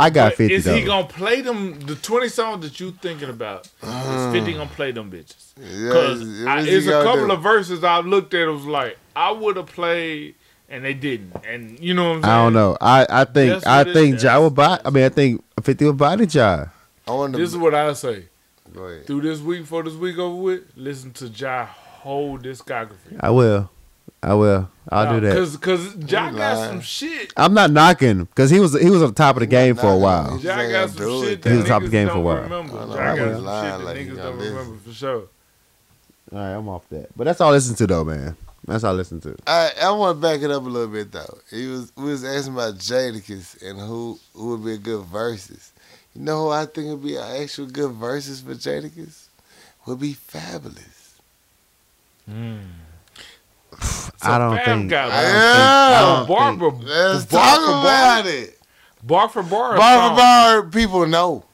I got But fifty is though. he gonna play them? The twenty songs that you thinking about is Fifty gonna play them bitches? Because Mm. Yeah, what is he it's a gonna couple do? of verses I looked at. It was like I would have played, and they didn't. And you know what I'm saying? I don't know. I, I think That's I what it think is. Ja will buy. I mean, I think Fifty will body Ja. I wanna This is what I say. go ahead. Through this week, for this week over with, listen to Ja whole discography. I will. I will. I'll do that. Cause, cause Ja You got lying. some shit. I'm not knocking because he was he was on the top of the game for a knocking. while. He's- Ja ain't got gonna some do shit it, that He was top of niggas the game for a don't while. remember. I know, Ja I got was some lying like shit you that niggas got don't this. remember for sure. All right, I'm off that. But that's all I listen to though, man. That's all I listen to. I, I want to back it up a little bit though. He was we was asking about Jadakiss and who who would be a good versus. You know who I think would be an actual good versus for Jadakiss? Would be fabulous. I don't Fam think. got one. Yeah. don't Bar for Let's bar talk for about bar. it. Bar for bar. a Bar for song. bar, people know.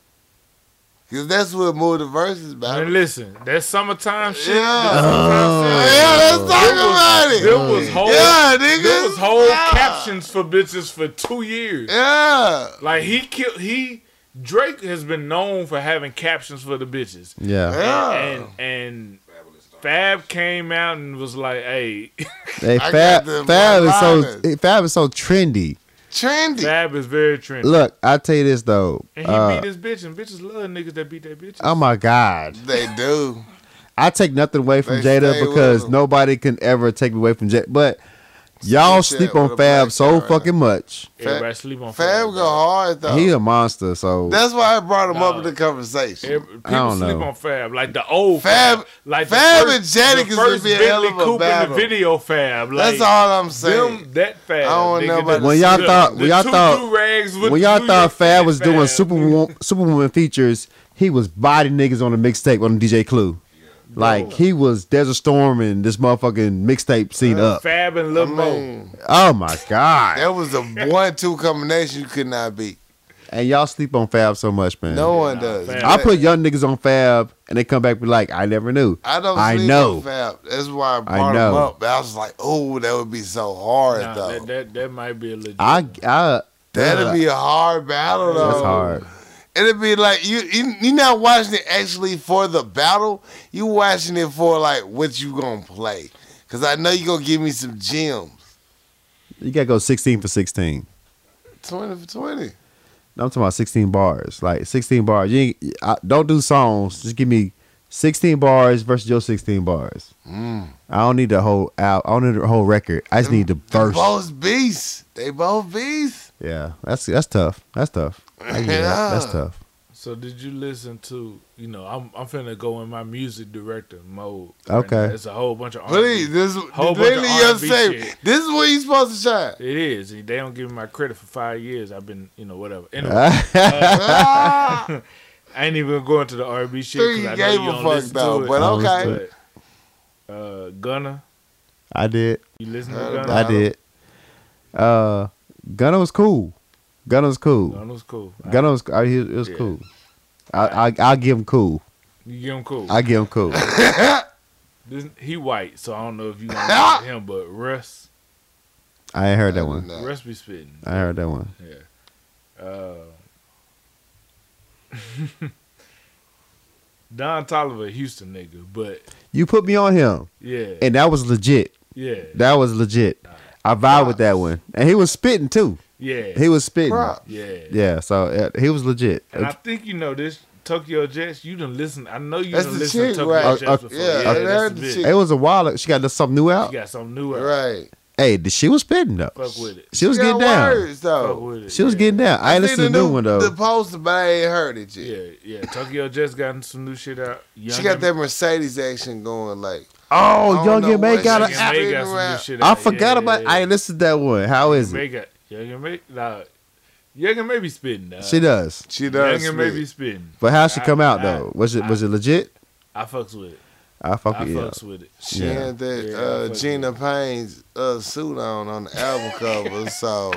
Because that's what more the verse is about. And Yeah, listen, that summertime shit. Yeah. that summertime shit, let's talk about it. There was whole, yeah, nigga. there was whole yeah. captions for bitches for two years. Yeah. Like he killed. He Drake has been known for having captions for the bitches. Yeah. Yeah. And and Fab came out and was like, "Hey, Hey, I Fab, got them Fab is so violin. Fab is so trendy. Trendy. Fab is very trendy." Look, I tell you this though. and he Uh, beat his bitch, and bitches love niggas that beat their bitches. oh my God. They do. I take nothing away from They stay Jada with because him. nobody can ever take me away from Jada. But y'all Snitch sleep out on with a black Fab so guy. fucking much. Everybody sleep on Fab go hard though. He a monster. So That's why I brought him up in No. the conversation. Every, people don't sleep know. on Fab like the old Fab- Fab, like Fab the and Jadakiss the would be a Bentley hell of a Coupe in battle. the video Fab. Like, That's all I'm saying. Them, that Fab. I don't nigga, know about the- When y'all the- thought- when the y'all two thought- do-rags with when y'all New thought York Fab City was doing Fab. Superwoman, Superwoman features, he was body niggas on a mixtape on DJ Clue. Like he was Desert Storm and this motherfucking mixtape scene up. Fab and Lil I Mo. mean, Oh my god! that was the one-two combination you could not beat. And y'all sleep on Fab so much, man. No one does. Fab. I put young niggas on Fab, and they come back be like, "I never knew." I don't. I sleep know. on Fab. That's why I brought him know. up. I was like, oh, that would be so hard Nah, though. that, that that might be a legit. I, I That'd be a hard battle though. that's hard. It'd be like you, you you're not watching it actually for the battle. You watching it for like what you gonna play. Cause I know you gonna give me some gems. You gotta go sixteen for sixteen. Twenty for twenty. I'm talking about 16 bars, like 16 bars. You ain't, I, don't do songs. Just give me 16 bars versus your 16 bars. I don't need the whole out. I don't need the whole record. I just need the They verse. both beasts. They both beasts. Yeah, that's that's tough. That's tough. I can do that. That's Yeah. tough. So did you listen to? You know, I'm I'm finna go in my music director mode. Okay. now. it's a whole bunch of. Please, R&B. this Whole bunch of literally your R&B favorite. shit. This is where you supposed to shine. It is. They don't give me my credit for five years. I've been, you know, whatever. Anyway, Uh, Ah, I ain't even going to the RB shit. Sure 'cause you I know gave you a don't fuck listen though, to it. but I don't okay. But, uh, Gunna, I did. you listen to Uh, Gunna? I did. Uh, Gunna was cool. Gunna was cool. Gunna was cool. I- Gunna was. I, he, it was Yeah. cool. I, I I give him cool. you give him cool. I give him cool. this, he white, so I don't know if you want to him, but Russ, I ain't heard that one. No. Russ be spitting. I heard that one. Yeah. Uh, Don Tolliver, Houston nigga, but You put me on him, yeah, and that was legit. yeah, That was legit. I vibe with that one, and he was spitting too. yeah, He was spitting. Props. yeah, Yeah, so uh, he was legit. And I think you know this Tokyo Jets. You done listen. I know you That's done the listen to chick, Tokyo right? Jets Uh, uh, before. yeah, Yeah, I heard that's the the bitch. chick. It was a while. ago. She got something new out. You got something new out. Right. hey, th- she was spitting though. Fuck with it. She was Got getting down. Words, Fuck though. with it. She was yeah. getting down. I ain't See listened to the new one The though. poster, but I ain't heard it yet. Yeah, yeah. Tokyo Jets got some new shit out. Young She got that Mercedes action going, like Oh, Young and May got Young a. and I May spinning got some around. new shit I out. forgot yeah, about. Yeah, I ain't listened to that one. How is May it? got Young and May. Nah, Young and May be spitting. Nah. She does. she Young does. and May spit. be spitting. But how she I- come out I- though? Was it was it legit? I fucks with it. I fuck I with you. fucks with it. She Yeah. had that Yeah, uh, fuck Gina Payne's uh, suit on on the album cover, so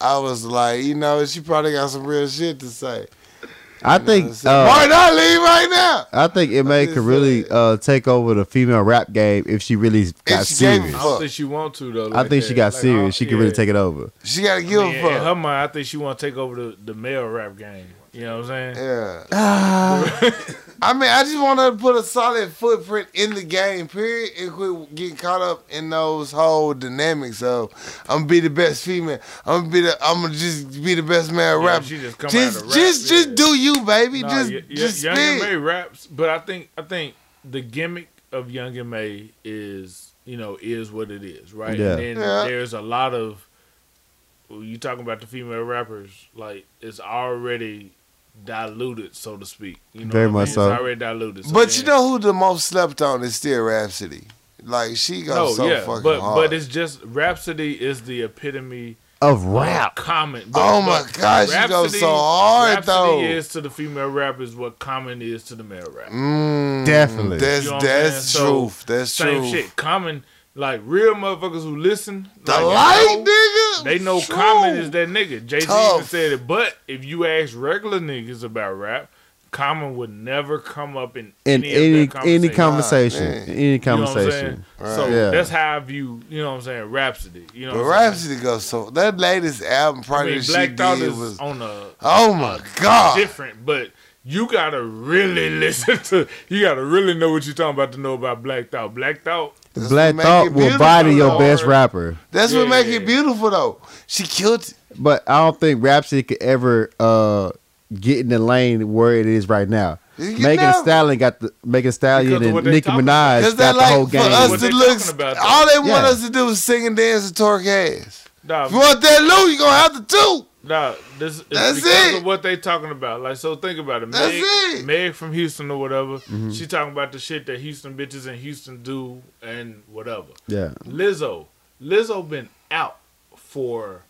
I was like, you know, she probably got some real shit to say. I think. uh, Why not leave right now? I think it just could really said- uh, take over the female rap game if she really got she gave a serious. I Fuck. don't think she want to though. I like think she that. got Like, serious. I- she could really yeah. take it over. She gotta give Yeah, a in fuck. her mind, I think she want to take over the, the male rap game. You know what I'm saying? Yeah. Ah. I mean, I just want her to put a solid footprint in the game, period, and quit getting caught up in those whole dynamics of I'm gonna be the best female, I'm gonna be the, I'm gonna just be the best man Yeah, rapper. she just come out just, to rap, just, yeah. just do you, baby. Nah, just, Y- Y- just Young and May spit. raps, but I think I think the gimmick of Young and May is you know is what it is, right? Yeah. And then Yeah. there's a lot of well, you talking about the female rappers, like it's already diluted, so to speak. You know, Very what I much mean? so. It's already diluted. So But you then- know who the most slept on is still Rhapsody. Like she goes no, so Oh, yeah, fucking but hard. but it's just Rhapsody is the epitome Of of rap. Common. Oh But- my but gosh, you go so hard, Rhapsody though. is to the female rappers what Common is to the male rapper. Mm, Definitely. That's You know what I'm that's saying? So, truth. That's Same truth. shit. Common Like real motherfuckers who listen, The like, light, nigga. They know Phew. Common is that nigga. Jay Z even Tough. said it. But if you ask regular niggas about rap, Common would never come up in, in any, any any of any their conversation. conversation, man. in any You know what I'm saying? conversation. So Right. Yeah. that's how I view, you know what I'm saying, Rhapsody. You know But what I'm saying? Rhapsody goes so that latest album I probably mean, she Black did Thought is was on a oh my god. different, but you gotta really listen to you gotta really know what you're talking about to know about Black Thought. Black Thought That's Black what make Thought it will beautiful, body your though. best rapper, That's Yeah. what make it beautiful though. She killed it. but I don't think Rhapsody could ever uh, get in the lane where it is right now. You Megan know? Thee Stallion got the Megan Thee Stallion Because of and what they Nicki talking Minaj Cause got that the like whole for game. us What to they look talking about, though? all they want Yeah. us to do is sing and dance and twerk ass. nah, If you want that loot, you gonna have to do. nah, this is That's because it. of what they talking about. Like so think about it. Meg, That's it. Mm-hmm. Meg from Houston or whatever, she talking about the shit that Houston bitches in Houston do and whatever. Yeah, Lizzo. Lizzo been out for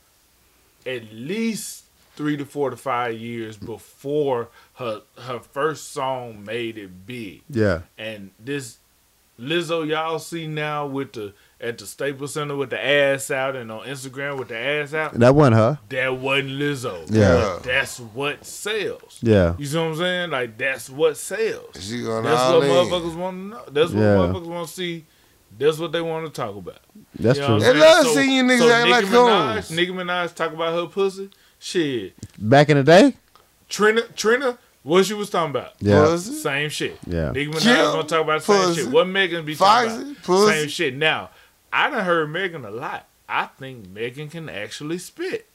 at least three to four to five years before her her first song made it big. yeah, And this Lizzo y'all see now with the at the Staples Center with the ass out and on Instagram with the ass out, that wasn't her. that wasn't Lizzo. Yeah. But that's what sells. Yeah, You see what I'm saying? Like that's what sells. She gonna That's all what in. motherfuckers want to know. That's what Yeah. motherfuckers want to see. That's what they want to talk about. that's You know true. what I'm They saying? love seeing you niggas act Nicki like Minaj, coons. Nicki Minaj talk about her pussy. Shit, Back in the day, Trina, Trina, what she was talking about? yeah, Pussy. Same shit. Yeah. Nicki Minaj Yeah. gonna talk about the same Pussy. shit. What Megan be Foxy. talking about? Pussy. Same shit. Now, I done heard Megan a lot. I think Megan can actually spit.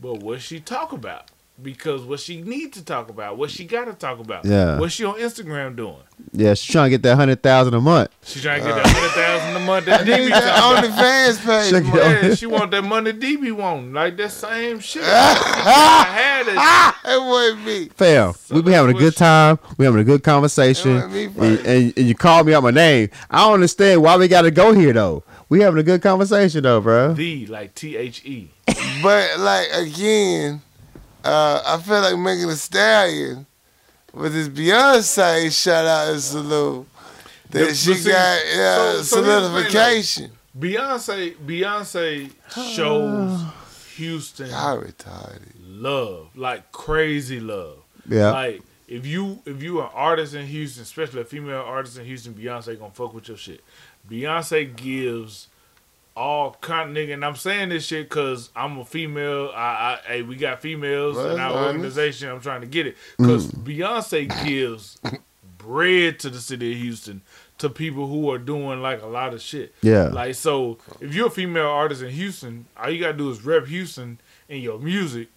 But what she talk about? Because what she need to talk about, what she gotta talk about, Yeah. what she on Instagram doing. yeah. She's trying to get that hundred thousand a month. She trying Uh. to get that hundred thousand a month that Then DB talking that OnlyFans about. page. Check it man. Yeah, she want that money DB want. Like that same shit. I had it. Ah, that wasn't me. Fam, we be having a good time. We having a good conversation, That and, wasn't me first. and, and you call me out my name. I don't understand why we got to go here though. We having a good conversation though, bro. The like T H E. But like again, uh, I feel like making a stallion with this Beyonce shout out and salute. That The- she but see, got yeah, so- so here's the thing, like- solidification. Beyonce Beyonce shows Houston I retarded. love. Like crazy love. Yeah. Like if you if you an artist in Houston, especially a female artist in Houston, Beyonce gonna fuck with your shit. Beyonce gives all kind nigga, and I'm saying this shit because I'm a female. I, I hey, we got females Well, in that's our honest. Mm. organization. I'm trying to get it because Beyonce gives bread to the city of Houston to people who are doing like a lot of shit. Yeah. like so, if you're a female artist in Houston, all you gotta do is rep Houston in your music.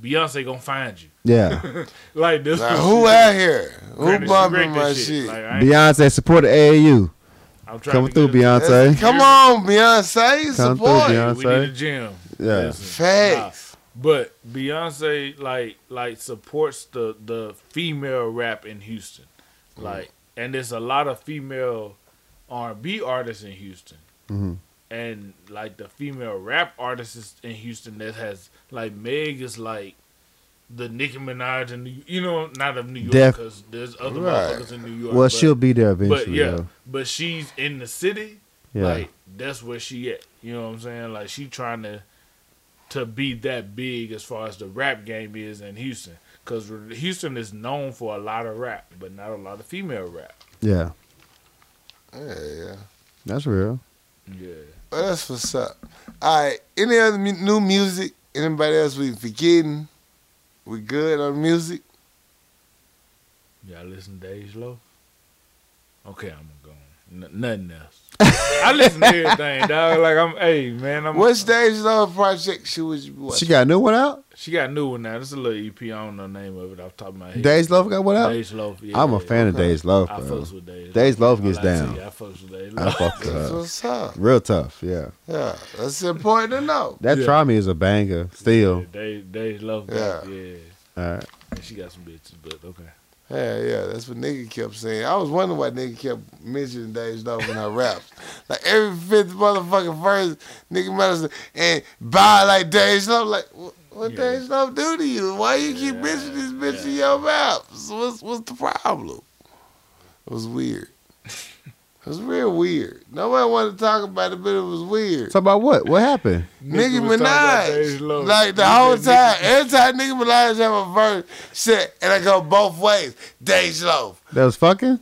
Beyonce gonna find you. Yeah, Like this, Like, who out here? Who Granted, she bumping wrecked my that shit? Like, I ain't- Beyonce supported AAU. I'm trying Coming to through, get it. Beyonce. Come on, Beyonce, Come through, support. Beyonce. We need a gym. Yeah. Listen, Facts. But Beyonce like like supports the the female rap in Houston, Mm-hmm. like and there's a lot of female R and B artists in Houston, Mm-hmm. and like the female rap artists in Houston that has like Meg is like the Nicki Minaj and you know not of New York Def- because there's other Right. motherfuckers in New York. Well, but- she'll be there eventually. but yeah, though. but she's in the city. Yeah. Like that's where she at. You know what I'm saying? Like she trying to to be that big as far as the rap game is in Houston, because Houston is known for a lot of rap, but not a lot of female rap. yeah, Yeah, yeah. that's real. Yeah. Well, that's what's up. All right. Any other mu- new music? Anybody else we forgetting? We good on music? Y'all listen to Dej Low? Okay, I'm going. N- nothing else. I listen to everything, dog. Like I'm, hey man, I'm. What stage of the project she was you watching? She got a new one out. She got a new one now. This is a little EP. I don't know the name of it off the top of my head. Days Love got one out. Dej Loaf, yeah, I'm a yeah. fan of Days Love, I bro. fucks with Dej. Dej Loaf gets I lied to down. you, I fucks with Dej I Loaf. fuck with That's her. what's up. Real tough. Yeah, Yeah, that's important to know. that Yeah. try me is a banger. Still, Dej, Dej Loaf. Yeah. Yeah. yeah. all right. And she got some bitches, but okay. Yeah, yeah, that's what nigga kept saying. I was wondering why nigga kept mentioning Dave Dove in her raps. Like every fifth motherfucking verse, nigga must and buy like Dave Dove. Like what, what Yeah. Dave Dove do to you? Why you keep mentioning this bitch in your raps? What's what's the problem? It was weird. was real weird. Nobody wanted to talk about it, but it was weird. So about what? What happened? Nicki was talking about Dej Minaj, Loaf. like the You whole said time, every time Nicki Minaj have a verse, shit, and I go both ways. Dej Loaf. That was fucking.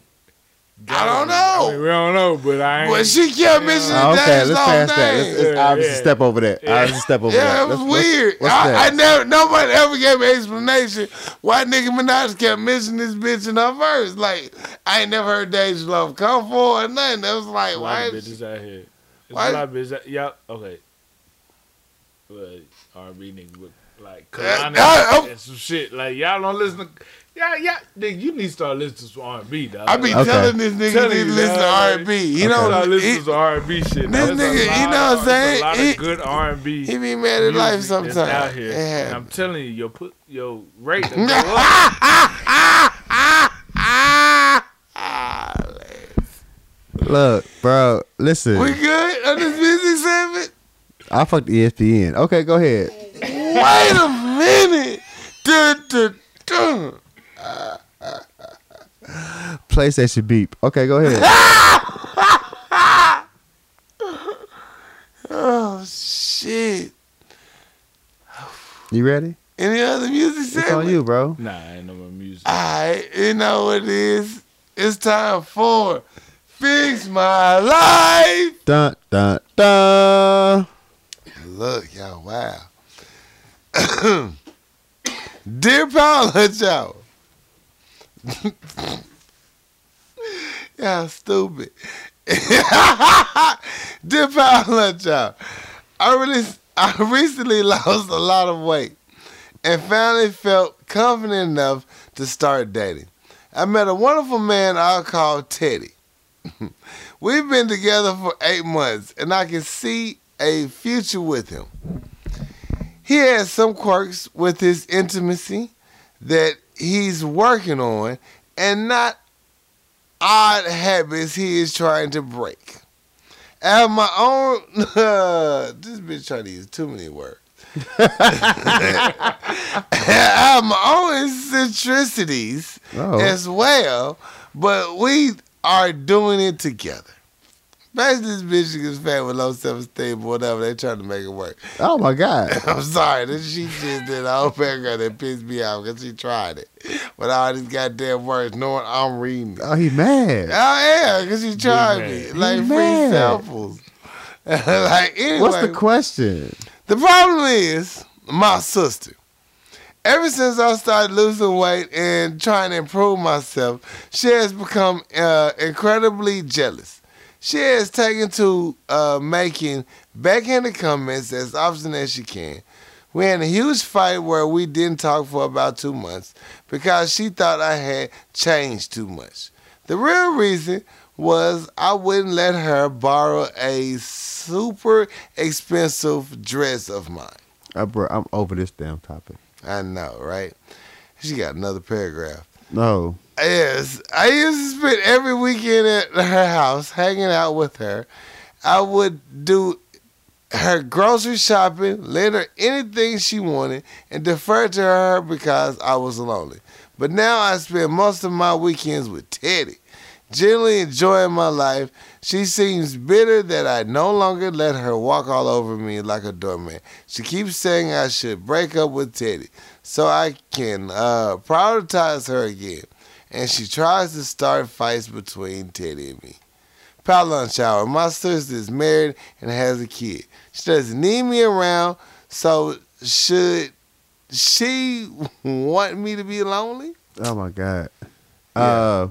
I don't I mean, know, we don't know, but I ain't. but she kept mentioning Oh, okay, Dej let's Loaf's pass that. name. Let's, let's Yeah, obviously yeah. step over that. Obviously step over that. Yeah, it was Let's- let's- weird. what's I, I that? never, nobody ever gave me an explanation why Nicki Minaj kept missing this bitch in her verse. Like, I ain't never heard Dej Love come forward or nothing. It was like, a lot why? of bitches out here. It's why- a lot of bitches. Out, yep. Okay. But R&B nigga with like Uh, Kalani uh, and some shit. Like y'all don't listen. to Y'all, y'all, nigga, you need to start listening to some R&B, dog. I be Okay. telling this nigga Telling he you, listen to dog, R&B. He Okay. You know, I don't. listen He, to some R&B shit. This There's a nigga, lot you know what I'm of- saying? A lot He- of good R&B. he be mad at life music that's sometimes. Out here. And Yeah. I'm telling you, your put your rate. will go up. Look, bro. Listen, We good on this music segment? I fucked E ESPN. Okay, go ahead. Wait a minute. Dun, dun, dun. PlayStation beep. Okay, go ahead. Oh shit! You ready? Any other music segment? It's on you, bro. Nah, ain't no more music. Alright, you know what it is. It's time for Fix My Life. Dun dun dun. Look, y'all, wow. Dear Power Lunch Hour. y'all stupid. Dear Power Lunch Hour. I, really, I recently lost a lot of weight and finally felt confident enough to start dating. I met a wonderful man I call Teddy. We've been together for eight months, and I can see a future with him. He has some quirks with his intimacy that he's working on, and not odd habits he is trying to break. I have my own. this bitch trying to use too many words. I have my own eccentricities Oh. as well, but we are doing it together. Imagine this bitch gets fat with low self esteem or whatever. They trying to make it work. Oh my god. I'm sorry. This she just did a whole paragraph that pissed me off because she tried it with all these goddamn words, knowing I'm reading. it. Oh, he mad. Oh yeah, because she tried mad. me like Be free mad. samples. like anyway, What's the question? the problem is my sister. Ever since I started losing weight and trying to improve myself, she has become uh, incredibly jealous. She has taken to uh, making backhanded comments as often as she can. We had a huge fight where we didn't talk for about two months because she thought I had changed too much. The real reason was I wouldn't let her borrow a super expensive dress of mine. Uh, bro, I'm over this damn topic. I know, right? She got another paragraph. No. Yes, I used to spend every weekend at her house hanging out with her. I would do her grocery shopping, lend her anything she wanted, and defer to her because I was lonely. But now I spend most of my weekends with Teddy, generally enjoying my life. She seems bitter that I no longer let her walk all over me like a doorman. She keeps saying I should break up with Teddy so I can uh, prioritize her again. And she tries to start fights between Teddy and me. Power shower. My sister is married and has a kid. She doesn't need me around, so should she want me to be lonely? Oh my god. Uh,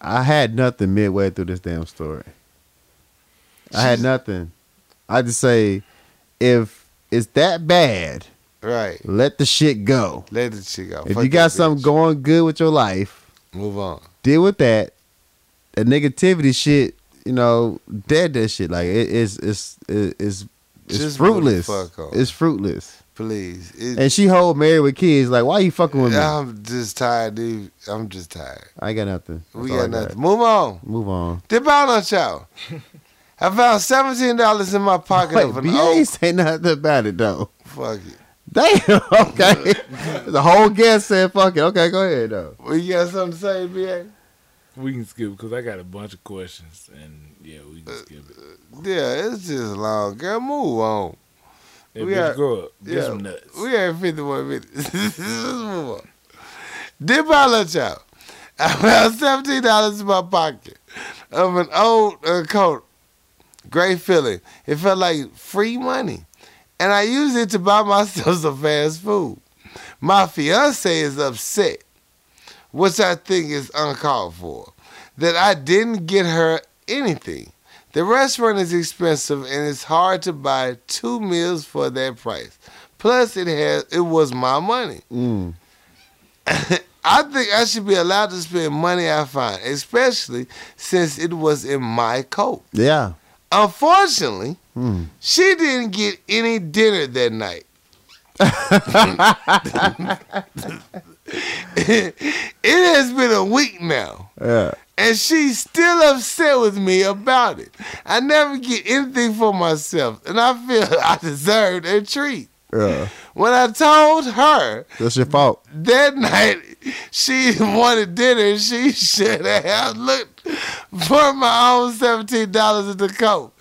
I had nothing midway through this damn story. I had nothing. I just say, if it's that bad, Right. let the shit go. Let the shit go. If Fuck you got that something bitch. going good with your life, move on. deal with that. The negativity shit, you know, dead that shit. Like it is, it's, it- it's, it's Just move the fruitless. fuck on. It's fruitless. Please. It- And she hold married with kids. Like, why you fucking with me? I'm just tired, dude. I'm just tired. I ain't got nothing. we That's all got I nothing. Move on. Move on. The balance shower. I found seventeen dollars in my pocket Wait, of an BA old ain't say nothing about it though. fuck it. Damn. Okay. the whole guest said, "Fuck it." Okay, go ahead though. Well, you got something to say, BA? We can skip because I got a bunch of questions, and yeah, we can skip Uh, it. Yeah, it's just long. Girl, move on. Hey, we bitch, got- grow up. Get yeah, some nuts. We had 51 minutes. Let's move on. Dip I let y'all? I found $17 in my pocket of an old uh, coat. Great feeling. It felt like free money. And I used it to buy myself some fast food. My fiance is upset, which I think is uncalled for, that I didn't get her anything. The restaurant is expensive and it's hard to buy two meals for that price. Plus it has it was my money. Mm. I think I should be allowed to spend money I find, especially since it was in my coat. Yeah. Unfortunately, Mm. she didn't get any dinner that night. it has been a week now, Yeah. and she's still upset with me about it. I never get anything for myself, and I feel I deserved a treat. Yeah. When I told her That's your fault. that night she wanted dinner, she should have looked for my own seventeen dollars in the coat.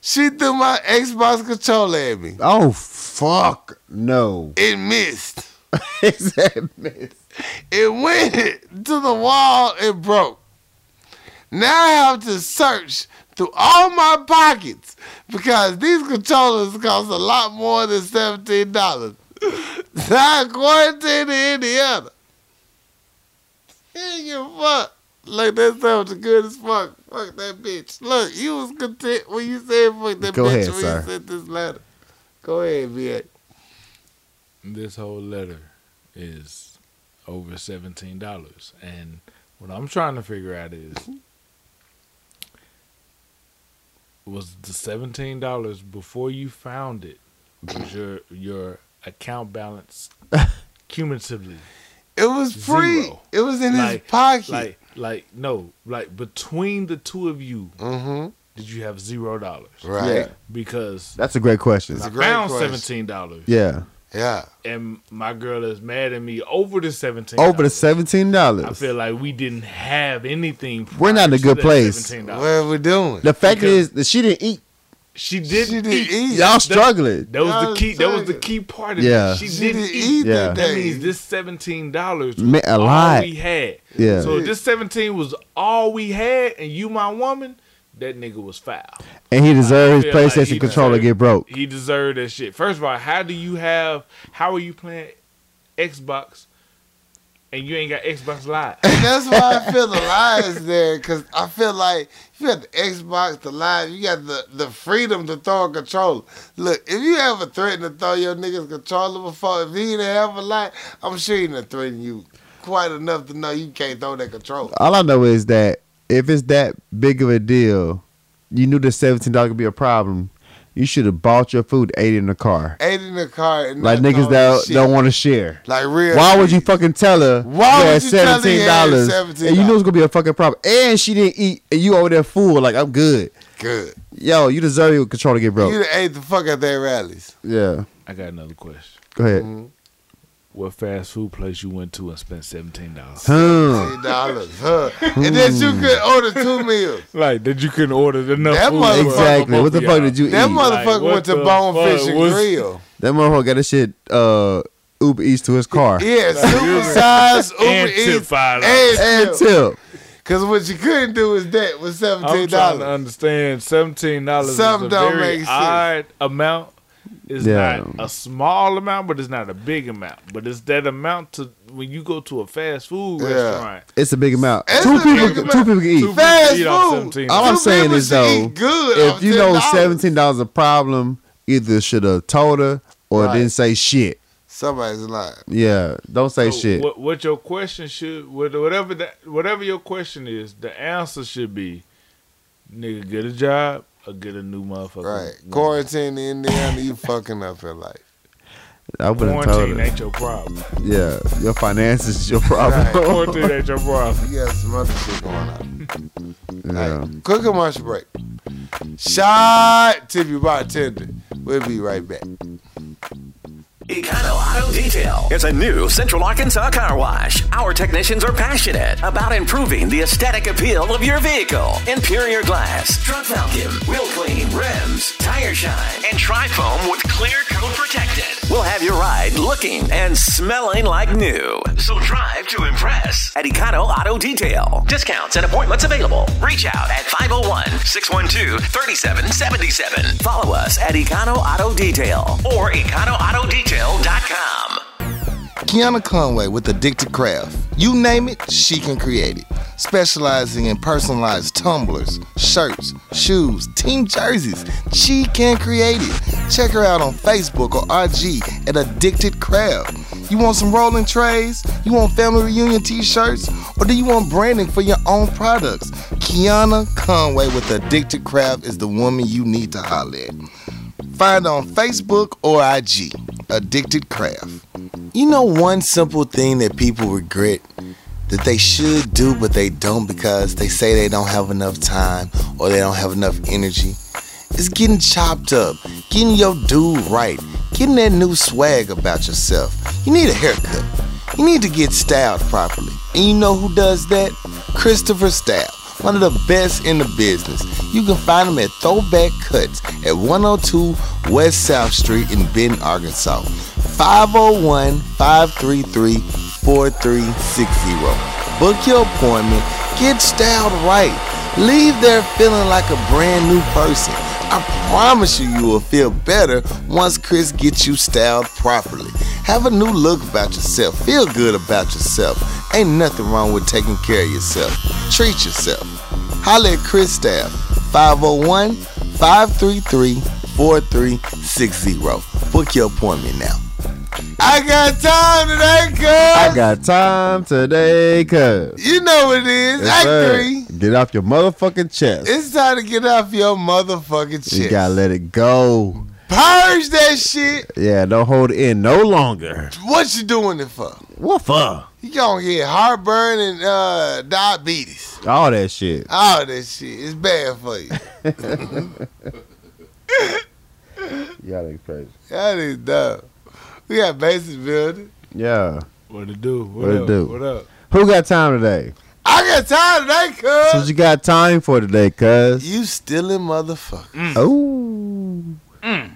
She threw my Xbox controller at me. Oh fuck no. It missed. Is that mess? It went to the wall and broke. Now I have to search through all my pockets because these controllers cost a lot more than seventeen dollars. So I quarantined in Indiana. Dang your fuck. Look, that sounds good as fuck. Fuck that bitch. Look, you was content when you said fuck that Go bitch ahead, when sir. you sent this letter. Go ahead, bitch. This whole letter is over seventeen dollars, and what I'm trying to figure out is was the seventeen dollars before you found it was your your account balance cumulatively It was free. Zero. It was in Like- his pocket. like like no like between the two of you mm-hmm. did you have zero dollars Right. Yeah. because That's a great question. It's I a great found question. seventeen dollars Yeah. Yeah. and my girl is mad at me over the seventeen Over the seventeen dollars. I feel like we didn't have anything. We're not in a prior to good that place. $17. What are we doing? the fact Because- is that she didn't eat. She didn't, She didn't eat. eat. Y'all struggling. That was the I'm key. That was the saying. key part of Yeah. it. She, She didn't, eat. Yeah. that That day. means this seventeen dollars Meant a lot. All we had. Yeah. So if this seventeen was all we had, and you my woman. That nigga was foul. And he deserved I his feel like PlayStation he controller deserved- get broke. He deserved that shit. First of all, how do you have? How are you playing Xbox, and you ain't got Xbox Live? That's why I feel the lies there, cause I feel like you got the Xbox, the live, you got the, the freedom to throw a controller. Look, if you ever threatened to throw your nigga's controller before, if he didn't have a light, I'm sure he didn't threaten you quite enough to know you can't throw that controller. All I know is that if it's that big of a deal, you knew the seventeen dollars could be a problem. You should have bought your food, ate it in the car. Ate in the car and Like not niggas throwing that shit. don't want to share. like real. Why would you fucking tell her? Why you would had you tell her you had $17, And you knew it was gonna be a fucking problem. And she didn't eat, and you over there fool like I'm good. good? Yo, you deserve your controller to get broke. You done ate the fuck out their rallies. yeah, I got another question. go ahead. Mm-hmm. What fast food place you went to and spent seventeen dollars? Huh. dollars, huh? and then Hmm. you could order two meals. Like that you couldn't order enough. That food motherfucker- for Exactly. both What the of fuck y'all. did you eat? That motherfucker what went to the Bonefish fuck and was- Grill. That motherfucker got that shit uh, Uber Eats to his car. Yeah, supersize And Uber tip Eats five dollars. And and tip. tip. Because what you couldn't do is that with I'm seventeen trying to dollars. understand seventeen dollars is a Something don't make very sense. odd amount. It's Yeah. not a small amount, but it's not a big amount. But it's that amount to when you go to a fast food Yeah. restaurant. It's a big amount. It's two a people, big amount. two people can eat. Two Fast people eat off food. $17. All I'm Two saying people is should though, eat good if off you know $10. seventeen dollars a problem, either should have told her or Right. didn't say shit. Somebody's lying. Yeah, don't say Oh, So shit. What, what your question should what- whatever that whatever your question is, the answer should be, nigga, get a job or get a new motherfucker. Right. woman. Quarantine in Indiana, you fucking up in life. I would have told Quarantine her. ain't your problem. Yeah, your finances is your problem. Right. Quarantine ain't your problem. You got some other shit going on. Yeah. Quick commercial break. Shot tip you bartender. We'll be right back. Econo Auto Detail is a new Central Arkansas car wash. Our technicians are passionate about improving the aesthetic appeal of your vehicle. Interior glass, truck vacuum, wheel clean, rims, tire shine, and tri foam with clear coat protected. We'll have your ride looking and smelling like new. So drive to impress at Econo Auto Detail. Discounts and appointments available. Reach out at 501 612 3777. Follow us at Econo Auto Detail or EconoAutoDetail.com. Kiana Conway with Addicted Craft. You name it, she can create it. Specializing in personalized tumblers, shirts, shoes, team jerseys, she can create it. Check her out on Facebook or IG at Addicted Craft. You want some rolling trays? You want family reunion t shirts? Or do you want branding for your own products? Kiana Conway with Addicted Craft is the woman you need to holler at. Find on Facebook or IG, Addicted Craft. You know one simple thing that people regret that they should do but they don't because they say they don't have enough time or they don't have enough energy. It's getting chopped up, getting your dude right, getting that new swag about yourself. You need a haircut. You need to get styled properly. And you know who does that? Christopher Style one of the best in the business. You can find them at Throwback Cuts at 102 West South Street in Benton, Arkansas. 501 533 4360. Book your appointment. Get styled right. Leave there feeling like a brand new person. I promise you, you will feel better once Chris gets you styled properly. Have a new look about yourself. Feel good about yourself. Ain't nothing wrong with taking care of yourself. Treat yourself. Holla at Chris Staff, 501 533 4360. Book your appointment now. I got time today, cuz. I got time today, cuz. You know what it is. Yes, Act sir. three. Get off your motherfucking chest. It's time to get off your motherfucking chest. You gotta let it go. Purge that shit. Yeah, don't hold it in no longer. What you doing it for? What for? You gonna get heartburn and uh, diabetes. All that shit. All that shit. It's bad for you. Yeah, that's crazy. That is dumb. We got basic building. Yeah. What it do? What, What it up? do? What up? Who got time today? I got tired of that, So cuz. what you got time for today, cuz? You stealing motherfucker. Mm. Oh,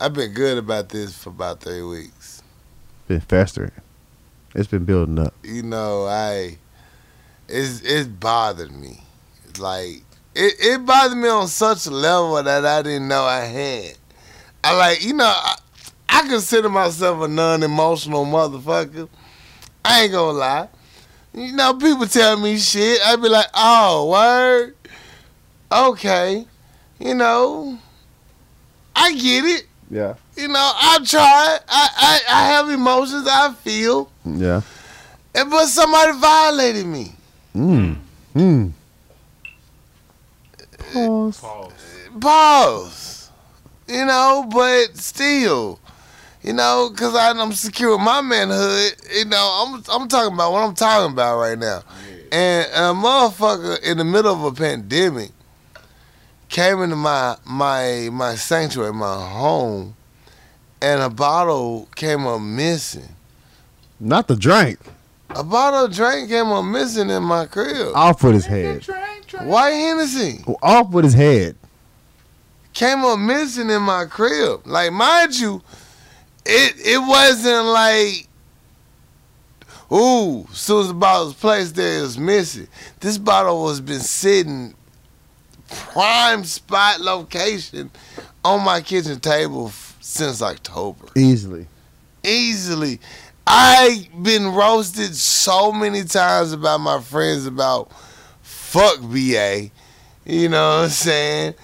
I've been good about this for about three weeks. been festering. It's been building up. You know, I it's it's bothered me. Like it, it bothered me on such a level that I didn't know I had. I like, you know, I, I consider myself a non emotional motherfucker. I ain't gonna lie. You know, people tell me shit. I be like, oh, word. Okay. You know, I get it. Yeah. You know, I've tried. I, I, I have emotions. I feel. Yeah. And, but somebody violated me. Mm. Mm. Pause. Pause. Pause. You know, but still, you know, because I'm secure with my manhood. You know, I'm I'm talking about what I'm talking about right now. And a motherfucker in the middle of a pandemic came into my my my sanctuary, my home, and a bottle came up missing. Not the drink. A bottle of drink came up missing in my crib. Off with his head. White Hennessy. Off with his head. came up missing in my crib. Like, mind you, it it wasn't like, ooh, soon as the bottle was placed there, it was missing. This bottle was been sitting prime spot location on my kitchen table f- since October. Easily. Easily. I been roasted so many times about my friends about fuck BA. You know what I'm saying?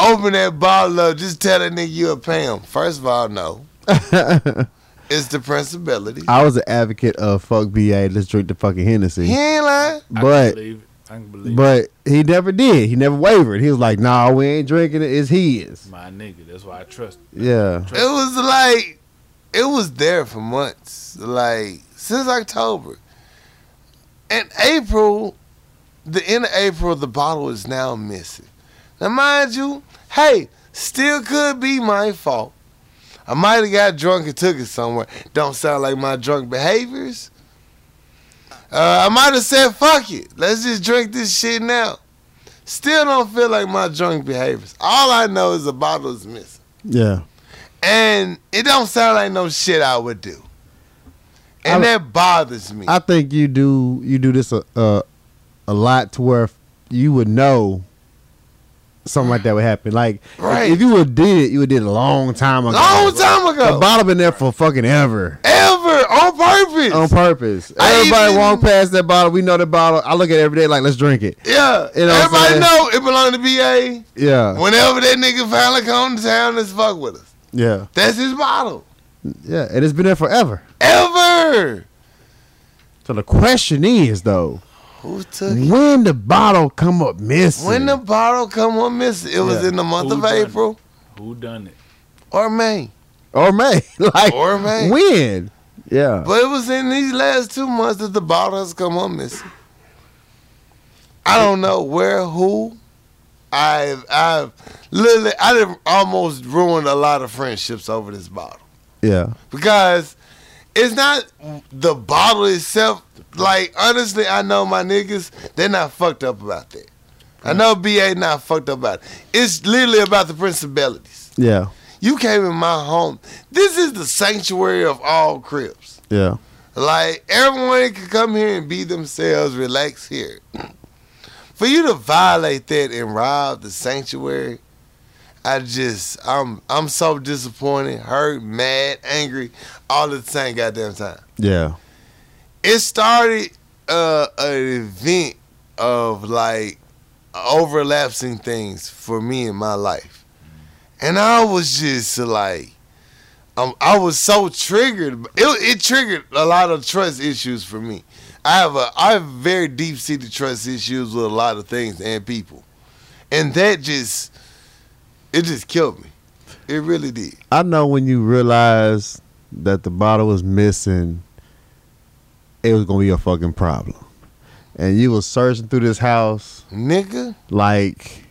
Open that bottle up. Just tell that nigga you a Pam. First of all, no. it's the principality. I was an advocate of fuck BA. Let's drink the fucking Hennessy. He ain't lying. I can But believe it. I can believe it. but he never did. He never wavered. He was like, "Nah, we ain't drinking it. It's his." My nigga, that's why I trust. Yeah. It was like, it was there for months. Like, since October. In April, the end of April, the bottle is now missing. Now, mind you, hey, Still could be my fault. I might have got drunk and took it somewhere. Don't sound like my drunk behaviors. Uh, I might have said, fuck it. Let's just drink this shit now. Still don't feel like my drunk behaviors. All I know is a bottle is missing. Yeah. And it don't sound like no shit I would do. And I- that bothers me. I think you do you do this a a, a lot to where you would know something like that would happen. Like if- Right. if, you would did it, you would did it a long time ago. Long time ago. The bottle been there for fucking ever. Ever on purpose. On purpose. I Everybody even- walk past that bottle. We know the bottle. I look at it every day like let's drink it. yeah. You know what I'm Everybody saying? know it belonged to BA. Yeah. Whenever that nigga finally come to town, let's fuck with us. Yeah. That's his bottle. Yeah. And it's been there forever. Ever. So the question is though, Who took it? when the bottle come up missing? Mm-hmm. When the bottle come on missing? It was Yeah. in the month Who of done it? April Who done it? or May. or May. like Or May. when? Yeah. But it was in these last two months that the bottle has come on missing. I don't know where, who. I've, I've literally, I done almost ruined a lot of friendships over this bottle. yeah. because it's not the bottle itself. Like honestly, I know my niggas, they're not fucked up about that. I know BA not fucked up about it. It's literally about the principalities. Yeah. You came in my home. This is the sanctuary of all cribs. Yeah. Like everyone can come here and be themselves, relax here. For you to violate that and rob the sanctuary, I just I'm I'm so disappointed, hurt, mad, angry, all at the same goddamn time. Yeah. It started uh, an event of like overlapsing things for me in my life, and I was just like. Um, I was so triggered. It, it triggered a lot of trust issues for me. I have a I have very deep seated trust issues with a lot of things and people, and that just it just killed me. It really did. I know when you realize that the bottle was missing, it was gonna be a fucking problem. And you was searching through this house Nigga, like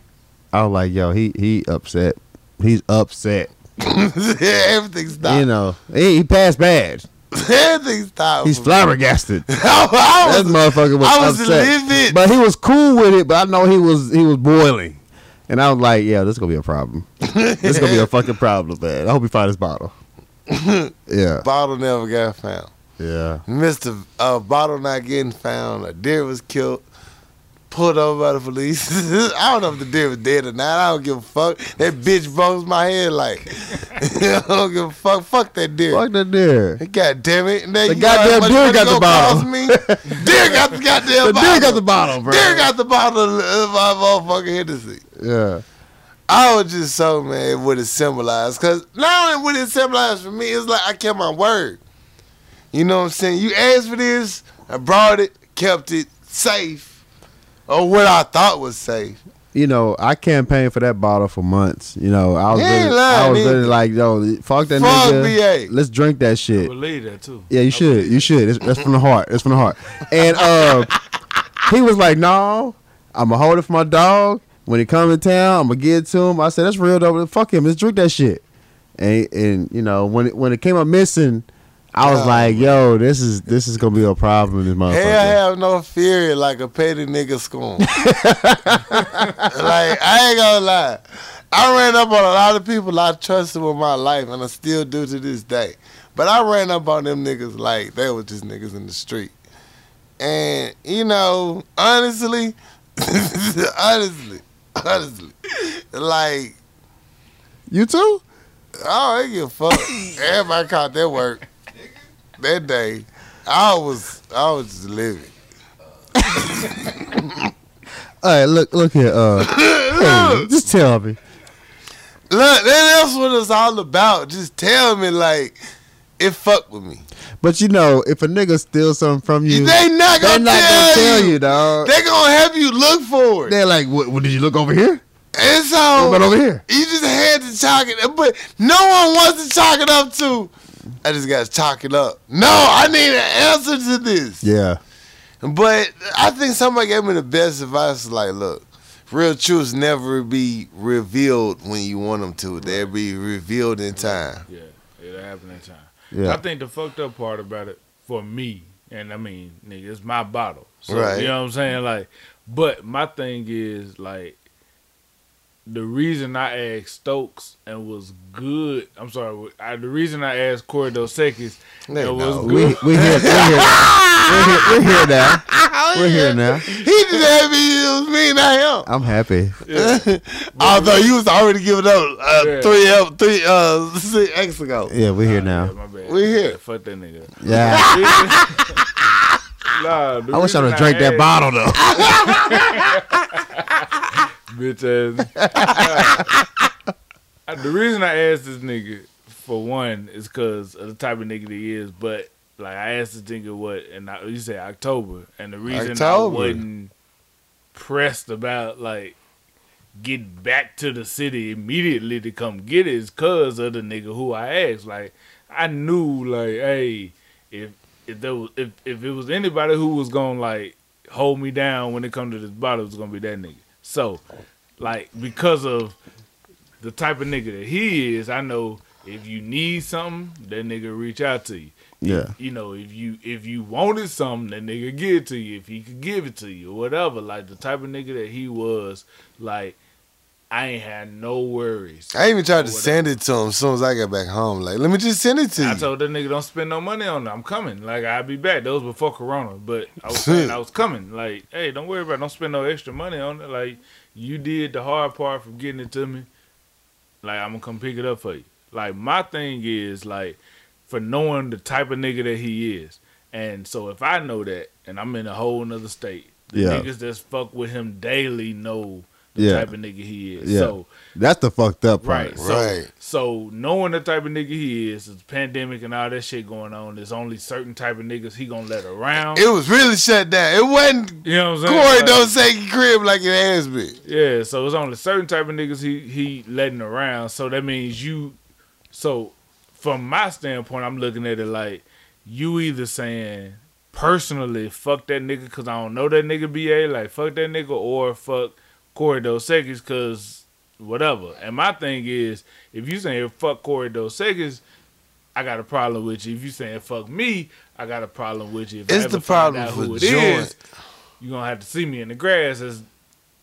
I was like, yo, he he upset. He's upset. everything stopped. You know. He, he passed bad. everything stopped. He's for me. flabbergasted. Oh. I, that was, motherfucker was, I was upset. livid. But he was cool with it, but I know he was he was boiling. And I was like, yeah, this is gonna be a problem. this is gonna be a fucking problem, man. I hope you find this bottle. yeah. bottle never got found. Yeah. Missed a, a bottle not getting found. A deer was killed. Pulled over by the police. I don't know if the deer was dead or not. I don't give a fuck. That bitch bones my head like. I don't give a fuck. Fuck that deer. Fuck that deer. God damn it. And then The you know how goddamn much deer money got the gonna bottle. cost Me? deer got the goddamn The bottle. deer got the bottle, bro. Deer got the bottle of my motherfucking Hennessy. yeah. I was just so mad what it symbolized. Because not only what it symbolized for me, it's like I kept my word. You know what I'm saying? You asked for this, I brought it, kept it safe, or what I thought was safe. You know, I campaigned for that bottle for months. You know, I was He ain't really, lying I was really either. like, yo, fuck that Fuck nigga. VA. Let's drink that I shit. believe that too. Yeah, you should. You should. It's, that's from the heart. That's from the heart. And uh, he was like, "No, I'm gonna hold it for my dog. When he come in town, I'm gonna give it to him." I said, "That's real though. Fuck him. Let's drink that shit." And and you know when it, when it came up missing, I was Oh, like, "Yo, this is this is gonna be a problem, this Hey, I motherfucker." have no fury like a petty nigga scorn. like, I ain't gonna lie. I ran up on a lot of people I trusted with my life, and I still do to this day. But I ran up on them niggas like they were just niggas in the street. And, you know, honestly, honestly, honestly, like, You too? I don't give a fuck. Everybody caught that work that day. I was, I was just living. All right, look look here. Uh, hey, just tell me. Look, that- that's what it's all about. Just tell me, like, it fucked with me. But you know, if a nigga steals something from you, they not they're gonna, not tell, gonna tell you. you, dog. They gonna have you look for it. They're like, "What? what did you look over here? and What so, about over here?" you just had to chalk it up. But no one wants to chalk it up to, I just gotta chalk it up. No, I need an answer to this. Yeah. But I think somebody gave me the best advice. Like, look, real truths never be revealed when you want them to. They'll be revealed in time. Yeah, it'll happen in time. I Yeah. think the fucked up part about it for me, and I mean, nigga, it's my bottle. So, Right. You know what I'm saying? Like, but my thing is like the reason I asked Stokes and was good. I'm sorry. I, the reason I asked Corey Dosakis and Nigga, was no. good. We we here we here we here, we here now. We're here now. He didn't have me. It was me, not him. I'm happy. Yeah. Although you was already giving up uh, Yeah. three, uh, three, uh, six X ago. Yeah, we're here Yeah, now. my bad. We here. Yeah, fuck that nigga. Yeah. Nah, the I wish I reason would have drank that asked- bottle though. bitch ass. Uh, the reason I asked this nigga for one is because of the type of nigga that he is, but like I asked this nigga what, and I, you said October, and the reason October. I wasn't pressed about like getting back to the city immediately to come get it is cause of the nigga who I asked. Like I knew like hey if if there was if, if it was anybody who was gonna like hold me down when it come to this bottle it was gonna be that nigga. So like because of the type of nigga that he is, I know if you need something, that nigga reach out to you. Yeah. You know, if you if you wanted something, that nigga give it to you. If he could give it to you or whatever. Like the type of nigga that he was, like I ain't had no worries. I even tried to Whatever. send it to him as soon as I got back home. Like, let me just send it to you. I told that nigga don't spend no money on it. I'm coming. Like I'll be back. That was before Corona, but I was saying I was coming. Like, hey, don't worry about. It. Don't spend no extra money on it. Like you did the hard part from getting it to me. Like I'm gonna come pick it up for you. Like my thing is like for knowing the type of nigga that he is, and so if I know that, and I'm in a whole nother state, the Yeah. niggas that's fuck with him daily know the Yeah. type of nigga he is. Yeah. So. That's the fucked up part. Right. So, Right. So knowing the type of nigga he is, the pandemic and all that shit going on, there's only certain type of niggas he gonna let around. it was really shut down. It wasn't you know what I'm saying? Corey Like, don't say crib like it has been. Yeah. So it's only certain type of niggas he he letting around. So that means you. So from my standpoint, I'm looking at it like you either saying personally fuck that nigga because I don't know that nigga ba like fuck that nigga or fuck Corey Dosakis because whatever. And my thing is, if you saying fuck Corey Dosakis, I got a problem with you. If you saying fuck me, I got a problem with you. If I It's ever the find problem out for who it Joy. is, you gonna have to see me in the grass as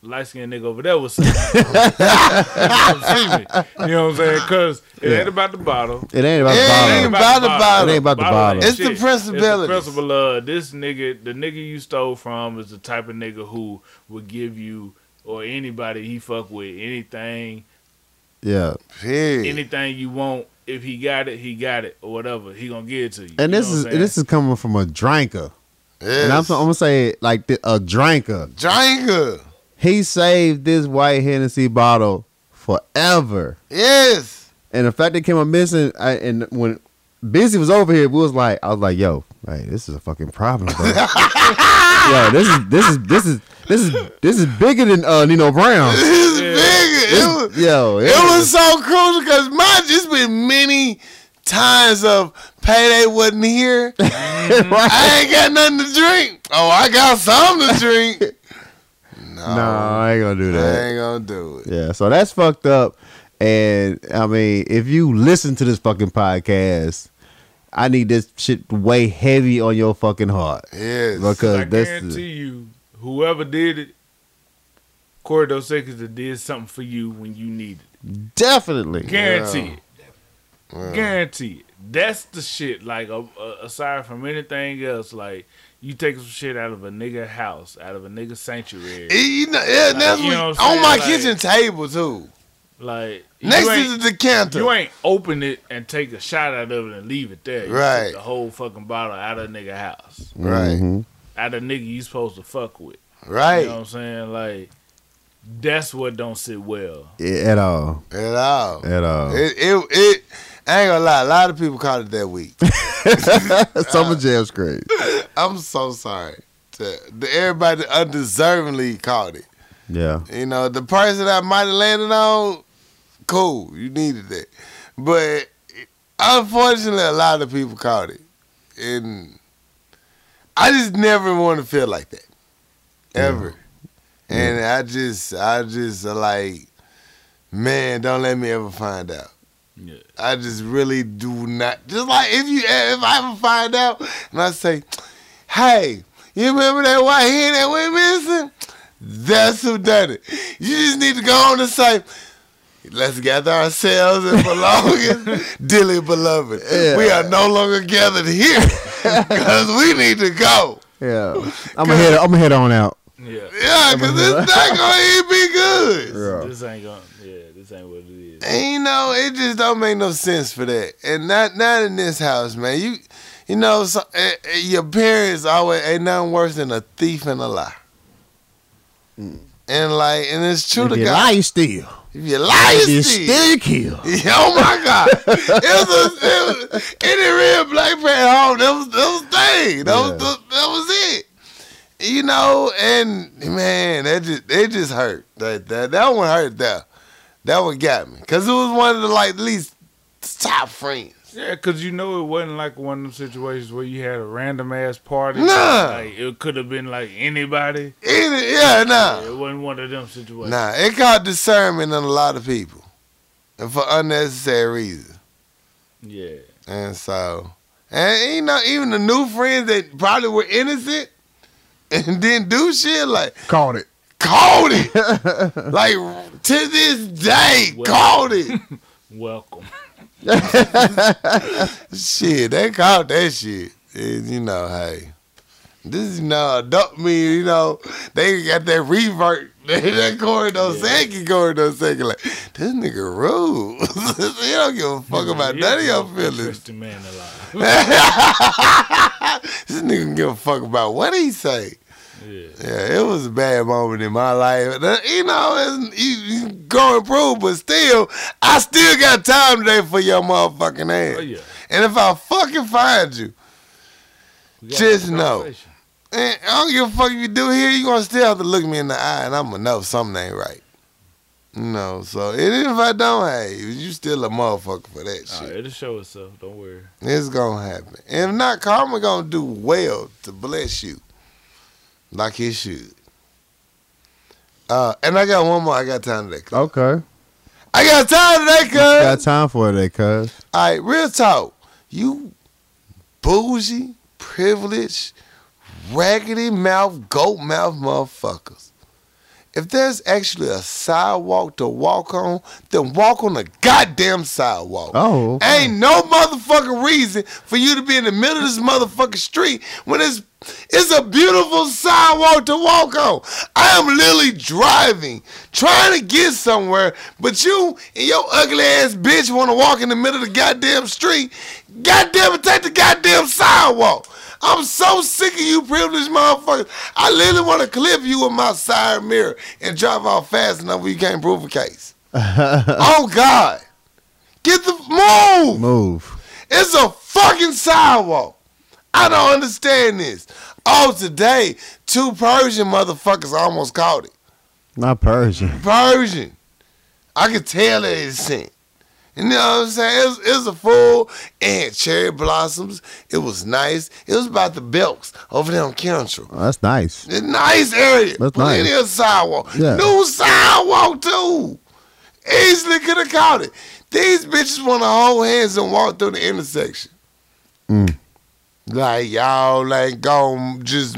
light skinned nigga over there was saying. Come see me. You know what I'm saying? Cause it ain't about the bottle. It ain't about It the bottle. ain't about the bottle. It ain't about the bottle. ain't It's the shit. principalities. It's the principle of this nigga, the nigga you stole from is the type of nigga who would give you or anybody he fuck with anything, Yeah. Period. anything you want. If he got it, he got it or whatever. He gonna give it to you. And You this is know what I'm saying? this is coming from a drinker. Yes. And I'm, so- I'm gonna say it like the, a drinker. Drinker. He saved this white Hennessy bottle forever. Yes. And the fact that came up missing, I, and when Busy was over here, we was like, I was like, yo, hey, this is a fucking problem, bro. yo, this is this is this is this is this is bigger than uh, Nino Brown. It's big. It was, Yo, it was so crucial because my it's been many times of payday wasn't here. right. I ain't got nothing to drink. Oh, I got something to drink. No, I ain't gonna do that. I ain't gonna do it. Yeah, so that's fucked up. And I mean, if you listen to this fucking podcast, I need this shit way heavy on your fucking heart. Yes. Because I that's guarantee you, whoever did it, Corey Dosakis that did something for you when you needed it. definitely. Guarantee it. Guarantee it. That's the shit. Like, a, a, aside from anything else, like you take some shit out of a nigga house, out of a nigga sanctuary, It- Eh, you know, yeah, Like, that's you know what- what I'm on my saying? kitchen Like- table too. like you Next ain't- is the decanter. You ain't open it and take a shot out of it and leave it there. You took Right. the whole fucking bottle out of a nigga house, right. Mhm. out of a nigga you supposed to fuck with. Right. You know what I'm saying? Like, that's what don't sit well. I- At all. At all. At all. It, it, it, I ain't gonna lie, a lot of people caught it that week. Summer jam's great. I'm so sorry. To, the, everybody undeservingly caught it. Yeah. You know, the person I might have landed on, cool, you needed that. But unfortunately, a lot of people caught it. And I just never want to feel like that. Ever. And I just, I just uh, like, man, don't let me ever find out. Yeah. I just really do not. Just like if you, if I ever find out, and I say, hey, you remember that white hen that went missing? That's who done it. You just need to go on and say, let's gather ourselves and belongings, dearly beloved. We are no longer gathered here because we need to go. Yeah, I'm gonna head. I'm gonna head on out. Yeah. Yeah, because this not gonna even be good. This ain't going. to Yeah. This ain't what it is. And, you know, it just don't make no sense for that. And not not in this house, man. You you know, so, eh, eh, your parents always ain't nothing worse than a thief and a lie. And like, and it's true Mm. If to you God. lie, you steal. If you lie, If you you steal, steal. you kill. Oh my God! it was a, it was, any real black man at home. That was that was thing. That was Yeah. that, that was it. You know, and man, that just it just hurt. That that that one hurt though. That one got me because it was one of the like least top friends. Yeah, cause you know it wasn't like one of them situations where you had a random ass party. Nah. Like it could have been like anybody. Any, yeah, Yeah, nah, it wasn't one of them situations. nah. It caught discernment in a lot of people, and for unnecessary reasons. Yeah. And so, and you know, even the new friends that probably were innocent and didn't do shit, like Caught it. called it. like to this day, Well- called it. Welcome. shit, they caught that shit. And, you know, hey, this is you know, adult me, you know, they got that revert. that corridor Yeah. second, corridor second, like this nigga rude. he don't give a fuck about none of your feelings. Interesting man alive. This nigga don't give a fuck about what he say. Yeah. Yeah, it was a bad moment in my life. Uh, You know, it's, you, you going through, but still, I still got time today for your motherfucking ass. Oh yeah. And if I fucking find you, We gotta Just have a know. conversation. and I don't give a fuck if you do here, you gonna still have to look me in the eye, and I'm gonna know something ain't right. You know, so and if I don't, hey, you still a motherfucker for that All shit. right, it'll show itself. Don't worry. It's gonna happen. If not, karma gonna do well to bless you, like it should. Uh, and I got one more. I got time today. cuz. Okay. I got time today, Got cuz. time for that, cuz. All right, real talk. You bougie, privileged, raggedy mouth, goat mouth motherfuckers. If there's actually a sidewalk to walk on, then walk on the goddamn sidewalk. Oh. okay. Ain't no motherfucking reason for you to be in the middle of this motherfucking street when it's it's a beautiful sidewalk to walk on. I am literally driving, trying to get somewhere, but you and your ugly ass bitch want to walk in the middle of the goddamn street. Goddamn it, take the goddamn sidewalk. I'm so sick of you privileged motherfuckers. I literally want to clip you with my side mirror and drive off fast enough where you can't prove a case. oh God. Get the move. Move. It's a fucking sidewalk. I don't understand this. Oh, today, two Persian motherfuckers almost caught it. Not Persian. Persian. I could tell that it's sent. You know what I'm saying? It's, it's a fool and cherry blossoms. It was nice. It was about the Belks over there on Central. Oh, that's nice. It's a nice area. That's Plenty nice. of sidewalk. Yeah. New sidewalk too. Easily could have caught it. These bitches want to hold hands and walk through the intersection. Mm. Like y'all ain't gon' just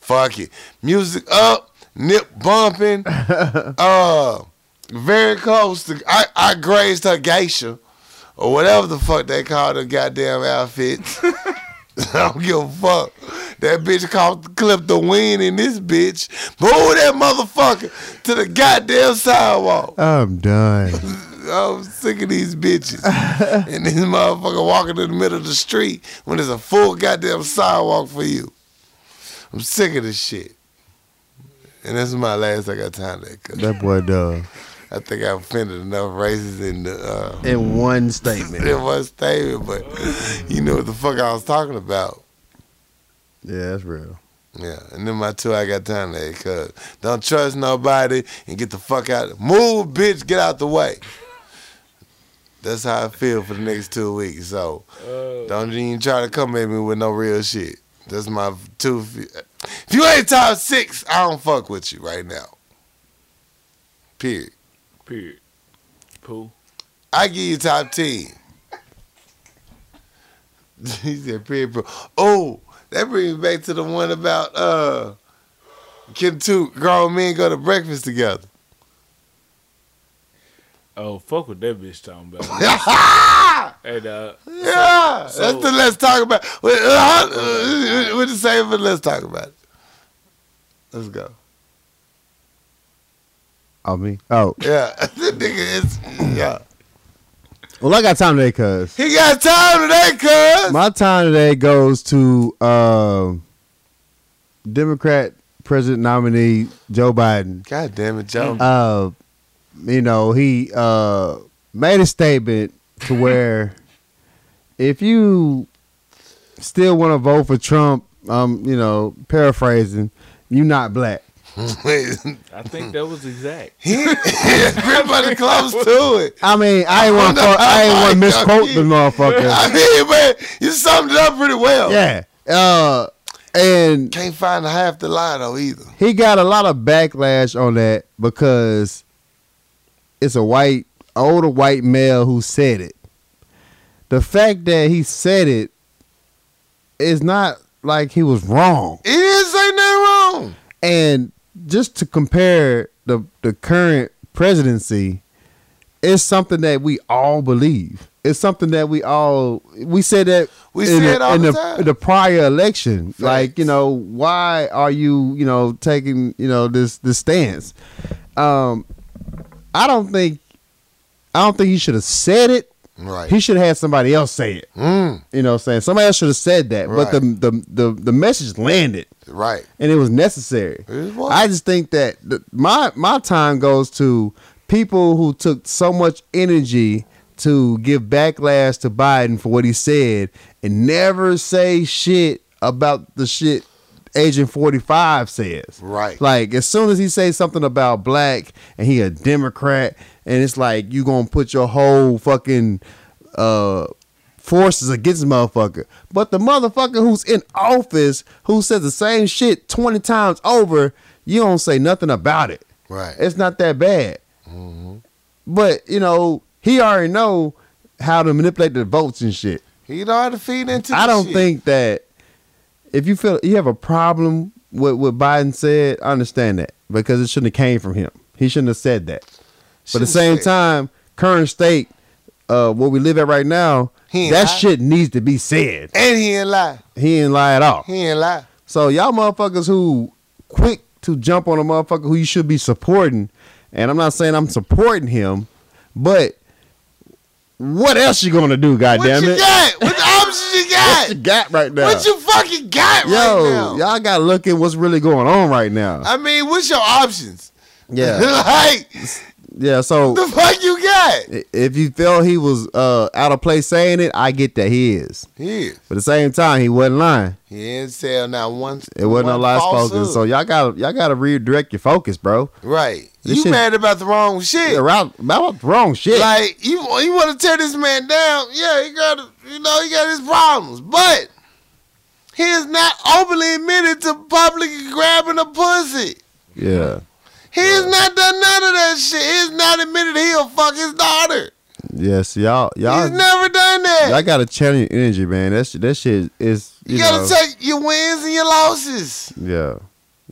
fuck it. Music up, nip bumping. uh, very close to I I grazed her geisha or whatever the fuck they call the goddamn outfits. I don't give a fuck. That bitch caught clipped the wind in this bitch. Move that motherfucker to the goddamn sidewalk. I'm done. I'm sick of these bitches. and this motherfucker walking in the middle of the street when there's a full goddamn sidewalk for you. I'm sick of this shit. And this is my last I got time that cause That boy done. I think I offended enough races in the uh In one statement. it was statement, but you know what the fuck I was talking about. Yeah, that's real. Yeah, and then my two, I got time today, cuz. Don't trust nobody and get the fuck out. Move, bitch, get out the way. That's how I feel for the next two weeks. So Uh, don't even try to come at me with no real shit. That's my two. If you ain't top six, I don't fuck with you right now. Period. Period. Pooh. I give you top ten. he said period. Pooh. Oh, that brings me back to the one about uh can two grown men go to breakfast together. Oh, fuck what that bitch talking about. yeah, hey, dog. that's so- the let's talk about. we uh, we're the same, but let's talk about it. Let's go. I mean, oh, Yeah, this nigga is. Yeah, well, I got time today, cuz. he got time today, cuz. My time today goes to um Democrat president nominee Joe Biden. God damn it, Joe. uh, you know, he uh, made a statement to where if you still want to vote for Trump, um, you know, paraphrasing, you not black. I think that was exact. Everybody close to it. I mean, I ain't want to, I ain't want to misquote the motherfucker. I mean, man, you summed it up pretty well. Yeah, uh, and Can't find half the lie though either. he got a lot of backlash on that because it's a white older white male who said it the fact that he said it is not like he was wrong It is ain't nothing wrong. and just to compare the the current presidency it's something that we all believe it's something that we all we said that We in say the, it all in the the, time. the prior election like you Facts. know why are you you know taking you know this this stance um i don't think i don't think he should have said it Right. he should have had somebody else say it Mm, you know what i'm saying somebody else should have said that but Right. the, the the the message landed right. and it was necessary. It was. I just think that th- my my time goes to people who took so much energy to give backlash to Biden for what he said and never say shit about the shit Agent 45 says. Right. Like as soon as he says something about black and he a Democrat and it's like you going to put your whole fucking uh forces against this motherfucker. But the motherfucker who's in office who says the same shit 20 times over, you don't say nothing about it. Right. It's not that bad. But, you know, he already know how to manipulate the votes and shit. He know how to feed into I the don't shit. think that if you feel you have a problem with what Biden said, I understand that because it shouldn't have came from him. He shouldn't have said that. But at the Shouldn't same say it. time, current state, uh, where we live at right now, He ain't that lie. shit needs to be said. And he ain't lie. He ain't lie at all. He ain't lie. So y'all motherfuckers who quick to jump on a motherfucker who you should be supporting, and I'm not saying I'm supporting him, but what else you gonna do? What Goddamn you it! got? What options you What got? you got right now? What you fucking got right now? Yo, y'all got to look at what's really going on right now. I mean, what's your options? yeah, like yeah. So the fuck you got? i- if you felt he was uh, out of place saying it, I get that he is. Yeah. But at the same time, he wasn't lying. He didn't sell not one. It wasn't a one lie false spoken. hood. So y'all got to y'all got to redirect your focus, bro. right, This you shit- mad about the wrong shit. Yeah, right- about the wrong shit. Like you, you want to tear this man down? Yeah, he got, you know, he got his problems, but he is not openly admitted to publicly grabbing a pussy. yeah, He has not done none of that shit. He has not admitted he'll fuck his daughter. yes, y'all, y'all, He's never done y'all that. got to channel your energy, man. That shit, that shit is you, You gotta know, take your wins and your losses. yeah.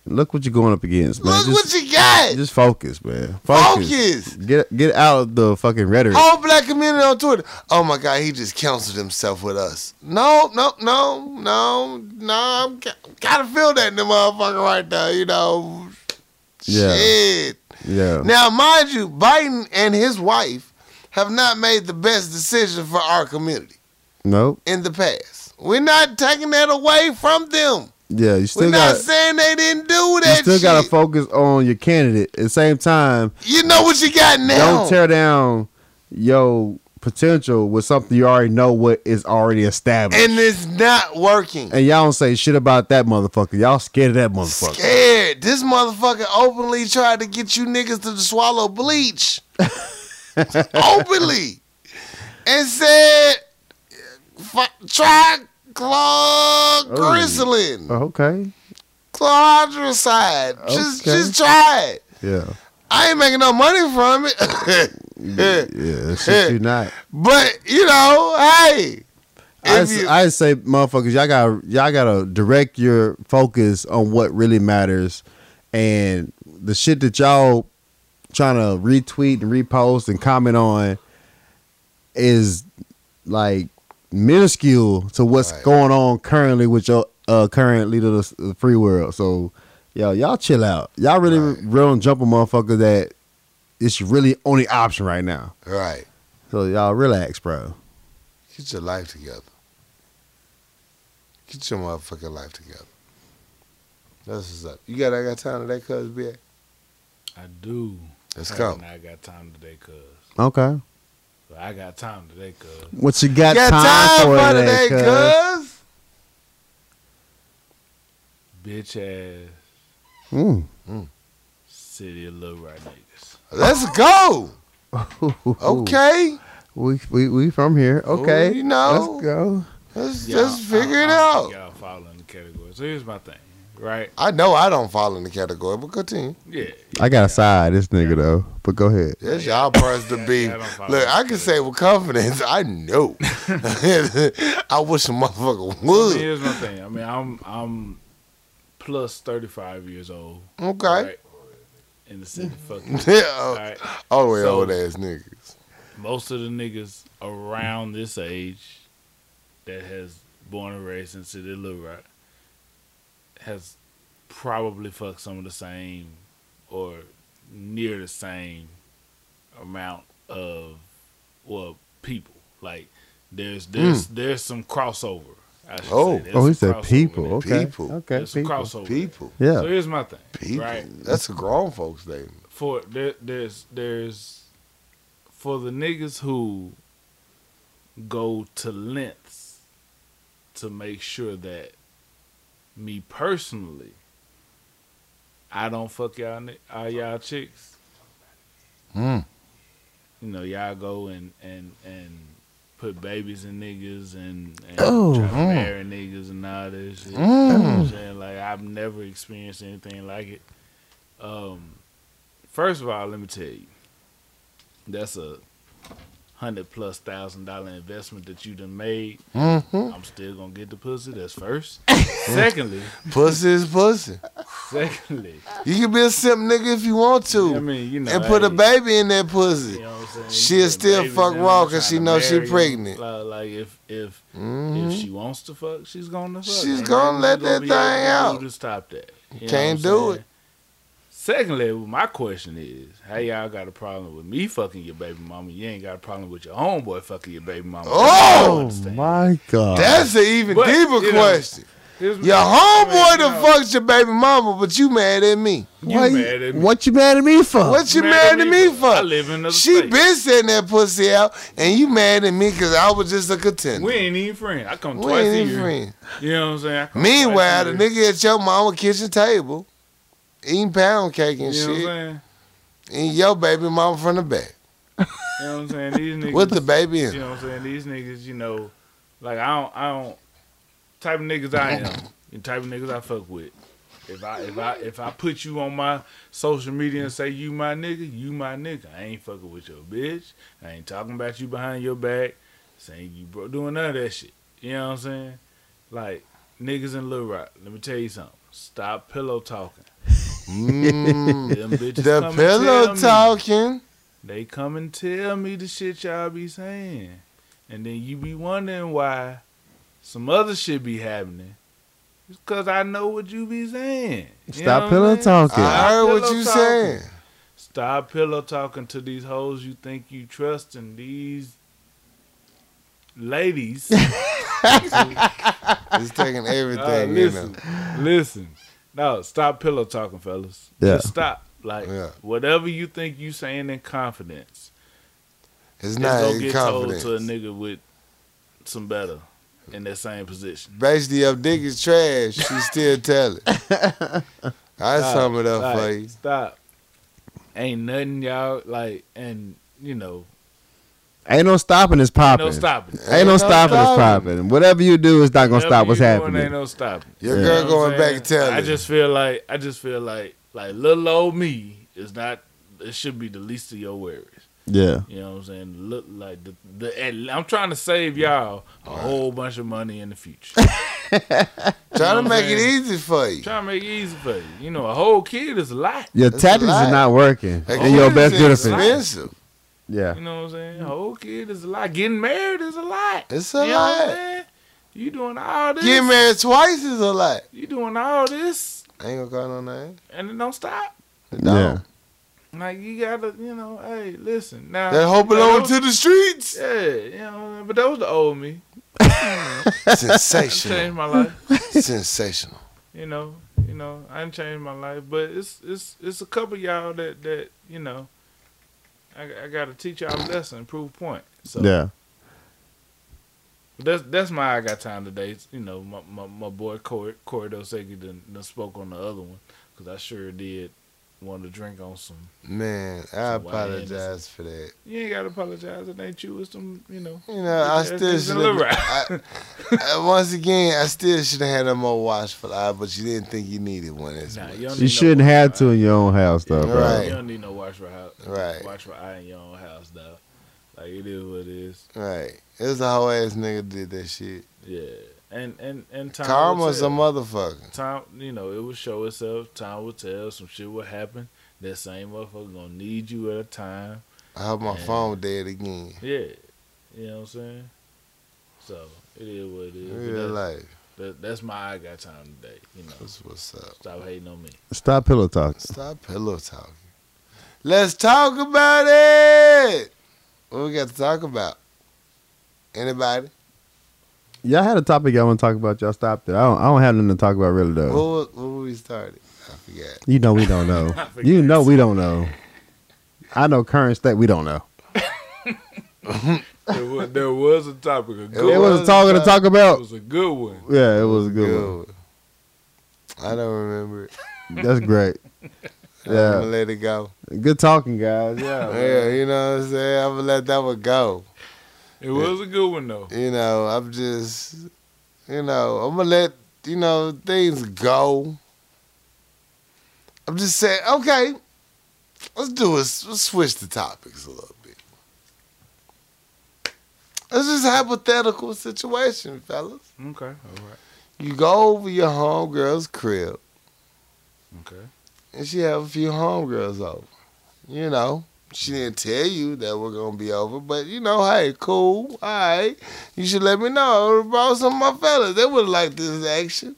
Look what you're going up against, man. Look just, what you got. just focus, man. Focus. Focus. Oh, Get get out of the fucking rhetoric. Whole black community on Twitter. Oh my God, he just counseled himself with us. No, no, no, no, no. I'm ca- gotta feel that in the motherfucker right there. You know, Yeah. Um, shit. Yeah. Now, mind you, Biden and his wife have not made the best decision for our community Nope. in the past. We're not taking that away from them. Yeah, you We're still not got saying they didn't do you that. still got to shit. focus on your candidate. At the same time, you know what you got now. don't tear down your potential with something you already know what is already established. and And, it's not working. y'all don't say shit about that motherfucker. Y'all scared of that motherfucker. scared. This motherfucker openly tried to get you niggas to swallow bleach. openly. And said, "F- try chlorglycerin, Oh, okay. chlorhydrocide. Just, Okay. just try it. Yeah. I ain't making no money from Yeah, it. shit, you not. but you know, hey, I, if you- I say, motherfuckers, y'all got y'all gotta direct your focus on what really matters, and the shit that y'all trying to retweet and repost and comment on is like minuscule to what's Right. going on currently with your uh, current leader of the s- free world. So, yo, y'all chill out. Y'all really Right. real and jump a motherfucker that it's your really only option right now. right, So y'all relax, bro. get your life together. Get your motherfucking life together. That's what's up. You got I got time today, cuz B. I do. Let's Hey, go. and I got time today, cuz. Okay. But I got time today, cuz. What you got, Got time for today, cuz. Bitch ass cuz? Mm. city of little right niggas. Let's go. Okay. Okay, We, we we from here. Okay. you know. Let's go. let's Y'all- let's figure I, it I don't out. think Y'all fall in the category. So here's my thing, right? I know I don't fall in the category, but continue. Yeah. I got a side this nigga though. But go ahead. That's y'all parts to be. I don't follow Look, I that can shit. say with confidence, I know. I wish a motherfucker I mean, would. here's my thing. I mean, I'm I'm plus 35 years old. Okay. right? In the city, fucking. All Yeah, uh, right. all the way So- old ass niggas. most of the niggas around this age that has born and raised in City of Little Rock has probably fucked some of the same or near the same amount of well people. Like there's there's there's some crossover. I should Oh. say. There's Hmm. Oh, he some said crossover people. Oh, there. Okay. People. Okay. There's some people. crossover. there. People, Yeah. So here's my thing. people. Right That's a grown folks day. for there, there's there's for the niggas who go to lengths to make sure that me personally I don't fuck y'all ni- all y'all chicks. Mm. You know y'all go and and and put babies in niggas and, and Oh. try to Mm. marry niggas and all this shit. You know what I'm saying like I've never experienced anything like it. Um, first of all, let me tell you, that's a hundred plus thousand dollar investment that you done made. Mm-hmm. I'm still gonna get the pussy. That's first. secondly, Pussy is pussy. secondly, You can be a simp nigga if you want to, I mean, you know, and put a hey, baby in that pussy. You know what I'm saying? She'll You put still babies fuck in her, raw 'cause trying she to know she marry you. pregnant. Like, like if if Mhm. if she wants to fuck, she's gonna fuck. She's Ain't gonna nothing let you that gonna be able to thing do out. To stop that, You know Can't what I'm do saying? it. Secondly, my question is, how y'all got a problem with me fucking your baby mama? You ain't got a problem with your homeboy fucking your baby mama. I don't Oh understand. my god. That's an even But, deeper you know, question. Here's my- Your I mean, homeboy you the know, fucked your baby mama, but you mad at me. You Why- mad at me? What you mad at me for? What you mad Uh, mad at at me me for? for? I live in another She state. been setting that pussy out, and you mad at me because I was just a contender. We We, ain't even friends. I come twice a ain't year. even friends. You know what I'm saying? I come Meanwhile, the twice a year. nigga at your mama kitchen table eating pound cake and You know what shit, I'm saying? and your baby mama from the back You know what I'm saying? These niggas. with the baby in. You her. know what I'm saying? These niggas, you know, like I don't, I don't type of niggas I am, and type of niggas I fuck with. If I if I if I put you on my social media and say you my nigga, you my nigga. I ain't fucking with your bitch. I ain't talking about you behind your back, saying you bro doing none of that shit. You know what I'm saying? Like niggas in Little Rock. Let me tell you something. Stop pillow talking. Mm, Them bitches come the and tell pillow me- talking. they come and tell me the shit y'all be saying. And then you be wondering why some other shit be happening. It's cause I know what you be saying. You know Stop what pillow I'm saying? talking. I heard what Pillow you talking. saying. Stop pillow talking to these hoes you think you trust and these ladies. It's taking Uh, everything in listen, listen. No, stop pillow talking, fellas. Yeah. Just stop. Like Yeah. whatever you think you saying in confidence. It's It's not gonna in get told to a confidence. nigga with some better in that same position. Basically, your dick is trash. She still tell it. I sum it up Like, for you. Stop. Ain't nothing y'all like, and you know, Ain't no stopping is ain't popping. no stopping. it. Ain't no stopping is stopping. popping. Whatever you do is not gonna stop Whatever what's you doing, happening. Ain't no stopping. it. Your Yeah. girl You know what going I'm back and saying? telling. I just feel like I just feel like like little old me is not it should be the least of your worries. Yeah. You know what I'm saying? Look like the, the and I'm trying to save y'all a whole bunch of money in the future. Try to what I'm make it saying? easy for you. trying to make it easy for you. You know, a whole kid is a lot. Your That's a tactics lot. are not working That in your kid best is benefit. expensive. Yeah. You know what I'm saying? A whole kid is a lot. Getting married is a lot. It's you a know what I'm lot. saying? You doing all this. Getting married twice is a lot. You doing all this I ain't gonna call no name. and it don't stop. No. Yeah. Like you gotta, you know, hey, listen. Now That hope you know, belong those- to the streets. Yeah, you know, but that was the old me. It Sensational. changed my life. Sensational. you know, you know, I ain't changed my life, but it's it's it's a couple y'all that that you know, I, I got to teach y'all a lesson, prove a point. So Yeah. that's that's my I got time today. It's, You know, my my, my boy Corey Corey Doseki done, done spoke on the other one because I sure did want to drink on some. Man, I So why apologize for that. You ain't gotta apologize. It ain't you. It's them. You know. You know, I It's- still it's a should little have. rap. I, I- once again, I still should have had a more watchful eye, but you didn't think you needed one as Nah, much. you don't You need shouldn't no have watch to in your own house though, for eye. bro. Right. You don't need no watch for house. Right. Watch for eye in your own house, though. Like it is what it is. Right. It was a whole ass nigga did that shit. Yeah. And and and time. will Karma's a tell. motherfucker. time you know it will show itself time will tell some shit will happen that same motherfucker gonna need you at a time I hope my Yeah. phone dead again. yeah you know what i'm saying so it is what it is But Real that, life. that, that's my i got time today you know That's what's up. stop hating on me Stop pillow talk. Stop pillow talking. Let's talk about it. What we got to talk about? Anybody? Y'all had a topic y'all want to talk about. Y'all stopped it. I don't. I don't have nothing to talk about really though. What was, what were we started? I forgot. you know we don't know. forgot. you know we don't know. I know current state. We don't know. there was, there was a topic a It It good was was a talking to about- talk about. was a good one Yeah, it was a good, one. Good. I don't remember it. That's great. I'm gonna Yeah, let it go. good talking, guys. Yeah, Yeah, you know what I'm saying. I'm gonna let that one go. it was a good one though You know, I'm just, you know, I'm gonna let you know things go. I'm just saying, okay, let's do it. Let's switch the topics a little bit. It's just a hypothetical situation, fellas. okay all right You go over your homegirl's crib okay and she have a few homegirls over. You know, she didn't tell you that we're gonna be over, but you know, hey, cool, all right. You should let me know. I would've brought some of my fellas. They would like this action.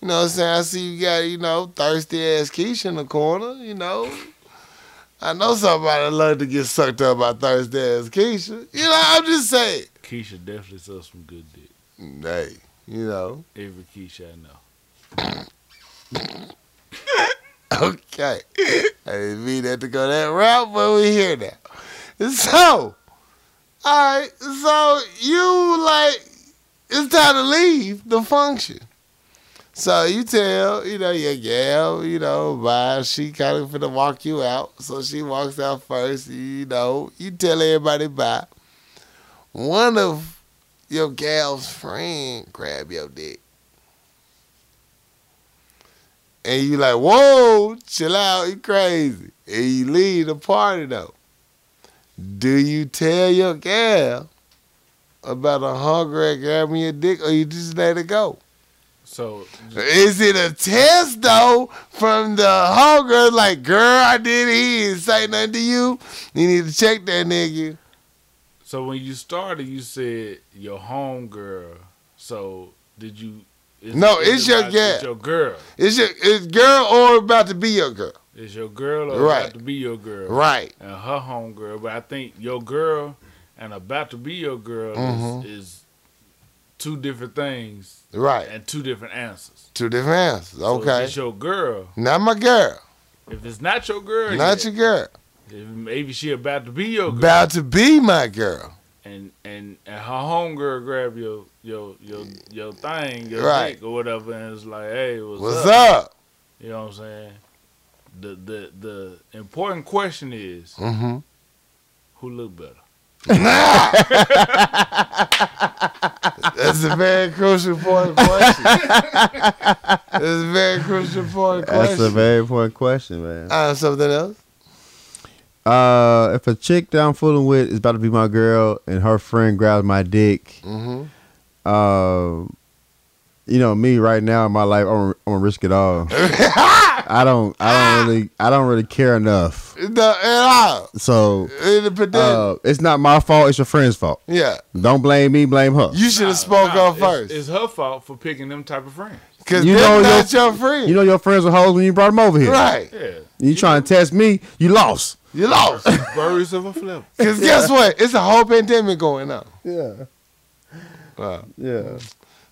You know what I'm saying? I see you got, you know, thirsty ass Keisha in the corner, you know. I know somebody love to get sucked up by thirsty ass Keisha. You know, I'm just saying. keisha definitely sells some good dick Hey, you know. every keisha i know Okay. I didn't mean that to go that route, but we here now. So, alright, so you like, it's time to leave the function. So you tell, you know, your gal, you know, bye, she kind of finna walk you out. So she walks out first, you know, you tell everybody bye. One of your gal's friend grab your dick. and you like, whoa, chill out, you crazy. And you leave the party though. Do you tell your gal about a hungry grabbing your dick or you just let it go? so Is it a test though from the hungry like, girl, I did it, he didn't say nothing to you? You need to check that nigga. So when you started, you said your home girl. So did you? is- No, is it's it your about- gal. It's your girl. It's your it's girl or about to be your girl. It's your girl or Right. about to be your girl. Right. And her home girl, but I think your girl and about to be your girl Mhm. is, is two different things Right. and two different answers. Two different answers. So if Okay. it's your girl. not my girl. If it's not your girl, Not your yet, girl. if maybe she about to be your girl, About to be my girl. and and and her home girl grab your your your your thing, your Right. dick or whatever, and it's like, hey, what's, What's up? up? You know what I'm saying? The the the important question is Mm-hmm. who look better? That's a very crucial point of question. That's a very crucial point of That's question. a very important question, man. uh, something else? Uh, if a chick that I'm fooling with is about to be my girl and her friend grabs my dick, Mm-hmm. uh, you know me right now in my life, I'm, I'm gonna risk it all. I don't, Ah! I don't really, I don't really care enough. The, at all. So Independent. uh, it's not my fault. It's your friend's fault. yeah. Don't blame me. Blame her. You should have spoke up first. Uh, It's, her fault for picking them type of friends. Because You you know know not your, friend. You know your friends were hoes when you brought them over here. right. Yeah, You trying to test me? You lost. You lost. birds of a feather. Because guess what? It's a whole pandemic going on. Yeah. Wow. Yeah.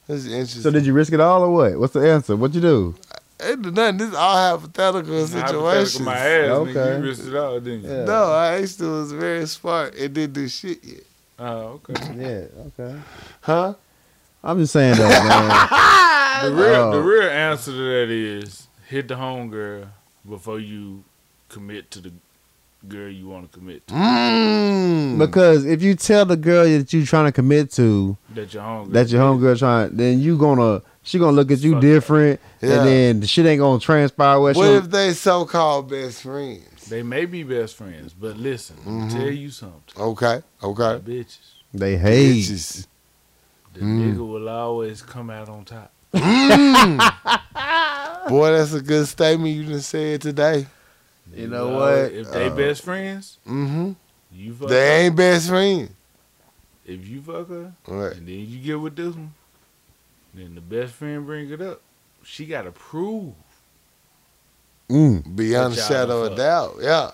This is interesting. So did you risk it all or what? What's the answer? What you do? Ain't do nothing. This is all hypothetical Hypothetical, situations. my ass, Okay. nigga, you risked it out, didn't you? Yeah. No, I actually was very smart and didn't do shit yet. Oh, okay. Yeah. Okay. Huh? I'm just saying though, man. The real, Oh. the real answer to that is hit the home girl before you commit to the girl you want to commit to. Mm. because if you tell the girl that you trying to commit to That your home girl. Mm-hmm. that your homegirl trying, then you gonna she gonna look at you Fuck that. different, Yeah. and then the shit ain't gonna transpire. What? What she- if they so called best friends? They may be best friends, but listen, let Mm-hmm. me tell you something. Okay, The okay. bitches, they hate. Bitches. the Mm-hmm. nigga will always come out on top. Boy, that's a good statement you just said today. You Nigga know will what? Uh, always- If they best friends, Mm-hmm. you fuck. her. They ain't best friends. If you fuck her, Right. and then you get with this one, then the best friend bring it up. She got to prove. Mm. Beyond a Good job, shadow of fuck. doubt. Yeah.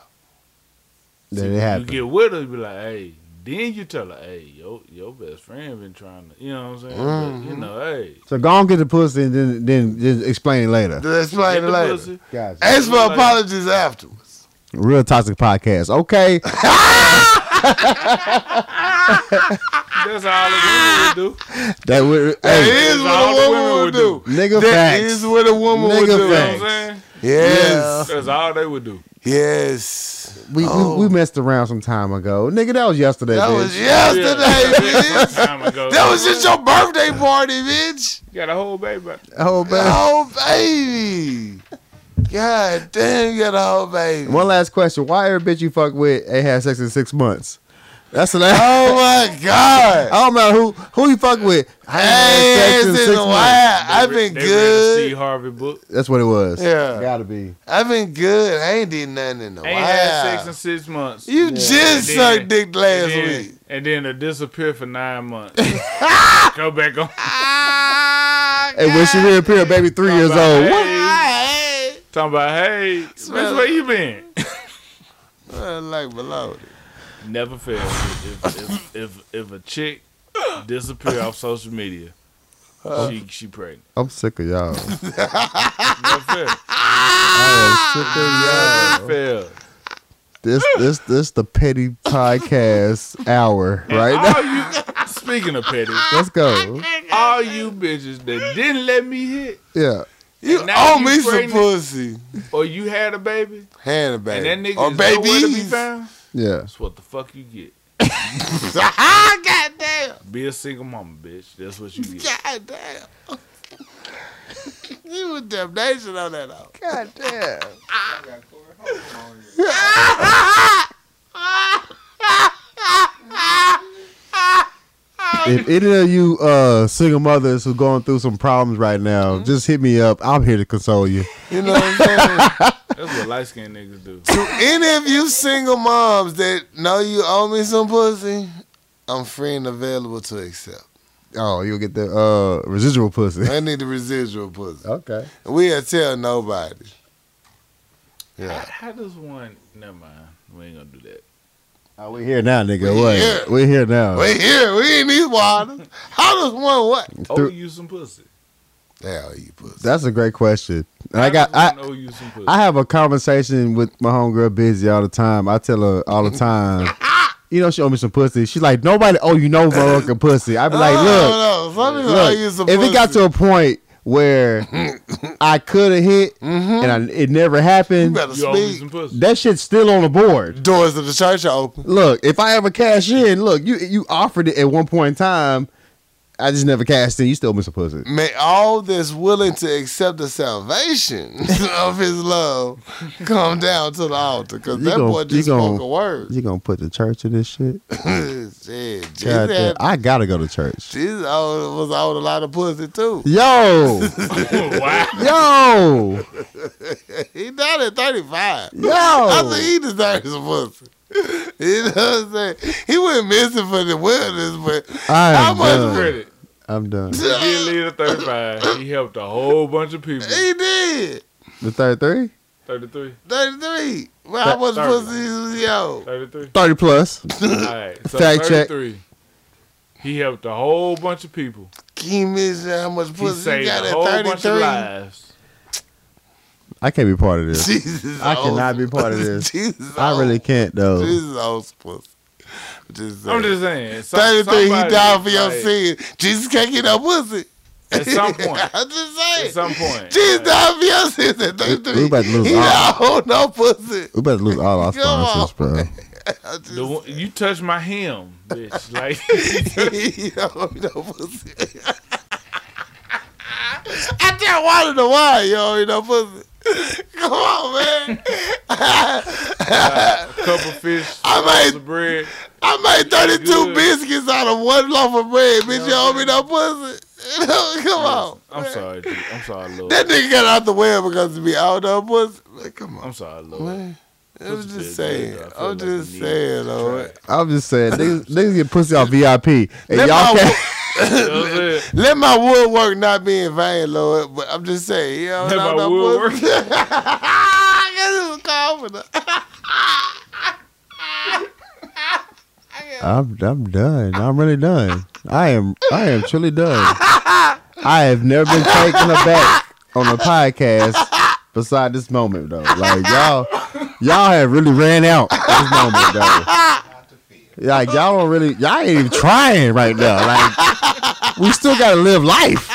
That See, it you happened. get with her, you be like, hey. Then you tell her, hey, your your best friend been trying to, you know what I'm saying? But, you Mhm. know, hey, so go on get the pussy and then then just explain it later. That's get right the later. pussy. Gotcha. Ask for apologies afterwards. Real toxic podcast. Okay. That's all the women would do. That would That hey, is That's what all a the woman women would would do. nigga That facts. is what a woman would Nigga do. You know what I'm Thanks. saying? Yes. That's all they would do. Yes. We, Oh. we we messed around some time ago. Nigga, that was yesterday. That bitch. was yesterday, bitch. Time ago. That was just your birthday party, bitch. You got a whole baby. out there. oh, man. Oh, baby. God damn, you got a whole baby. One last question. Why every bitch you fuck with ain't had sex in six months? That's the last. Oh, my God. I don't matter who who you fuck with. I ain't had Hey, sex in it's six been a months. while. I've They- been they read the Steve good. Harvey book. That's what it was. Yeah. Gotta be. I've been good. I ain't did nothing in a Ain't had sex in while. six months. You just And then- sucked dick last and then, week. And then to disappear for nine months. Go back on. Ah, And when she reappeared, baby, three years old. What? Hey, God. talking about, hey, bitch, where you been? I like below. Never fails. If, if, if, if, if a chick disappear off social media, she, she pregnant. I'm sick of y'all. Never fails. I am sick of y'all. Never fails. This this this the petty podcast hour right now. All you, speaking of petty, Let's go. all you bitches that didn't let me hit Yeah. You And now owe you me some pregnant. pussy. or you had a baby Hand a baby. and that nigga or is nowhere to be babies. found, Yeah. that's what the fuck you get. Ah, goddamn. Be a single mama, bitch. That's what you get. Goddamn. you was damnation on that, though. Goddamn. If any of you uh, single mothers who going through some problems right now, Mm-hmm. just hit me up. I'm here to console you. You know what I'm saying? That's what light skinned niggas do. to any of you single moms that know you owe me some pussy, I'm free and available to accept. Oh, you'll get the uh, residual pussy. I need the residual pussy. Okay. We'll tell nobody. How, Yeah. how does one? Never mind. We ain't gonna do that. Oh, we here now, nigga. We what? here. We here now. We here. We in these waters. How does one what? Owe Through- you some pussy. Hell, you pussy. That's a great question. And How I got does I, one owe you some pussy. I have a conversation with my homegirl Busy all the time. I tell her all the time. You know she owe me some pussy. She's like, nobody owe you no motherfucking pussy. I be like, look, Oh, no, some people owe you look. some If it got pussy. to a point where I could have hit and I, it never Mm-hmm. you happened, better you owe me speak. some pussy. that shit's still on the board. Doors of the church are open. Look, if I ever cash in, look, you you offered it at one point in time. I just never cashed in. You stole me some pussy. May all that's willing to accept the salvation of his love come down to the altar. Because You that gon- boy you just gon- spoke a word. You gonna put the church in this shit? Shit, Jesus, God damn, had, I gotta go to church. Jesus all- was on a lot of pussy too. Yo, wow. yo, He died at 35. I think yo. he deserves some pussy. You know what I'm saying? He went missing for the wilderness, but I how am much done. Credit. I'm done. He did lead a 35. He helped a whole bunch of people. he did. The third three? 33. 33. Well, how much Thirty. pussy is yo? 33. 30 plus. All right. So Fact check. 33. He helped a whole bunch of people. Can you mention how much He pussy he, saved got a whole at bunch of 33? lives. I can't be part of this. Jesus, I cannot awesome. be part of this. Jesus, I really can't though. oh, Jesus, awesome pussy. Just saying. I'm just saying. some- 33, he somebody- died for your like, sin. Jesus can't get no pussy. At some point. I'm just At saying. some point. Jesus like, died for your sins at 33. we about to lose he all- died on no pussy. We better lose all our Come on. sponsors, bro. I'm just the one- you touched my hem, bitch. Like, he don't know pussy. I tell water the why, yo, you know pussy. Come on, man. couple fish, I loaves made of bread. I made 32 Good. biscuits out of one loaf of bread, bitch. You owe me no pussy. You know, Come on. I'm sorry, G. I'm sorry, Lord. That nigga got out the way because of me. I don't know pussy. Man, Come on. I'm sorry, Lord. Man. I'm Pussy just feels good, saying. though. I feel I'm like just we need saying, Lord. I'm just saying, niggas, niggas get pussy off VIP, and Let y'all my- can't. You know what I'm saying? Let my woodwork not be in vain, Lord. But I'm just saying, you know, Let not my no woodwork- pussy. I guess it was called for the- I'm I'm done. I'm really done. I am I am truly done. I have never been taken aback on a podcast beside this moment though. Like y'all y'all have really ran out at this moment though. Like y'all don't really y'all ain't even trying right now. Like we still gotta live life.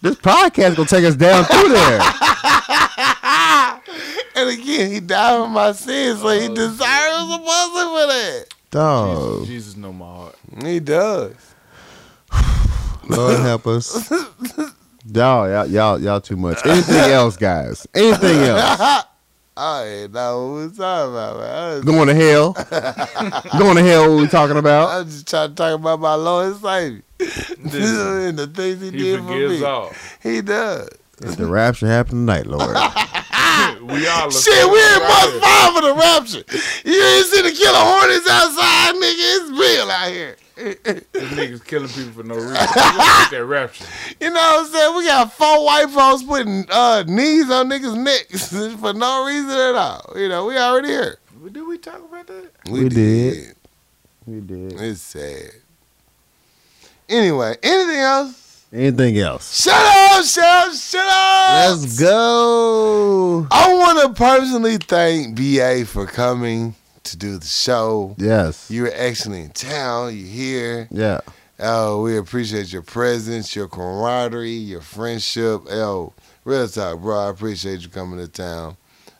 This podcast gonna take us down through there. And again, he died for my sins, so Oh, he deserves a pussy for that. Dog. Jesus know my heart. He does. Lord help us. Y'all, y'all, y'all, y'all too much. Anything else, guys? Anything else? I ain't know what we talking about, man. I was- Going to hell. Going to hell, what we talking I about. was just trying to talk about my Lord and Savior and the things he, He did for forgives me. all. He does. If the rapture happened tonight, Lord. We all are Shit, we in month five of the rapture. You ain't seen the killer hornets outside, nigga. It's real out here. These niggas killing people for no reason. Look at that rapture. You know what I'm saying? We got four white folks putting uh, knees on niggas' necks for no reason at all. You know, we already here. Did we talk about that? We did. We did. It's sad. Anyway, anything else? Anything else? Shut up, shut up, shut up. Let's go. I want to personally thank BA for coming to do the show. Yes. You were actually in town. You're here. Yeah. Oh, we appreciate your presence, your camaraderie, your friendship. Oh, real talk, bro. I appreciate you coming to town.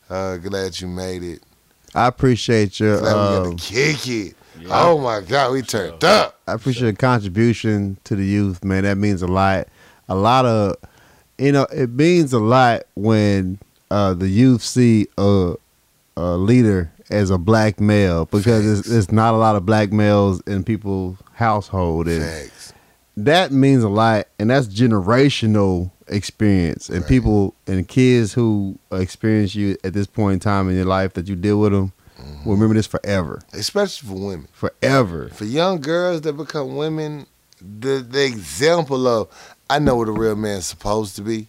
Uh, glad you made it. I appreciate your. Glad we Um, got to kick it. Oh my God, we turned up. I appreciate your contribution to the youth, man. That means a lot. A lot of, you know, it means a lot when uh, the youth see a, a leader as a black male because it's, it's not a lot of black males in people's household. And Thanks. that means a lot and that's generational experience and people and kids who experience you at this point in time in your life that you deal with them will remember this forever Especially for women. forever For young girls that become women, the, the example of I know what a real man's supposed to be.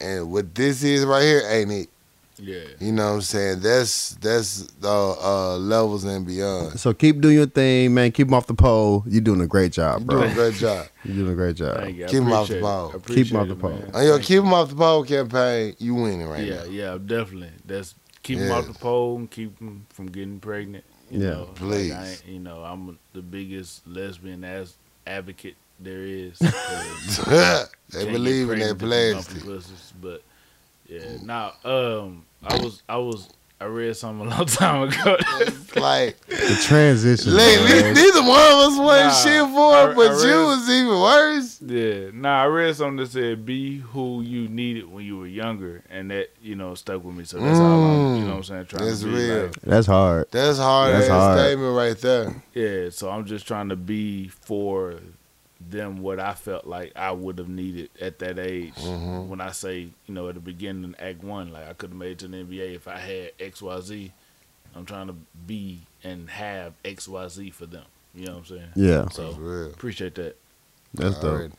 And what this is right here ain't it. Yeah. You know what I'm saying? That's that's uh, uh levels and beyond. so keep doing your thing man keep them off the pole you're doing a great job You're bro doing a great job. you're doing a great job Thank you. I Keep 'em off the appreciate it. ball. I Keep 'em appreciate off the it, ball. man. On your keep them off the pole campaign, you winning right Yeah, now. yeah, definitely. That's keep them Yeah. off the pole and keep them from getting pregnant. You Yeah. know, Like, Please. I ain't- you know, I'm the biggest lesbian as advocate there is. 'cause they can't get believe in pregnant that if you bump plastic. your pussies, But yeah, now um, I was I was I read something a long time ago. Like, The transition. like man. neither one of us wasn't Nah, shit for I- it, but I you really- was even worse. yeah, nah, I read something that said be who you needed when you were younger, and that you know stuck with me. So that's all I'm, you know what I'm saying. Trying That's to be real. like- That's hard. That's hard That's ass hard. statement right there. yeah, so I'm just trying to be for them what I felt like I would have needed at that age. When I say you know at the beginning, Act One, like I could have made it to the NBA if I had X Y Z. I'm trying to be and have X Y Z for them. You know what I'm saying? Yeah, That's So real. appreciate that. that's dope. Alright.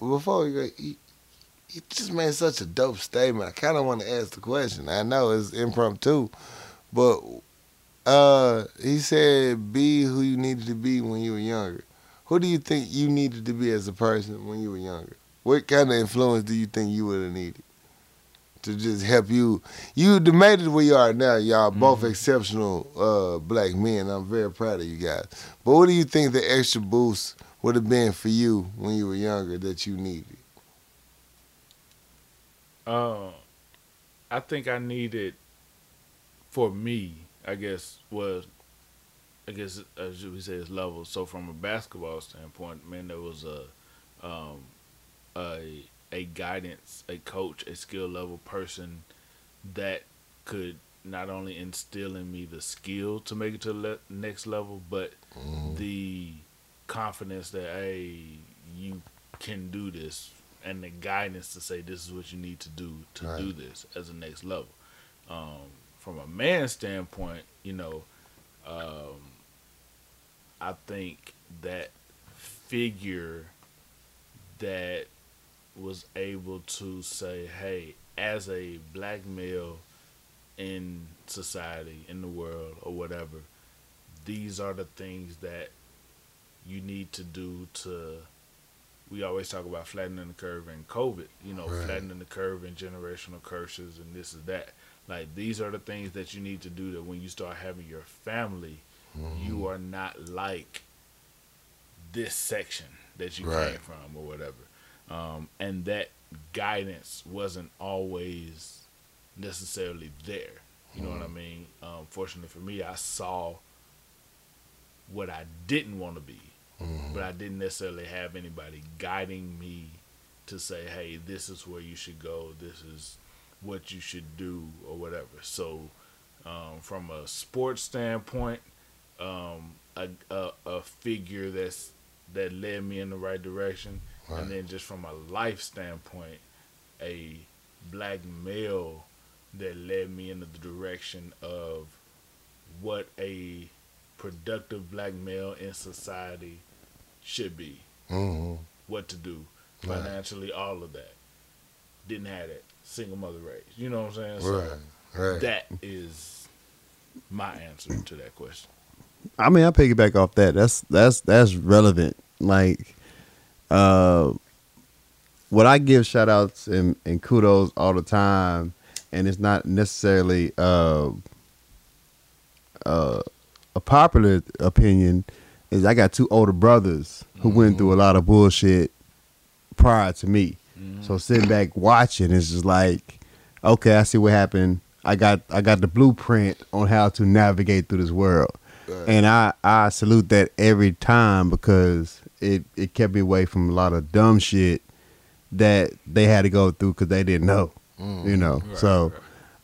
Be- Before we go, you, you just made such a dope statement. I kind of want to ask the question. I know it's impromptu, but uh, he said, "Be who you needed to be when you were younger." Who do you think you needed to be as a person when you were younger? What kind of influence do you think you would have needed to just help you? You done made it where you are now. Y'all both Mm-hmm. exceptional uh, black men. I'm very proud of you guys. But what do you think the extra boost would have been for you when you were younger that you needed? Uh, I think I needed for me, I guess was, I guess as we say, it's levels. So from a basketball standpoint, man, there was a, um, a a guidance, a coach, a skill level person that could not only instill in me the skill to make it to the le- next level, but the confidence that hey, you can do this, and the guidance to say this is what you need to do to Right. do this as a next level. Um, from a man's standpoint, you know, um, I think that figure that was able to say, hey, as a black male in society, in the world, or whatever, these are the things that you need to do to. We always talk about flattening the curve and COVID, you know, Right. flattening the curve and generational curses and this is that. Like, these are the things that you need to do that when you start having your family, Mm-hmm. you are not like this section that you came Right. from or whatever. Um, and that guidance wasn't always necessarily there. You know what I Mm-hmm. mean? Um, fortunately for me, I saw what I didn't want to be, but I didn't necessarily have anybody guiding me to say, hey, this is where you should go, this is what you should do, or whatever. So, um, from a sports standpoint, um, a, a a figure that's that led me in the right direction, Right. and then just from a life standpoint, a black male that led me in the direction of what a productive black male in society should be, Mm-hmm. what to do Right. financially, all of that. Didn't have that single mother raised. You know what I'm saying? Right, right. that is my answer to that question. I mean, I piggyback off that. That's that's that's relevant. Like, uh, what I give shout outs and, and kudos all the time, and it's not necessarily uh, uh, a popular opinion. Is I got two older brothers who went through a lot of bullshit prior to me. So sitting back watching is just like, okay, I see what happened. I got I got the blueprint on how to navigate through this world. Right. And I, I salute that every time because it, it kept me away from a lot of dumb shit that they had to go through because they didn't know, you know. so,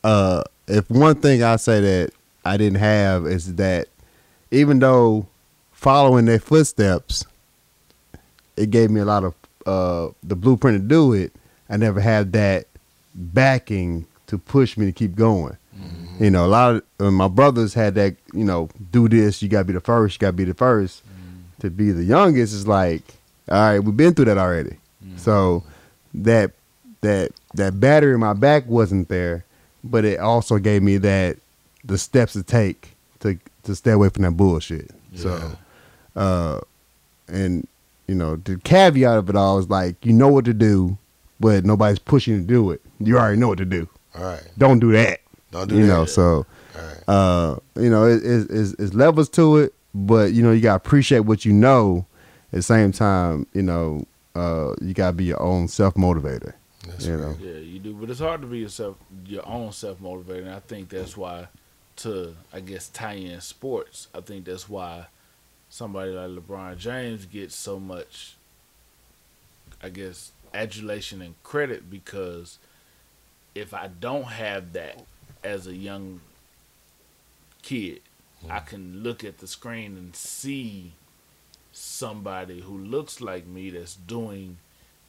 uh, if one thing I say that I didn't have is that even though following their footsteps, it gave me a lot of uh, the blueprint to do it. I never had that backing to push me to keep going. You know, a lot of uh, my brothers had that. You know, do this. You gotta be the first. You gotta be the 1st To be the youngest is like, all right, we've been through that already. So that that that battery in my back wasn't there, but it also gave me that the steps to take to to stay away from that bullshit. So, uh, and you know, the caveat of it all is like you know what to do, but nobody's pushing you to do it. You already know what to do. All right. Don't do that. Don't do You that. know, so All right. uh, you know, it, it, it's, it's levels to it, but you know, you gotta appreciate what you know. At the same time, you know, uh, you gotta be your own self motivator. That's You know, Yeah, you do, but it's hard to be yourself, your own self motivator. And I think that's why to I guess tie in sports. I think that's why somebody like LeBron James gets so much I guess adulation and credit because if I don't have that as a young kid, I can look at the screen and see somebody who looks like me that's doing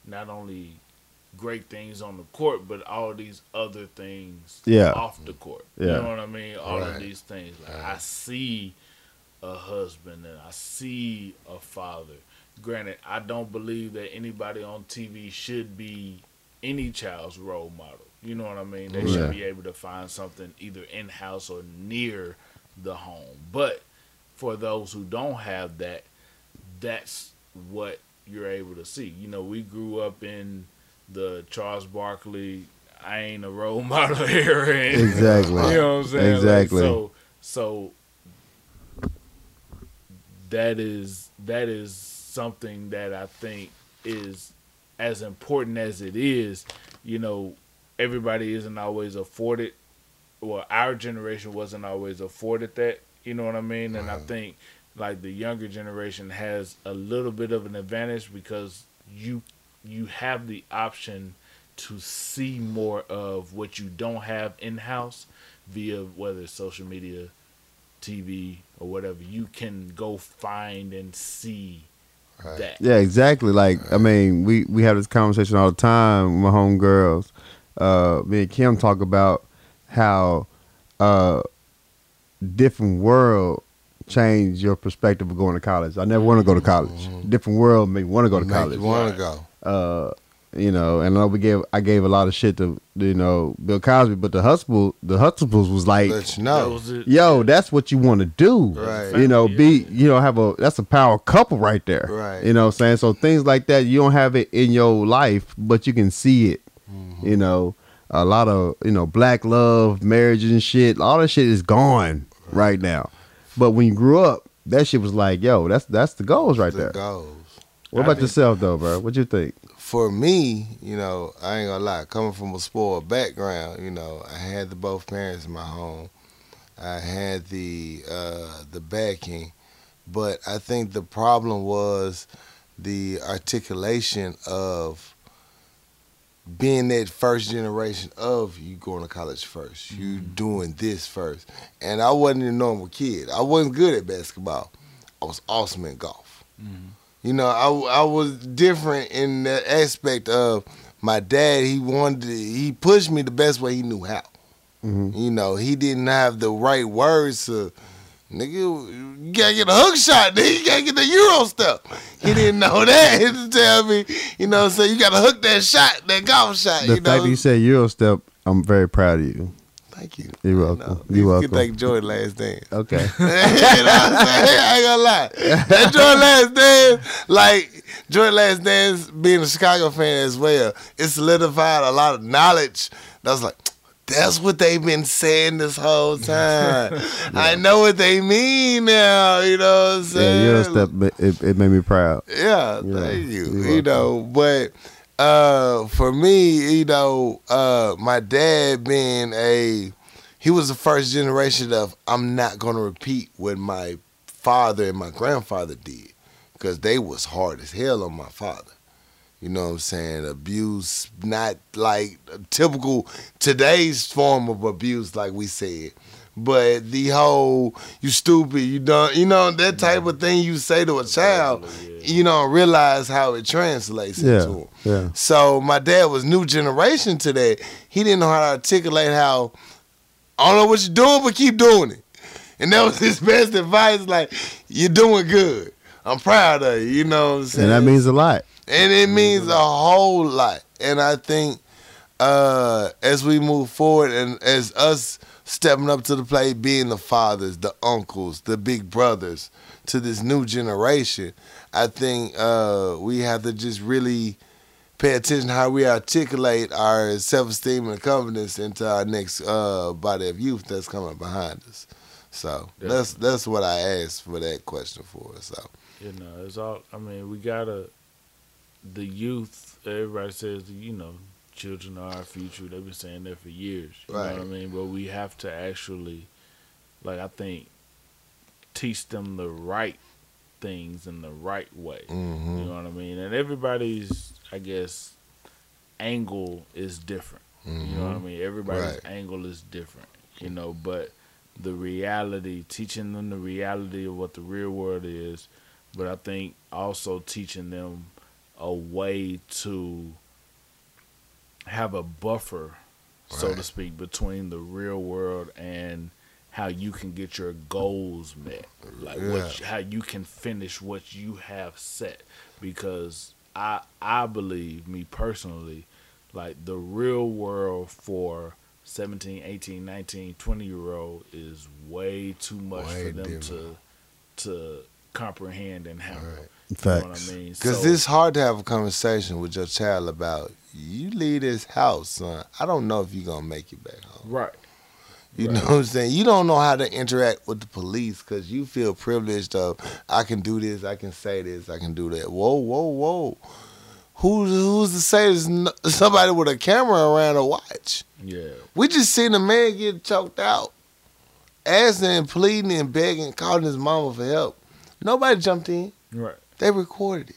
not only great things on the court, but all these other things Yeah. off the court. Yeah. You know what I mean? All Right. of these things. Like I see a husband and I see a father. Granted, I don't believe that anybody on TV should be any child's role model. You know what I mean? They Yeah. should be able to find something either in house or near the home. But for those who don't have that, that's what you're able to see. You know, we grew up in the Charles Barkley, I ain't a role model era. and- Exactly. you know what I'm saying? Like, Exactly. so, so that is that is something that I think is as important as it is. You know, everybody isn't always afforded. Well, our generation wasn't always afforded that. You know what I mean? And I think like the younger generation has a little bit of an advantage because you you have the option to see more of what you don't have in house via whether it's social media, TV, or whatever. You can go find and see Right. that. Yeah, exactly. Like I mean, we we have this conversation all the time. With my homegirls, uh, me and Kim talk about how uh, different world change your perspective of going to college. I never want to go to college. Different world make me want to go to Mm-hmm. Make college. you want to go. Uh, you know, and I know we gave I gave a lot of shit to you know Bill Cosby, but the Huxtable the Huxtables was like Let you That know. was it. yo, that's what you want to do. Right. You know, Yeah. be you know have a that's a power couple right there. Right. You know what I'm saying? So things like that you don't have it in your life, but you can see it. Mm-hmm. You know, a lot of, you know, black love, marriages and shit, all that shit is gone right, now. But when you grew up, that shit was like, yo, that's that's the goals right the there. goals. What I about think- yourself though, bro? What you think? For me, you know, I ain't gonna lie. Coming from a spoiled background, you know, I had the both parents in my home. I had the uh, the backing, but I think the problem was the articulation of being that first generation of you going to college first, you doing this first. And I wasn't a normal kid. I wasn't good at basketball. I was awesome in golf. You know, I, I was different in the aspect of my dad. He wanted to, he pushed me the best way he knew how. Mhm. You know, he didn't have the right words to. Nigga, you gotta get a hook shot. Nigga, you gotta get the Euro stuff. He didn't know that. He didn't tell me, you know, what I'm saying? you gotta hook that shot, that golf shot. The you fact know, that you said Eurostep, I'm very proud of you. Thank you. You're You welcome. know, You're you welcome. can thank Joy last dance. Okay. you know what I'm saying? I ain't gonna lie. That Joy last dance, like Joy last dance, being a Chicago fan as well, it solidified a lot of knowledge. That was like, that's what they've been saying this whole time. I know what they mean now. You know what I'm yeah, saying? Eurostep it, it made me proud. Yeah, Yeah, thank you. you're You know, but uh for me, you know, uh my dad being a he was the first generation of I'm not gonna repeat what my father and my grandfather did. Cause they was hard as hell on my father. You know what I'm saying? Abuse, not like typical today's form of abuse, like we said. But the whole you stupid, you done, you know that type of thing you say to a child, you don't realize how it translates into Yeah. 'em. Yeah. So my dad was new generation to that. He didn't know how to articulate how I don't know what you're doing, but keep doing it. And that was his best advice. Like you're doing good. I'm proud of you. You know what I'm saying? And that means a lot. and it means a whole lot. And I think uh, as we move forward and as us stepping up to the plate, being the fathers, the uncles, the big brothers to this new generation, I think uh, we have to just really pay attention how we articulate our self-esteem and confidence into our next uh, body of youth that's coming behind us. So that's that's what I asked for that question for. So You know, it's all. I mean, we gotta. The youth, everybody says, you know, children are our future. They've been saying that for years. You know Right. what I mean? But we have to actually Like I think teach them the right things in the right way. Mm-hmm. You know what I mean? And everybody's, I guess, angle is different. You know what I mean? Everybody's Mm-hmm. Right. angle is different. You know, but the reality, teaching them the reality of what the real world is, but I think also teaching them a way to have a buffer, so to Right. speak, between the real world and how you can get your goals met, like what, how you can finish what you have set. Because I I believe me personally, like the real world for 17, 18, 19, 20 year old is way too much Way for them different. to to comprehend and handle. You know Facts. what I mean? Because So- it's hard to have a conversation with your child about you leave this house, son. I don't know if you're gonna make it back home. right. You know what I'm saying? You don't know how to interact with the police because you feel privileged of I can do this, I can say this, I can do that. Whoa, whoa, whoa! Who's who's to say there's no, somebody with a camera around to watch? Yeah. We just seen a man get choked out, asking and pleading and begging, calling his mama for help. Nobody jumped in. Right. They recorded it.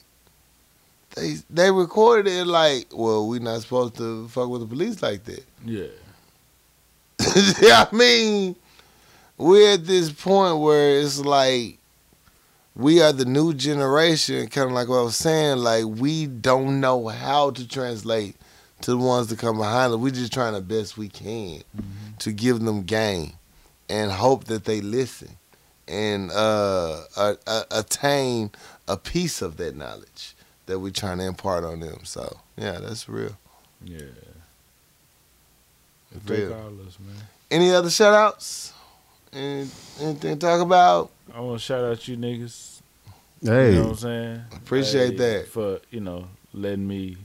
They they recorded it like, well, we not supposed to fuck with the police like that. Yeah. I mean, we're at this point where it's like we are the new generation, kind of like what I was saying. Like we don't know how to translate to the ones that come behind us. We're just trying the best we can to give them game and hope that they listen and uh, uh, uh, attain a piece of that knowledge that we're trying to impart on them. So yeah, that's real. Yeah. Real. Regardless, man. Any other shout outs? Any, anything to talk about? I want to shout out you niggas. Hey, You know what I'm saying? Appreciate that. For, you know, letting me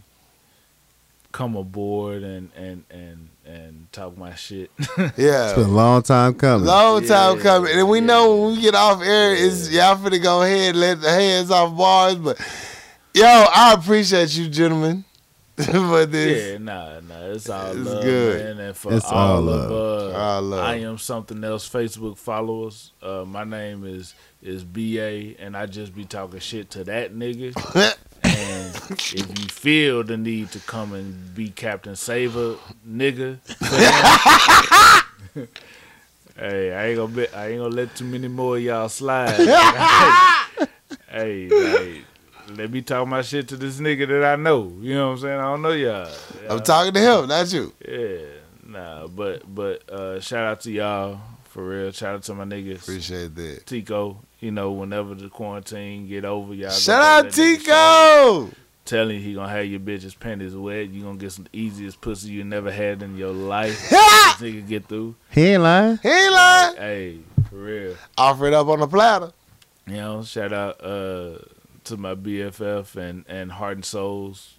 come aboard and and and and talk my shit. it's been a Yeah. long time coming. Long time Yeah, coming. And we yeah. know when we get off air, it's y'all finna go ahead and let the hands off bars. But yo, I appreciate you, gentlemen, for this. yeah, nah, nah. It's all It's love, good. man. And for It's all, all of uh, All love. I am something else Facebook followers. Uh, my name is is BA and I just be talking shit to that nigga. And if you feel the need to come and be Captain Saver, nigga, fam, hey, I ain't gonna be, I ain't gonna let too many more of y'all slide. hey, like, let me talk my shit to this nigga that I know. You know what I'm saying? I don't know y'all. I'm talking to him, not you. Yeah, nah, but but uh, shout out to y'all for real. Shout out to my niggas. Appreciate that. Tico, you know, whenever the quarantine get over, y'all. go Shout back out to that nigga Tico. telling he gonna have your bitch's panties wet. You gonna get some easiest pussy you never had in your life. this nigga get through. He ain't lying. He ain't lying. Hey, for real. Offer it up on the platter. You know, shout out uh to my BFF and and Heart and Souls.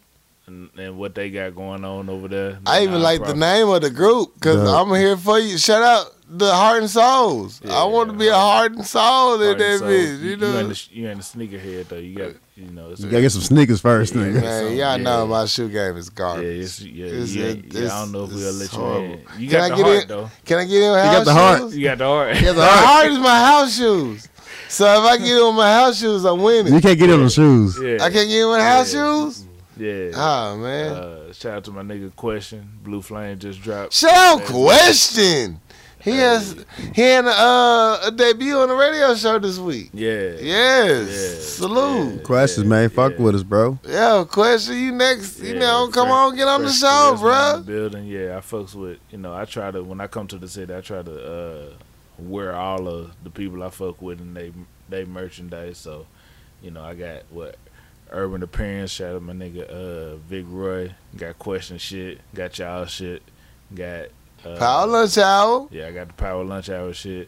And, and what they got going on over there? I even like the Nonprofit. name of the group because Yeah. I'm here for you. Shout out the Heart and Souls. I want to be a heart and soul in Heart and that Souls. bitch. You you know, in the, you in the sneakerhead though. You got you know. It's You gotta get some sneakers first, Yeah. nigga. man, y'all Yeah. know my shoe game is yeah, garbage. it's, yeah, It's- yeah, it- yeah, I it's- don't know if we'll it's let you horrible. in. Can You got I the get heart in? though. Can I get in with got house the heart. shoes? You got the heart. The heart is my house shoes. So if I get in with my house shoes, I'm winning. You can't get him them shoes. yeah, I can't get in with house shoes. yeah. Ah man. Uh, shout out to my nigga Question. Blue Flame just dropped. Shout out question. He has he had uh, a debut on the radio show this week. Yeah. Yes. Yeah. Salute. Questions, man. Fuck yeah. with us, bro. Yeah, question. You next. you Yeah, know, come Fresh- on, get on the Fresh show, Charisma in bro. the Building, yeah. I fucks with, you know, I try to when I come to the city, I try to uh, wear all of the people I fuck with and they they merchandise. So, you know, I got what Urban Appearance. Shout out my nigga uh, Vic Roy. Got question shit. Got y'all shit. Got uh, Power lunch hour. Yeah, I got the Power Lunch Hour shit.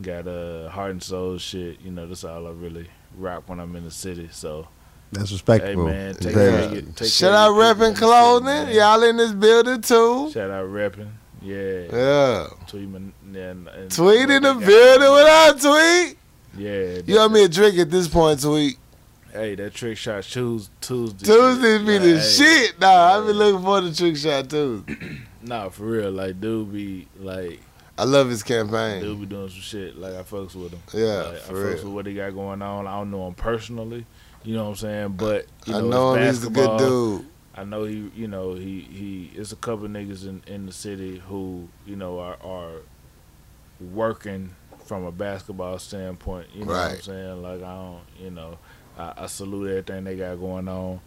Got uh Heart and Soul shit. You know, that's all I really rock when I'm in the city. So, That's hey respectable. man, take Very- care. of your- Take care Shout out of your people in repping the clothing. city, man. Y'all in this building too. Shout out repping. Yeah, Yeah. tweet man, and, and Tweet in the Yeah. building. What up, tweet? Yeah, You owe me a drink at this point, tweet. Hey, that trick shot shoes Tuesday. Tuesdays shit. be Like, the hey, shit. Nah, I've been looking for the trick shot Tuesday. Nah, for real. Like, dude, be like, I love his They'll campaign. be doing some shit. Like I fucks with them. Yeah, like, for I fucks real. with what they got going on. I don't know him personally. You know what I'm saying? But you I know, know him. it's He's a good basketball. dude. I know he, you know, he he. It's a couple niggas in in the city who you know are are working from a basketball standpoint. You know what I'm Right. saying? Like I don't, you know, I, I salute everything they got going on.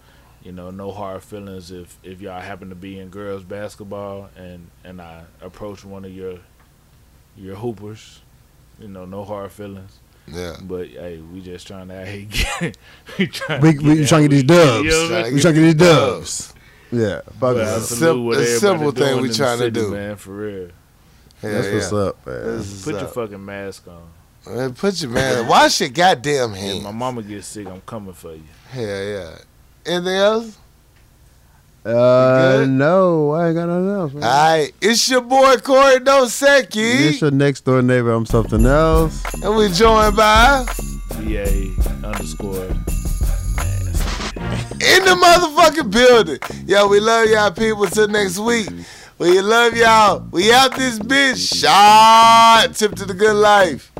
You know, no hard feelings if if y'all happen to be in girls basketball and and I approach one of your your hoopers. You know, no hard feelings. Yeah. But hey, we just trying to hey, get, we trying We, we out- trying to get these dubs. You know what I'm Tryna we trying to get these dubs. dubs. Yeah, fuck But I yeah. It's a salute sim- what a everybody simple thing doing we in the tryna city, do. man. For real, Yeah, That's what's yeah. up, man. This is put your up. fucking mask on. Man, put your man. Wash your goddamn If my hands. mama gets sick, I'm coming for you. Yeah, yeah. Anything else? Uh, good? no, I ain't got nothing else, man. All right. It's your boy Corey It's Dosecki, your next door neighbor. I'm something else. and we joined by VA underscore in the motherfucking building. Yo, we love y'all people. Till next week. We love y'all. We out this bitch. Shot. Tip to the good life.